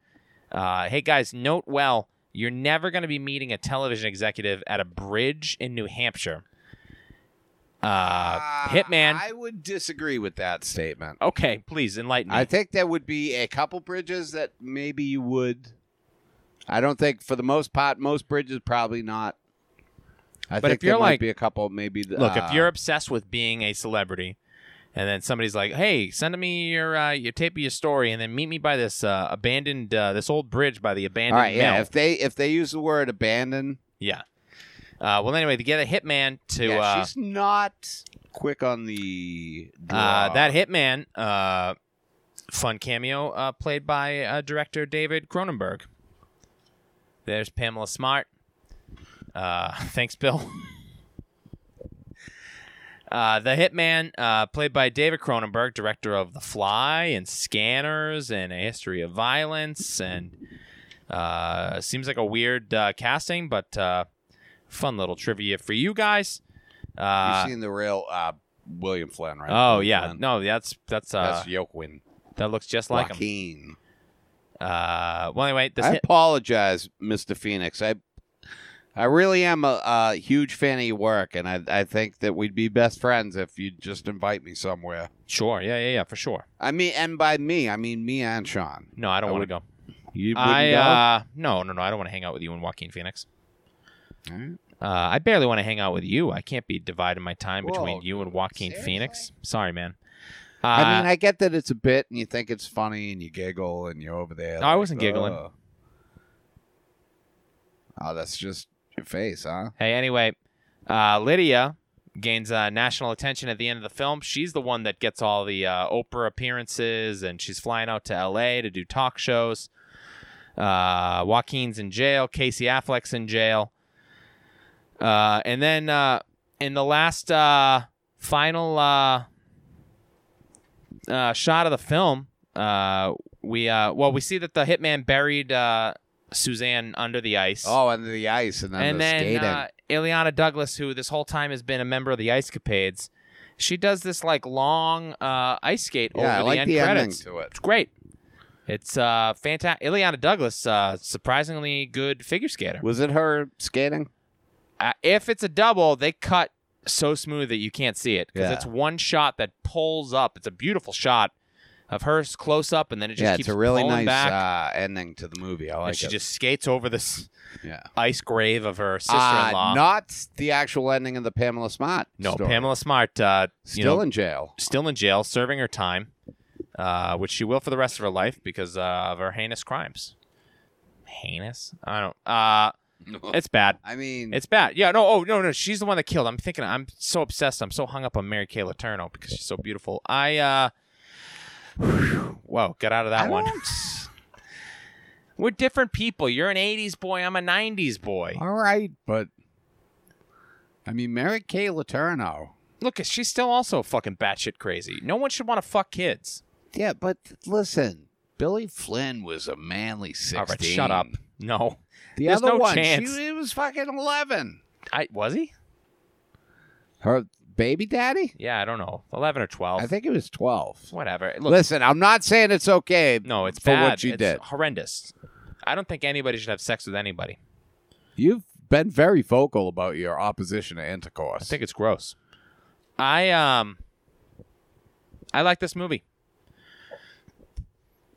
Speaker 2: uh, hey guys, note well, you're never going to be meeting a television executive at a bridge in New Hampshire. Uh, Hitman.
Speaker 1: I would disagree with that statement.
Speaker 2: okay, please enlighten me.
Speaker 1: I think there would be a couple bridges that maybe you would. I don't think, for the most part, most bridges probably not. I
Speaker 2: But
Speaker 1: think
Speaker 2: if you're
Speaker 1: there
Speaker 2: like-
Speaker 1: might be a couple. Maybe
Speaker 2: Look,
Speaker 1: uh,
Speaker 2: if you're obsessed with being a celebrity, and then somebody's like, "Hey, send me your uh, your tape of your story, and then meet me by this uh, abandoned uh, this old bridge by the
Speaker 1: all
Speaker 2: abandoned
Speaker 1: right,
Speaker 2: mill."
Speaker 1: yeah. If they if they use the word abandon,
Speaker 2: Yeah. Uh, well, anyway, to get a hitman to
Speaker 1: yeah,
Speaker 2: uh,
Speaker 1: she's not quick on the
Speaker 2: Uh,
Speaker 1: draw.
Speaker 2: that hitman, uh, fun cameo, uh, played by uh, director David Cronenberg. There's Pamela Smart. Uh, thanks, Bill. Uh, the hitman, uh, played by David Cronenberg, director of The Fly and Scanners and A History of Violence, and uh, seems like a weird uh, casting, but uh, fun little trivia for you guys. Uh,
Speaker 1: You've seen the real uh, William Flynn, right?
Speaker 2: Oh
Speaker 1: William
Speaker 2: yeah,
Speaker 1: Flynn.
Speaker 2: no, that's that's uh,
Speaker 1: that's Joaquin.
Speaker 2: that looks just like him.
Speaker 1: Joaquin.
Speaker 2: Uh, well, anyway, this
Speaker 1: I
Speaker 2: hit,
Speaker 1: apologize, Mister Phoenix. I I really am a, a huge fan of your work, and I I think that we'd be best friends if you'd just invite me somewhere.
Speaker 2: sure, yeah, yeah, yeah, for sure.
Speaker 1: I mean, and by me, I mean me and Sean.
Speaker 2: No, I don't
Speaker 1: I
Speaker 2: want to
Speaker 1: would-
Speaker 2: go.
Speaker 1: You wouldn't
Speaker 2: I
Speaker 1: go?
Speaker 2: uh, no, no, no, I don't want to hang out with you and Joaquin Phoenix.
Speaker 1: All right.
Speaker 2: Uh, I barely want to hang out with you. I can't be dividing my time between
Speaker 1: Whoa,
Speaker 2: you and Joaquin
Speaker 1: seriously?
Speaker 2: Phoenix. Sorry, man. Uh,
Speaker 1: I mean, I get that it's a bit, and you think it's funny, and you giggle, and you're over there.
Speaker 2: No, I wasn't giggling.
Speaker 1: "Ugh." Oh, that's just your face, huh?
Speaker 2: Hey, anyway, uh, Lydia gains uh, national attention at the end of the film. She's the one that gets all the uh, Oprah appearances, and she's flying out to L.A. to do talk shows. Uh, Joaquin's in jail. Casey Affleck's in jail. Uh, and then uh, in the last uh, final uh, uh, shot of the film, uh, we uh, well we see that the hitman buried uh, Suzanne under the ice
Speaker 1: Oh, under the ice, and then
Speaker 2: and
Speaker 1: the
Speaker 2: then
Speaker 1: skating.
Speaker 2: uh, Ileana Douglas, who this whole time has been a member of the Ice Capades, she does this like long uh, ice skate over
Speaker 1: yeah, I
Speaker 2: the
Speaker 1: like
Speaker 2: end
Speaker 1: the ending
Speaker 2: credits.
Speaker 1: to it.
Speaker 2: It's great. It's uh, fantastic. Ileana Douglas, uh, surprisingly good figure skater.
Speaker 1: Was it her skating?
Speaker 2: Uh, if it's a double, they cut so smooth that you can't see it because
Speaker 1: Yeah.
Speaker 2: it's one shot that pulls up. It's a beautiful shot of hers close up, and then it just
Speaker 1: yeah,
Speaker 2: keeps
Speaker 1: it's a really nice
Speaker 2: pulling back.
Speaker 1: uh, ending to the movie. I like
Speaker 2: and she
Speaker 1: it.
Speaker 2: just skates over this
Speaker 1: yeah.
Speaker 2: ice grave of her sister-in-law.
Speaker 1: Uh, not the actual ending of the Pamela Smart.
Speaker 2: no,
Speaker 1: story.
Speaker 2: Pamela Smart. Uh,
Speaker 1: still
Speaker 2: you know,
Speaker 1: in jail.
Speaker 2: still in jail, serving her time, uh, which she will for the rest of her life because uh, of her heinous crimes. Heinous? I don't. Uh, it's bad.
Speaker 1: I mean,
Speaker 2: It's bad. Yeah. No. Oh no. No. She's the one that killed. I'm thinking. I'm so obsessed. I'm so hung up on Mary Kay Letourneau because she's so beautiful. I. Uh, whew, whoa. Got out of that
Speaker 1: I
Speaker 2: one.
Speaker 1: don't-
Speaker 2: We're different people. You're an '80s boy. I'm a '90s boy.
Speaker 1: all right, but I mean, Mary Kay Letourneau.
Speaker 2: Look, she's still also fucking batshit crazy. No one should want to fuck kids.
Speaker 1: Yeah, but listen, Billy Flynn was a manly sixteen.
Speaker 2: All right. Shut up. No.
Speaker 1: The
Speaker 2: There's
Speaker 1: other
Speaker 2: no
Speaker 1: one,
Speaker 2: chance.
Speaker 1: she it was fucking eleven.
Speaker 2: I was he?
Speaker 1: Her baby daddy?
Speaker 2: Yeah, I don't know. 11 or 12.
Speaker 1: I think it was 12.
Speaker 2: Whatever. Look,
Speaker 1: Listen, I'm not saying it's okay.
Speaker 2: no, it's
Speaker 1: for
Speaker 2: bad.
Speaker 1: what you
Speaker 2: it's
Speaker 1: did.
Speaker 2: horrendous. I don't think anybody should have sex with anybody.
Speaker 1: You've been very vocal about your opposition to intercourse.
Speaker 2: I think it's gross. I um I like this movie.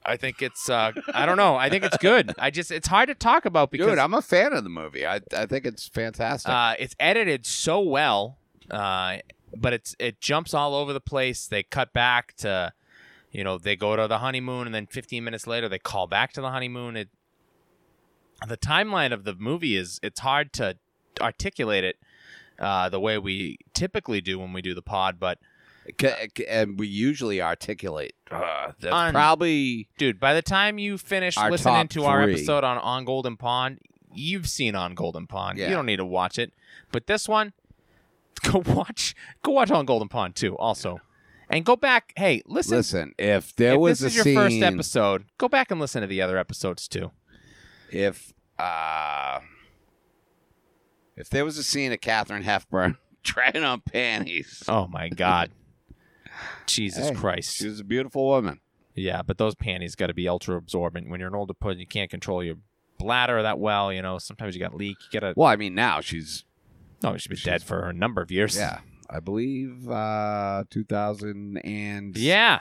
Speaker 2: I think it's uh I don't know. I think it's good. I just it's hard to talk about because
Speaker 1: Dude, I'm a fan of the movie. I, I think it's fantastic.
Speaker 2: Uh, it's edited so well, uh, but it's it jumps all over the place. They cut back to, you know, they go to the honeymoon, and then 15 minutes later they call back to the honeymoon. It, the timeline of the movie is it's hard to articulate it uh, the way we typically do when we do the pod, but
Speaker 1: C- c- and we usually articulate. Uh, that's
Speaker 2: Un-
Speaker 1: probably
Speaker 2: dude, by the time you finish
Speaker 1: Our
Speaker 2: listening
Speaker 1: top
Speaker 2: to our
Speaker 1: three.
Speaker 2: episode on On Golden Pond, you've seen On Golden Pond.
Speaker 1: Yeah.
Speaker 2: You don't need to watch it. But this one, go watch go watch On Golden Pond too, also. And go back, hey, listen,
Speaker 1: listen. If there
Speaker 2: if
Speaker 1: was
Speaker 2: this is
Speaker 1: a
Speaker 2: your
Speaker 1: scene,
Speaker 2: first episode, go back and listen to the other episodes too.
Speaker 1: if uh, if there was a scene of Catherine Hepburn trying on panties,
Speaker 2: Oh my god. Jesus
Speaker 1: Hey,
Speaker 2: Christ.
Speaker 1: she was a beautiful woman.
Speaker 2: Yeah, but those panties got to be ultra absorbent. When you're an older person, you can't control your bladder that well, you know. Sometimes you got leak, you got to
Speaker 1: Well, I mean, now she's
Speaker 2: No, you should be
Speaker 1: she's-
Speaker 2: dead for a number of years.
Speaker 1: yeah, I believe uh, 2000 and
Speaker 2: Yeah.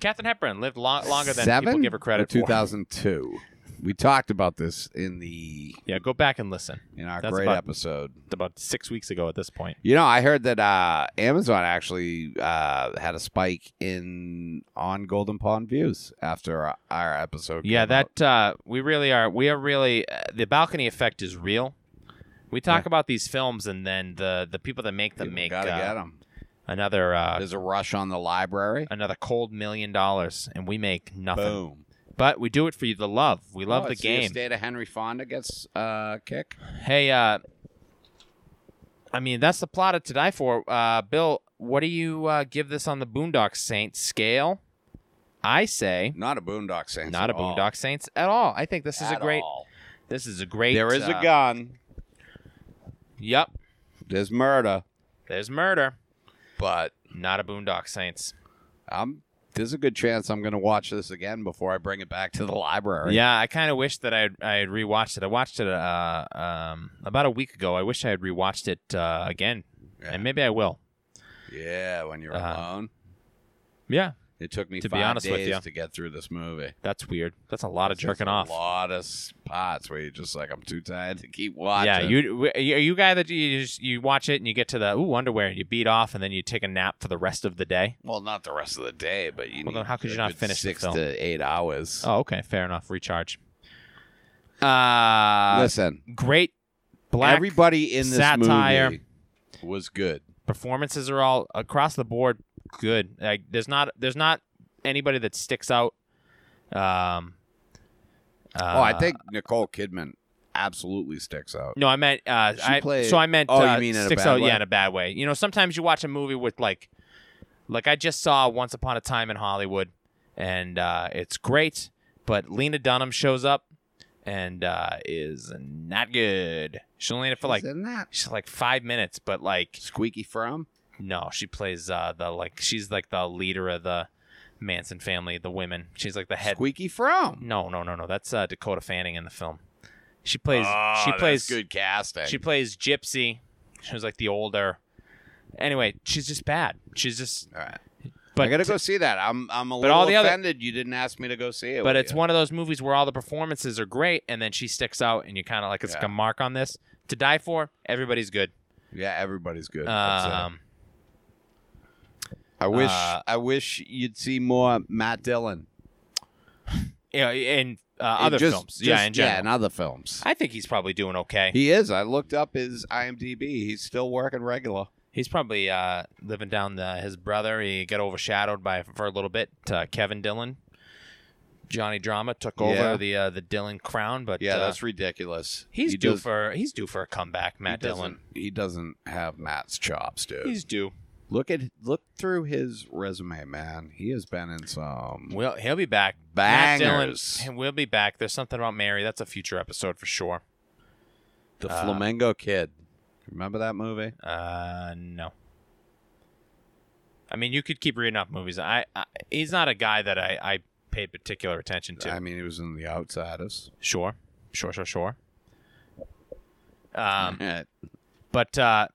Speaker 2: Catherine Hepburn lived lo- longer than people
Speaker 1: Seven
Speaker 2: give her credit
Speaker 1: or
Speaker 2: for.
Speaker 1: 2002. We talked about this in the
Speaker 2: Yeah, go back and listen.
Speaker 1: in our
Speaker 2: That's
Speaker 1: great
Speaker 2: about-
Speaker 1: episode.
Speaker 2: It's about six weeks ago at this point.
Speaker 1: You know, I heard that uh, Amazon actually uh, had a spike in on Golden Pond views after our, our episode.
Speaker 2: Yeah,
Speaker 1: came out.
Speaker 2: that uh, we really are. We are really uh, the balcony effect is real. We talk about these films, and then the the people that make them
Speaker 1: People
Speaker 2: make
Speaker 1: gotta
Speaker 2: uh,
Speaker 1: get 'em.
Speaker 2: another uh,
Speaker 1: There's a rush on the library.
Speaker 2: another cold million dollars, and we make nothing.
Speaker 1: Boom.
Speaker 2: But we do it for you, the love. We love
Speaker 1: Oh, I
Speaker 2: the
Speaker 1: see if
Speaker 2: game.
Speaker 1: State of Henry Fonda gets uh, kick.
Speaker 2: Hey, uh, I mean that's the plot of To Die For. Uh, Bill, what do you uh, give this on the Boondock Saints scale? I say
Speaker 1: Not a Boondock Saints.
Speaker 2: not a
Speaker 1: at all.
Speaker 2: Boondock Saints at all. I think this is a
Speaker 1: At
Speaker 2: great.
Speaker 1: all.
Speaker 2: This is a great.
Speaker 1: There is
Speaker 2: uh,
Speaker 1: a gun.
Speaker 2: Yep,
Speaker 1: There's murder,
Speaker 2: there's murder.
Speaker 1: but
Speaker 2: Not a Boondock Saints.
Speaker 1: I'm. There's a good chance I'm going to watch this again before I bring it back to the library.
Speaker 2: Yeah, I kind of wish that I had, I had rewatched it. I watched it uh, um, about a week ago. I wish I had rewatched it uh, again,
Speaker 1: Yeah.
Speaker 2: and maybe I will.
Speaker 1: Yeah, when you're
Speaker 2: Uh-huh.
Speaker 1: alone.
Speaker 2: Yeah,
Speaker 1: It took me
Speaker 2: To be
Speaker 1: five
Speaker 2: honest with
Speaker 1: days
Speaker 2: you.
Speaker 1: to get through this movie.
Speaker 2: that's weird. That's a lot of
Speaker 1: There's
Speaker 2: jerking off.
Speaker 1: A lot of spots where you're just like, I'm too tired to keep watching.
Speaker 2: Yeah, you w- are you a guy that you just, you watch it and you get to the ooh underwear and you beat off and then you take a nap for the rest of the day.
Speaker 1: Well, not the rest of the day, but you.
Speaker 2: Well, then
Speaker 1: need
Speaker 2: how could
Speaker 1: a
Speaker 2: you not
Speaker 1: good
Speaker 2: finish the
Speaker 1: six
Speaker 2: film?
Speaker 1: to eight hours? Uh,
Speaker 2: Oh, okay, fair enough. Recharge. Uh
Speaker 1: Listen,
Speaker 2: great black
Speaker 1: everybody in this
Speaker 2: satire.
Speaker 1: movie was good.
Speaker 2: performances are all across the board good. Like there's not there's not anybody that sticks out. Um,
Speaker 1: oh,
Speaker 2: uh,
Speaker 1: I think Nicole Kidman absolutely sticks out.
Speaker 2: No, I meant uh,
Speaker 1: She
Speaker 2: I,
Speaker 1: played-
Speaker 2: so I meant
Speaker 1: Oh, you
Speaker 2: uh,
Speaker 1: mean in a
Speaker 2: sticks
Speaker 1: bad
Speaker 2: out.
Speaker 1: way?
Speaker 2: Yeah, in a bad way. You know, sometimes you watch a movie with like, like I just saw Once Upon a Time in Hollywood, and uh, it's great, but Lena Dunham shows up and uh, is not good. She's only in it for like
Speaker 1: Isn't that
Speaker 2: she's like five minutes, but like
Speaker 1: squeaky from?
Speaker 2: no, she plays uh, the like she's like the leader of the Manson family, the women. She's like the head.
Speaker 1: Squeaky from.
Speaker 2: No, no, no, no. That's uh, Dakota Fanning in the film. She plays.
Speaker 1: Oh,
Speaker 2: she
Speaker 1: that's
Speaker 2: plays.
Speaker 1: good casting.
Speaker 2: She plays Gypsy. She was like the older. Anyway, she's just bad. She's just.
Speaker 1: all right.
Speaker 2: But
Speaker 1: I gotta go see that. I'm I'm a
Speaker 2: but
Speaker 1: little
Speaker 2: all the other-
Speaker 1: offended you didn't ask me to go see it.
Speaker 2: But
Speaker 1: with
Speaker 2: it's
Speaker 1: you.
Speaker 2: one of those movies where all the performances are great, and then she sticks out, and you're kind of like, it's like
Speaker 1: Yeah.
Speaker 2: a mark on this. To die for, everybody's good.
Speaker 1: yeah, everybody's good. That's it.
Speaker 2: Um,
Speaker 1: I wish
Speaker 2: uh,
Speaker 1: I wish you'd see more Matt Dillon.
Speaker 2: yeah, in uh,
Speaker 1: In
Speaker 2: other
Speaker 1: just-
Speaker 2: films,
Speaker 1: just-
Speaker 2: yeah, in general.
Speaker 1: yeah, in other films.
Speaker 2: I think he's probably doing okay.
Speaker 1: He is. I looked up his IMDb. He's still working regular.
Speaker 2: he's probably uh, living down the, his brother. He got overshadowed by for a little bit. Uh, Kevin Dillon, Johnny Drama took over
Speaker 1: Yeah.
Speaker 2: the uh, the Dillon crown, but
Speaker 1: Yeah,
Speaker 2: uh,
Speaker 1: that's ridiculous.
Speaker 2: He's
Speaker 1: He
Speaker 2: due
Speaker 1: does-
Speaker 2: for he's due for a comeback, Matt
Speaker 1: he
Speaker 2: Dillon.
Speaker 1: doesn't- He doesn't have Matt's chops, dude.
Speaker 2: He's due.
Speaker 1: look at look through his resume, man. He has been in some.
Speaker 2: We'll, he'll be back. Matt Dillon,
Speaker 1: Bangers.
Speaker 2: and we'll be back. There's something about Mary. That's a future episode for sure.
Speaker 1: The
Speaker 2: Uh,
Speaker 1: Flamingo Kid. Remember that movie?
Speaker 2: Uh, no. I mean, you could keep reading up movies. I, I he's not a guy that I, I paid particular attention to.
Speaker 1: I mean, he was in The Outsiders.
Speaker 2: sure, sure, sure, sure. Um,
Speaker 1: Yeah.
Speaker 2: but uh,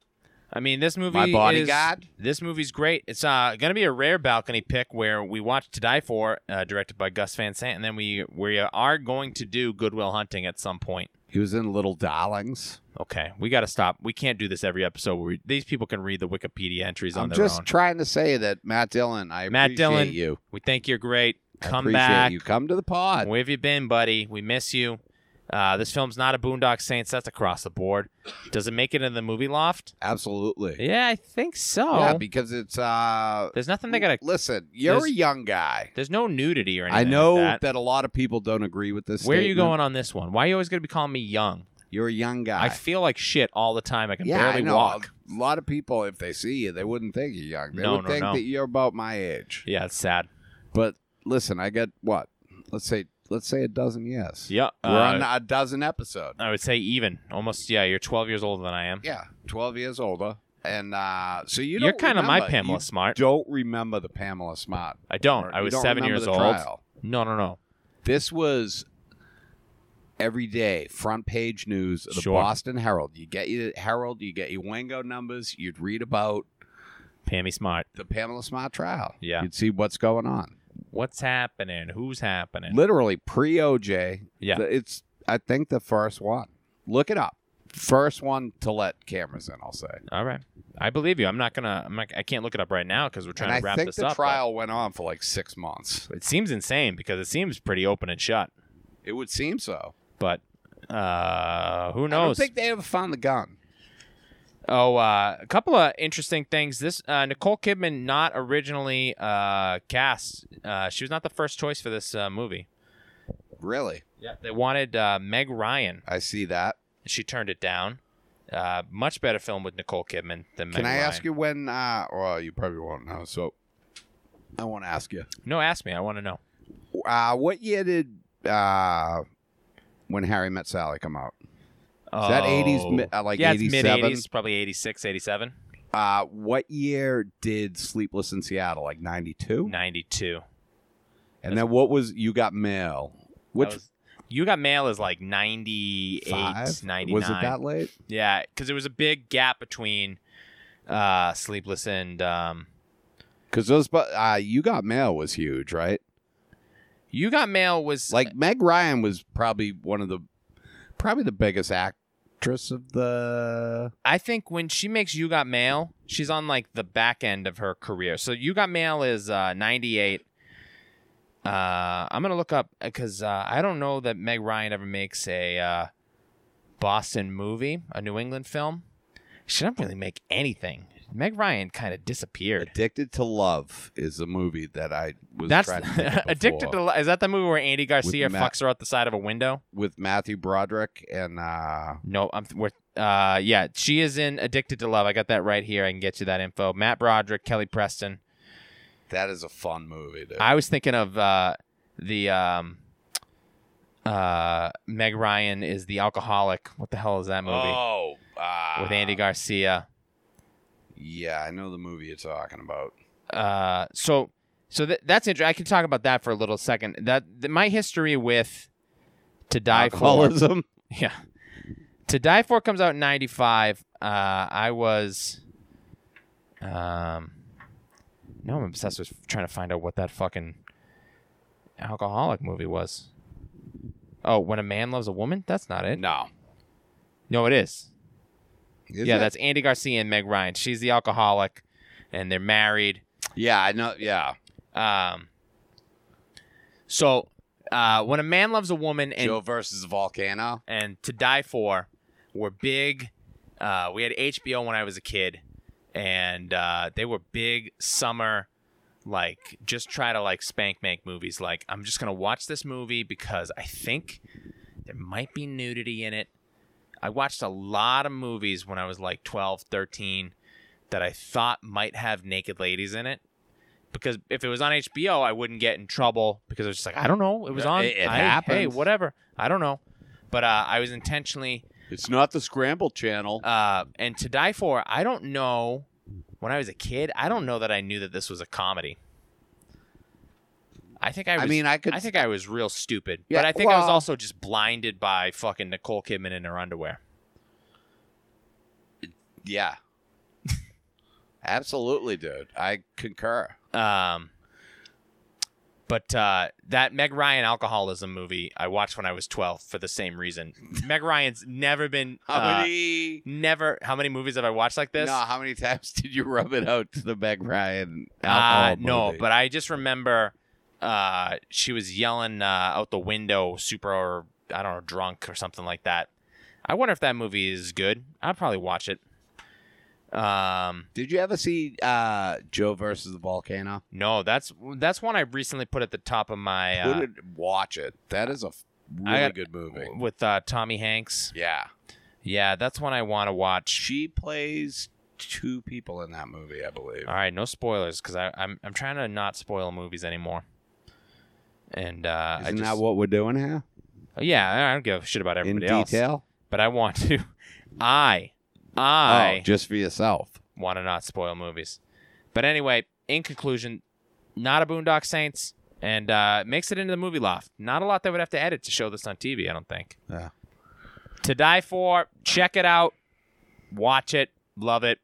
Speaker 2: I mean, this movie
Speaker 1: My
Speaker 2: is-
Speaker 1: Bodyguard?
Speaker 2: this movie's great. It's uh, going to be a rare balcony pick where we watch To Die For, uh, directed by Gus Van Sant, and then we we are going to do Goodwill Hunting at some point.
Speaker 1: he was in Little Darlings.
Speaker 2: Okay, we got to stop. We can't do this every episode. Where we, these people can read the Wikipedia entries on
Speaker 1: I'm
Speaker 2: their
Speaker 1: just
Speaker 2: own.
Speaker 1: trying to say that Matt Dillon, I
Speaker 2: Matt
Speaker 1: appreciate
Speaker 2: Dillon,
Speaker 1: you.
Speaker 2: we think you're great.
Speaker 1: I
Speaker 2: Come
Speaker 1: appreciate
Speaker 2: back.
Speaker 1: You come to the pod.
Speaker 2: Where have you been, buddy? We miss you. Uh, this film's not a Boondock Saints. That's across the board. Does it make it in the movie loft?
Speaker 1: Absolutely.
Speaker 2: Yeah, I think so.
Speaker 1: Yeah, because it's uh
Speaker 2: there's nothing oh. they gotta.
Speaker 1: listen, you're a
Speaker 2: there's-
Speaker 1: young guy.
Speaker 2: There's no nudity or anything.
Speaker 1: I know
Speaker 2: like
Speaker 1: that.
Speaker 2: that.
Speaker 1: a lot of people don't agree with this.
Speaker 2: Where are you
Speaker 1: statement.
Speaker 2: going on this one? Why are you always gonna be calling me young?
Speaker 1: You're a young guy.
Speaker 2: I feel like shit all the time. I can
Speaker 1: Ah. yeah,
Speaker 2: barely
Speaker 1: I know.
Speaker 2: walk.
Speaker 1: A lot of people, if they see you, they wouldn't think you're young. They
Speaker 2: No,
Speaker 1: would
Speaker 2: no,
Speaker 1: think
Speaker 2: no.
Speaker 1: that you're about my age.
Speaker 2: Yeah, it's sad.
Speaker 1: But listen, I got what? Let's say let's say a dozen yes.
Speaker 2: Yeah,
Speaker 1: We're on a dozen episode.
Speaker 2: Uh, I would say even almost. Yeah, you're 12 years older than I am.
Speaker 1: Yeah, twelve years older, and uh, so you
Speaker 2: are
Speaker 1: don't
Speaker 2: kind of my
Speaker 1: remember-
Speaker 2: Pamela Smart.
Speaker 1: You don't remember the Pamela Smart.
Speaker 2: I don't. I
Speaker 1: You
Speaker 2: was
Speaker 1: don't
Speaker 2: seven
Speaker 1: remember
Speaker 2: years
Speaker 1: the
Speaker 2: old.
Speaker 1: trial.
Speaker 2: No, no, no.
Speaker 1: This was every day front page news of the
Speaker 2: Sure.
Speaker 1: Boston Herald. You get your Herald, you get your Wango numbers. You'd read about
Speaker 2: Pammy Smart.
Speaker 1: the Pamela Smart trial.
Speaker 2: Yeah.
Speaker 1: you'd see what's going on.
Speaker 2: What's happening? Who's happening?
Speaker 1: Literally pre OJ.
Speaker 2: Yeah.
Speaker 1: the- it's I think the first one. Look it up. First one to let cameras in. I'll say.
Speaker 2: All right, I believe you. I'm not gonna. I'm not, I can't look it up right now because we're trying
Speaker 1: and
Speaker 2: to
Speaker 1: I
Speaker 2: wrap
Speaker 1: think
Speaker 2: this
Speaker 1: the
Speaker 2: up. but
Speaker 1: trial went on for like six months.
Speaker 2: It seems insane because it seems pretty open and shut.
Speaker 1: It would seem so.
Speaker 2: But uh, who
Speaker 1: I don't
Speaker 2: knows?
Speaker 1: think they ever found the gun.
Speaker 2: oh, uh, a couple of interesting things. This uh, Nicole Kidman not originally uh, cast. Uh, she was not the first choice for this uh, movie.
Speaker 1: Really?
Speaker 2: Yeah, they wanted uh, Meg Ryan.
Speaker 1: I see that.
Speaker 2: She turned it down. Uh, much better film with Nicole Kidman than Meg
Speaker 1: Can I
Speaker 2: Ryan.
Speaker 1: ask you when? Uh, well, you probably won't know, so I won't ask you.
Speaker 2: No, ask me. I want to know.
Speaker 1: Uh, what year did uh, when Harry met Sally come out?
Speaker 2: Is
Speaker 1: Is that 80s, mi- uh, like
Speaker 2: Oh. yeah,
Speaker 1: 87?
Speaker 2: it's mid 80s, probably 86, 87.
Speaker 1: Uh, what year did Sleepless in Seattle? Like ninety two.
Speaker 2: 92.
Speaker 1: And then what was you got mail? Which
Speaker 2: That was- you got mail is like 98,
Speaker 1: five?
Speaker 2: 99.
Speaker 1: Was it that late?
Speaker 2: Yeah, because there was a big gap between uh, Sleepless and um,
Speaker 1: Because those, but uh, you got mail was huge, right?
Speaker 2: You Got Mail was
Speaker 1: Like Meg Ryan was probably one of the, probably the biggest actress of the.
Speaker 2: I think when she makes You Got Mail, she's on like the back end of her career. So You Got Mail is uh, 98. Uh, I'm gonna look up because uh, I don't know that Meg Ryan ever makes a uh, Boston movie, a New England film. She doesn't really make anything. Meg Ryan kind of disappeared.
Speaker 1: Addicted to Love is a movie that I was
Speaker 2: That's
Speaker 1: trying to think of
Speaker 2: addicted
Speaker 1: before
Speaker 2: to. Li- Is that the movie where Andy Garcia
Speaker 1: Matt-
Speaker 2: fucks her out the side of a window?
Speaker 1: with Matthew Broderick and uh,
Speaker 2: No, I'm th- worth. Uh, yeah, she is in Addicted to Love. I got that right here. I can get you that info. Matt Broderick, Kelly Preston.
Speaker 1: that is a fun movie. Dude.
Speaker 2: I was thinking of uh, the um, uh, Meg Ryan is the alcoholic. What the hell is that movie
Speaker 1: Oh, uh,
Speaker 2: with Andy Garcia?
Speaker 1: Yeah, I know the movie you're talking about.
Speaker 2: Uh, so so th- that's interesting. I can talk about that for a little second. That th- my history with To Die For
Speaker 1: Alcoholism.
Speaker 2: Yeah. To Die For comes out in 95. Uh, I was. Um, no, I'm obsessed with trying to find out what that fucking alcoholic movie was. Oh, When a Man Loves a Woman? That's not it.
Speaker 1: No.
Speaker 2: No, it is.
Speaker 1: Is
Speaker 2: yeah,
Speaker 1: it?
Speaker 2: that's Andy Garcia and Meg Ryan. She's the alcoholic, and they're married.
Speaker 1: yeah. I know. Yeah,
Speaker 2: Um, so, uh, When a Man Loves a Woman and
Speaker 1: Joe versus Volcano.
Speaker 2: and To Die For were big. Uh, we had HBO when I was a kid, and uh, they were big summer, like just try to like spank make movies. Like I'm just gonna watch this movie because I think there might be nudity in it. I watched a lot of movies when I was like 12, 13 that I thought might have naked ladies in it. Because if it was on HBO, I wouldn't get in trouble because I was just like, I don't know. It was on.
Speaker 1: It- it
Speaker 2: I- Hey,
Speaker 1: happens.
Speaker 2: whatever. I don't know. But uh, I was intentionally
Speaker 1: It's not the Scramble Channel.
Speaker 2: uh, and to die for. I don't know when I was a kid, I don't know that I knew that this was a comedy. I think I was
Speaker 1: I mean, I could.
Speaker 2: I think I was real stupid,
Speaker 1: Yeah,
Speaker 2: but I think I was
Speaker 1: well-
Speaker 2: also just blinded by fucking Nicole Kidman in her underwear.
Speaker 1: yeah. Absolutely, dude. I concur.
Speaker 2: Um, but uh, that Meg Ryan alcoholism movie I watched when I was 12 for the same reason. Meg Ryan's never been
Speaker 1: How
Speaker 2: uh,
Speaker 1: many?
Speaker 2: never how many movies have I watched like this?
Speaker 1: No, how many times did you rub it out to the Meg Ryan?
Speaker 2: Uh,
Speaker 1: alcohol
Speaker 2: no,
Speaker 1: movie?
Speaker 2: but I just remember uh, she was yelling uh, out the window, super, or, I don't know, drunk or something like that. I wonder if that movie is good. I'd probably watch it. Um,
Speaker 1: did you ever see uh, Joe versus the volcano?
Speaker 2: no, that's that's one I recently put at the top of my
Speaker 1: Who
Speaker 2: uh,
Speaker 1: did- watch it. That is a f-
Speaker 2: I
Speaker 1: really
Speaker 2: got-
Speaker 1: good movie.
Speaker 2: with uh, Tommy Hanks.
Speaker 1: Yeah,
Speaker 2: Yeah, that's one I want to watch.
Speaker 1: she plays two people in that movie, I believe.
Speaker 2: All right, no spoilers because I'm I'm trying to not spoil movies anymore. And uh, I
Speaker 1: Isn't
Speaker 2: just,
Speaker 1: that what we're doing here?
Speaker 2: yeah, I don't give a shit about
Speaker 1: In
Speaker 2: everybody else.
Speaker 1: detail?
Speaker 2: but I want to. I, I
Speaker 1: oh, just for yourself.
Speaker 2: want to not spoil movies. But anyway, in conclusion, not a Boondock Saints, and uh, makes it into the movie loft. Not a lot they would have to edit to show this on TV, I don't think.
Speaker 1: Yeah.
Speaker 2: To die for, check it out, watch it, love it,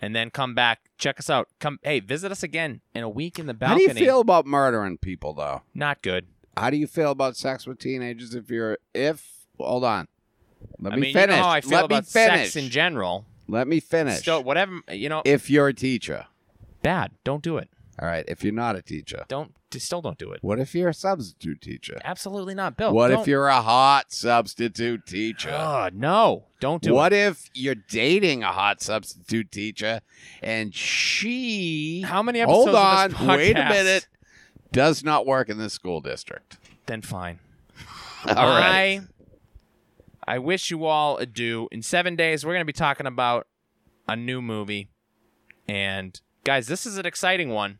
Speaker 2: and then come back. Check us out. Come, hey, visit us again in a week in the
Speaker 1: How do
Speaker 2: balcony.
Speaker 1: you feel about murdering people, though?
Speaker 2: Not good.
Speaker 1: How do you feel about sex with teenagers if you're if hold on. Let
Speaker 2: I
Speaker 1: me
Speaker 2: mean,
Speaker 1: finish.
Speaker 2: you know how I feel
Speaker 1: Let
Speaker 2: about
Speaker 1: me finish.
Speaker 2: sex in general.
Speaker 1: Let me finish.
Speaker 2: Still, whatever you know,
Speaker 1: if you're a teacher.
Speaker 2: bad. Don't do it.
Speaker 1: All right, if you're not a teacher.
Speaker 2: Don't just still don't do it.
Speaker 1: What if you're a substitute teacher?
Speaker 2: Absolutely not, Bill.
Speaker 1: what
Speaker 2: don't- Oh,
Speaker 1: if you're a hot substitute teacher?
Speaker 2: Ugh, no, don't do
Speaker 1: what if you're dating a hot substitute teacher and she
Speaker 2: it. How many episodes?
Speaker 1: Hold
Speaker 2: of
Speaker 1: on,
Speaker 2: this
Speaker 1: wait a
Speaker 2: podcast?
Speaker 1: minute. Does not work in this school district.
Speaker 2: Then fine.
Speaker 1: All right.
Speaker 2: I, I wish you all adieu. In seven days, we're going to be talking about a new movie, and guys, this is an exciting one.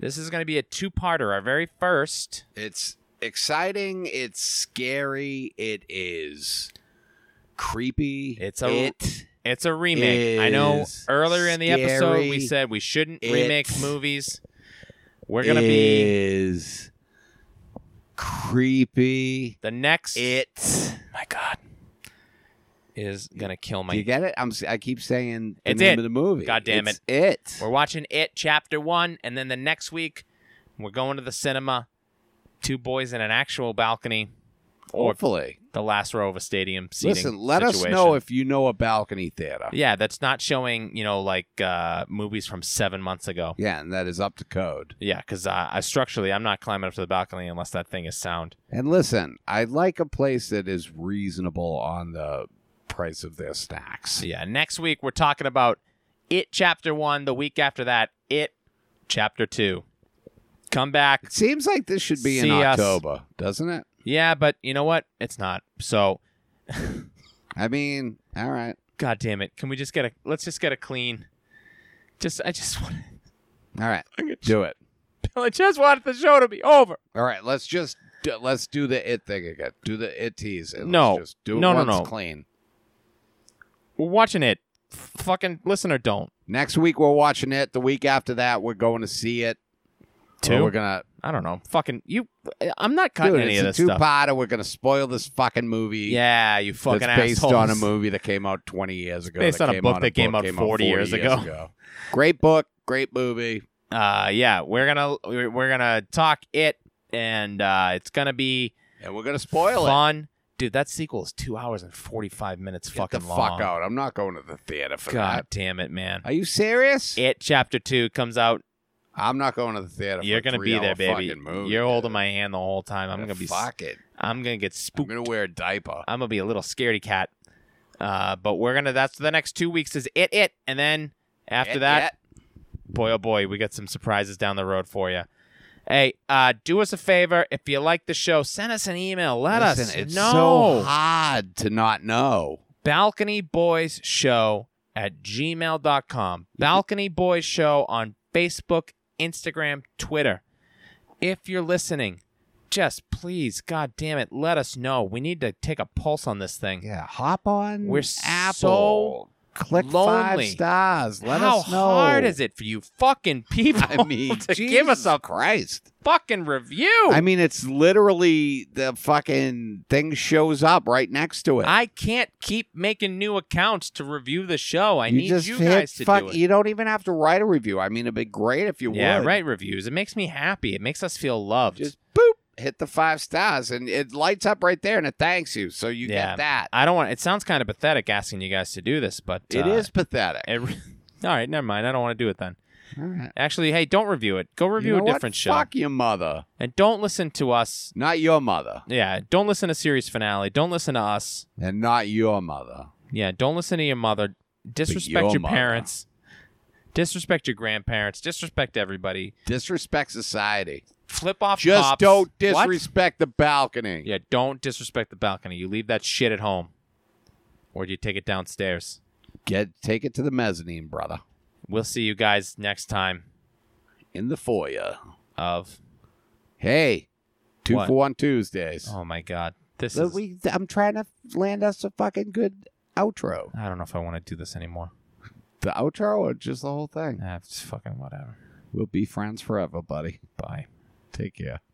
Speaker 2: This is going to be a two-parter, our very first.
Speaker 1: It's exciting. It's scary. It is creepy.
Speaker 2: It's a-
Speaker 1: it
Speaker 2: It's a remake. I know
Speaker 1: Is
Speaker 2: earlier in the episode we
Speaker 1: scary.
Speaker 2: said we shouldn't
Speaker 1: It
Speaker 2: remake movies. We're going to be
Speaker 1: is creepy.
Speaker 2: the next.
Speaker 1: It.
Speaker 2: my God, is going to kill my
Speaker 1: Do you get it? I'm. s- I keep saying the
Speaker 2: It's
Speaker 1: name
Speaker 2: it.
Speaker 1: of the movie.
Speaker 2: God damn
Speaker 1: It's it.
Speaker 2: We're watching it chapter one, and then the next week we're going to the cinema. Two boys in an actual balcony, or
Speaker 1: Hopefully,
Speaker 2: the last row of a stadium seating.
Speaker 1: listen. Let us
Speaker 2: situation.
Speaker 1: know if you know a balcony theater.
Speaker 2: yeah, that's not showing you know like uh, movies from seven months ago.
Speaker 1: Yeah, and that is up to code.
Speaker 2: Yeah, because uh, I structurally I'm not climbing up to the balcony unless that thing is sound.
Speaker 1: And listen, I like a place that is reasonable on the price of their snacks.
Speaker 2: So yeah, next week we're talking about it chapter one. The week after that, it chapter two. Come back.
Speaker 1: It seems like this should be in
Speaker 2: See us.
Speaker 1: October, doesn't it?
Speaker 2: Yeah, but you know what? It's not. So
Speaker 1: I mean, all right.
Speaker 2: God damn it! Can we just get a? Let's just get a clean. Just I just want
Speaker 1: All right. Do it.
Speaker 2: I just want the show to be over.
Speaker 1: All right, let's just do, let's do the it thing again. Do the it tease. And
Speaker 2: No.
Speaker 1: let's just do it
Speaker 2: No, no,
Speaker 1: once
Speaker 2: no.
Speaker 1: clean.
Speaker 2: We're watching it. F- fucking listen or don't.
Speaker 1: Next week we're watching it. The week after that we're going to see it. Or
Speaker 2: Two.
Speaker 1: We're gonna
Speaker 2: I don't know. Fucking you. I'm not cutting
Speaker 1: dude.
Speaker 2: any
Speaker 1: It's
Speaker 2: of
Speaker 1: a
Speaker 2: this
Speaker 1: two
Speaker 2: stuff.
Speaker 1: potter. We're gonna spoil this fucking movie.
Speaker 2: yeah, you fucking
Speaker 1: that's based
Speaker 2: assholes.
Speaker 1: on a movie that came out 20 years ago.
Speaker 2: based
Speaker 1: that
Speaker 2: on a
Speaker 1: came
Speaker 2: book
Speaker 1: out-
Speaker 2: that came out 40 years ago.
Speaker 1: Great book, great movie.
Speaker 2: Uh, yeah, we're gonna we're we're gonna talk it, and uh, it's gonna be
Speaker 1: And we're gonna spoil it.
Speaker 2: fun, dude. That sequel is two hours and forty five minutes
Speaker 1: Get
Speaker 2: fucking
Speaker 1: the
Speaker 2: long.
Speaker 1: fuck out. I'm not going to the theater for
Speaker 2: God
Speaker 1: that.
Speaker 2: damn it, man.
Speaker 1: Are you serious?
Speaker 2: It chapter two comes out
Speaker 1: I'm not going to the theater.
Speaker 2: You're
Speaker 1: going
Speaker 2: gonna
Speaker 1: to
Speaker 2: be there, baby.
Speaker 1: Movie,
Speaker 2: You're
Speaker 1: dude.
Speaker 2: holding my hand the whole time. I'm
Speaker 1: Yeah,
Speaker 2: gonna be. s-
Speaker 1: Fuck it.
Speaker 2: I'm gonna get
Speaker 1: I'm
Speaker 2: spooked.
Speaker 1: going to wear a diaper.
Speaker 2: I'm gonna be a little scaredy cat. Uh, but we're gonna. That's the next two weeks is it it, and then after
Speaker 1: Yeah,
Speaker 2: that, boy oh boy, we got some surprises down the road for you. Hey, uh, do us a favor if you like the show, send us an email. Let
Speaker 1: Listen,
Speaker 2: us
Speaker 1: it's
Speaker 2: know.
Speaker 1: so hard to not know.
Speaker 2: Balcony Boys Show at gmail.com.
Speaker 1: Mm-hmm.
Speaker 2: Balcony Boys Show on Facebook, Instagram, Twitter. If you're listening, just please, God damn it, let us know. We need to take a pulse on this thing.
Speaker 1: Yeah, hop on.
Speaker 2: We're
Speaker 1: Apple. click
Speaker 2: Lonely.
Speaker 1: five stars. Let
Speaker 2: How
Speaker 1: us know.
Speaker 2: hard is it for you fucking people
Speaker 1: I mean,
Speaker 2: to give us
Speaker 1: Jesus
Speaker 2: a
Speaker 1: Christ.
Speaker 2: fucking review?
Speaker 1: I mean, it's literally the fucking thing shows up right next to it.
Speaker 2: I can't keep making new accounts to review the show. I need you
Speaker 1: hit
Speaker 2: guys to
Speaker 1: fuck-
Speaker 2: do it.
Speaker 1: You don't even have to write a review. I mean, it'd be great if you
Speaker 2: yeah,
Speaker 1: would.
Speaker 2: write reviews. It makes me happy. It makes us feel loved.
Speaker 1: Just boop, hit the five stars, and it lights up right there, and it thanks you. So you
Speaker 2: Yeah.
Speaker 1: get that.
Speaker 2: I don't want. It sounds kind of pathetic asking you guys to do this, but
Speaker 1: It
Speaker 2: uh,
Speaker 1: is pathetic.
Speaker 2: It, all right, never mind. I don't want to do it then.
Speaker 1: All right.
Speaker 2: Actually, hey, don't review it. Go review
Speaker 1: You know
Speaker 2: a
Speaker 1: what?
Speaker 2: different show,
Speaker 1: Fuck your mother,
Speaker 2: and don't listen to us.
Speaker 1: not your mother,
Speaker 2: Yeah, don't listen to series finale. Don't listen to us.
Speaker 1: and not your mother.
Speaker 2: Yeah, don't listen to your mother. Disrespect
Speaker 1: your
Speaker 2: your
Speaker 1: mother.
Speaker 2: parents. Disrespect your grandparents. Disrespect everybody.
Speaker 1: Disrespect society.
Speaker 2: Flip off.
Speaker 1: Just
Speaker 2: cops.
Speaker 1: don't
Speaker 2: What?
Speaker 1: disrespect the balcony.
Speaker 2: Yeah, don't disrespect the balcony. You leave that shit at home, or you take it downstairs.
Speaker 1: Get take it to the mezzanine, brother,
Speaker 2: We'll see you guys next time.
Speaker 1: in the foyer.
Speaker 2: Of
Speaker 1: Hey, two
Speaker 2: What?
Speaker 1: for one Tuesdays.
Speaker 2: oh my god, this
Speaker 1: But
Speaker 2: is.
Speaker 1: we, I'm trying to land us a fucking good outro.
Speaker 2: I don't know if I want to do this anymore.
Speaker 1: The outro or just the whole thing?
Speaker 2: That's fucking whatever.
Speaker 1: We'll be friends forever, buddy.
Speaker 2: Bye.
Speaker 1: Take care.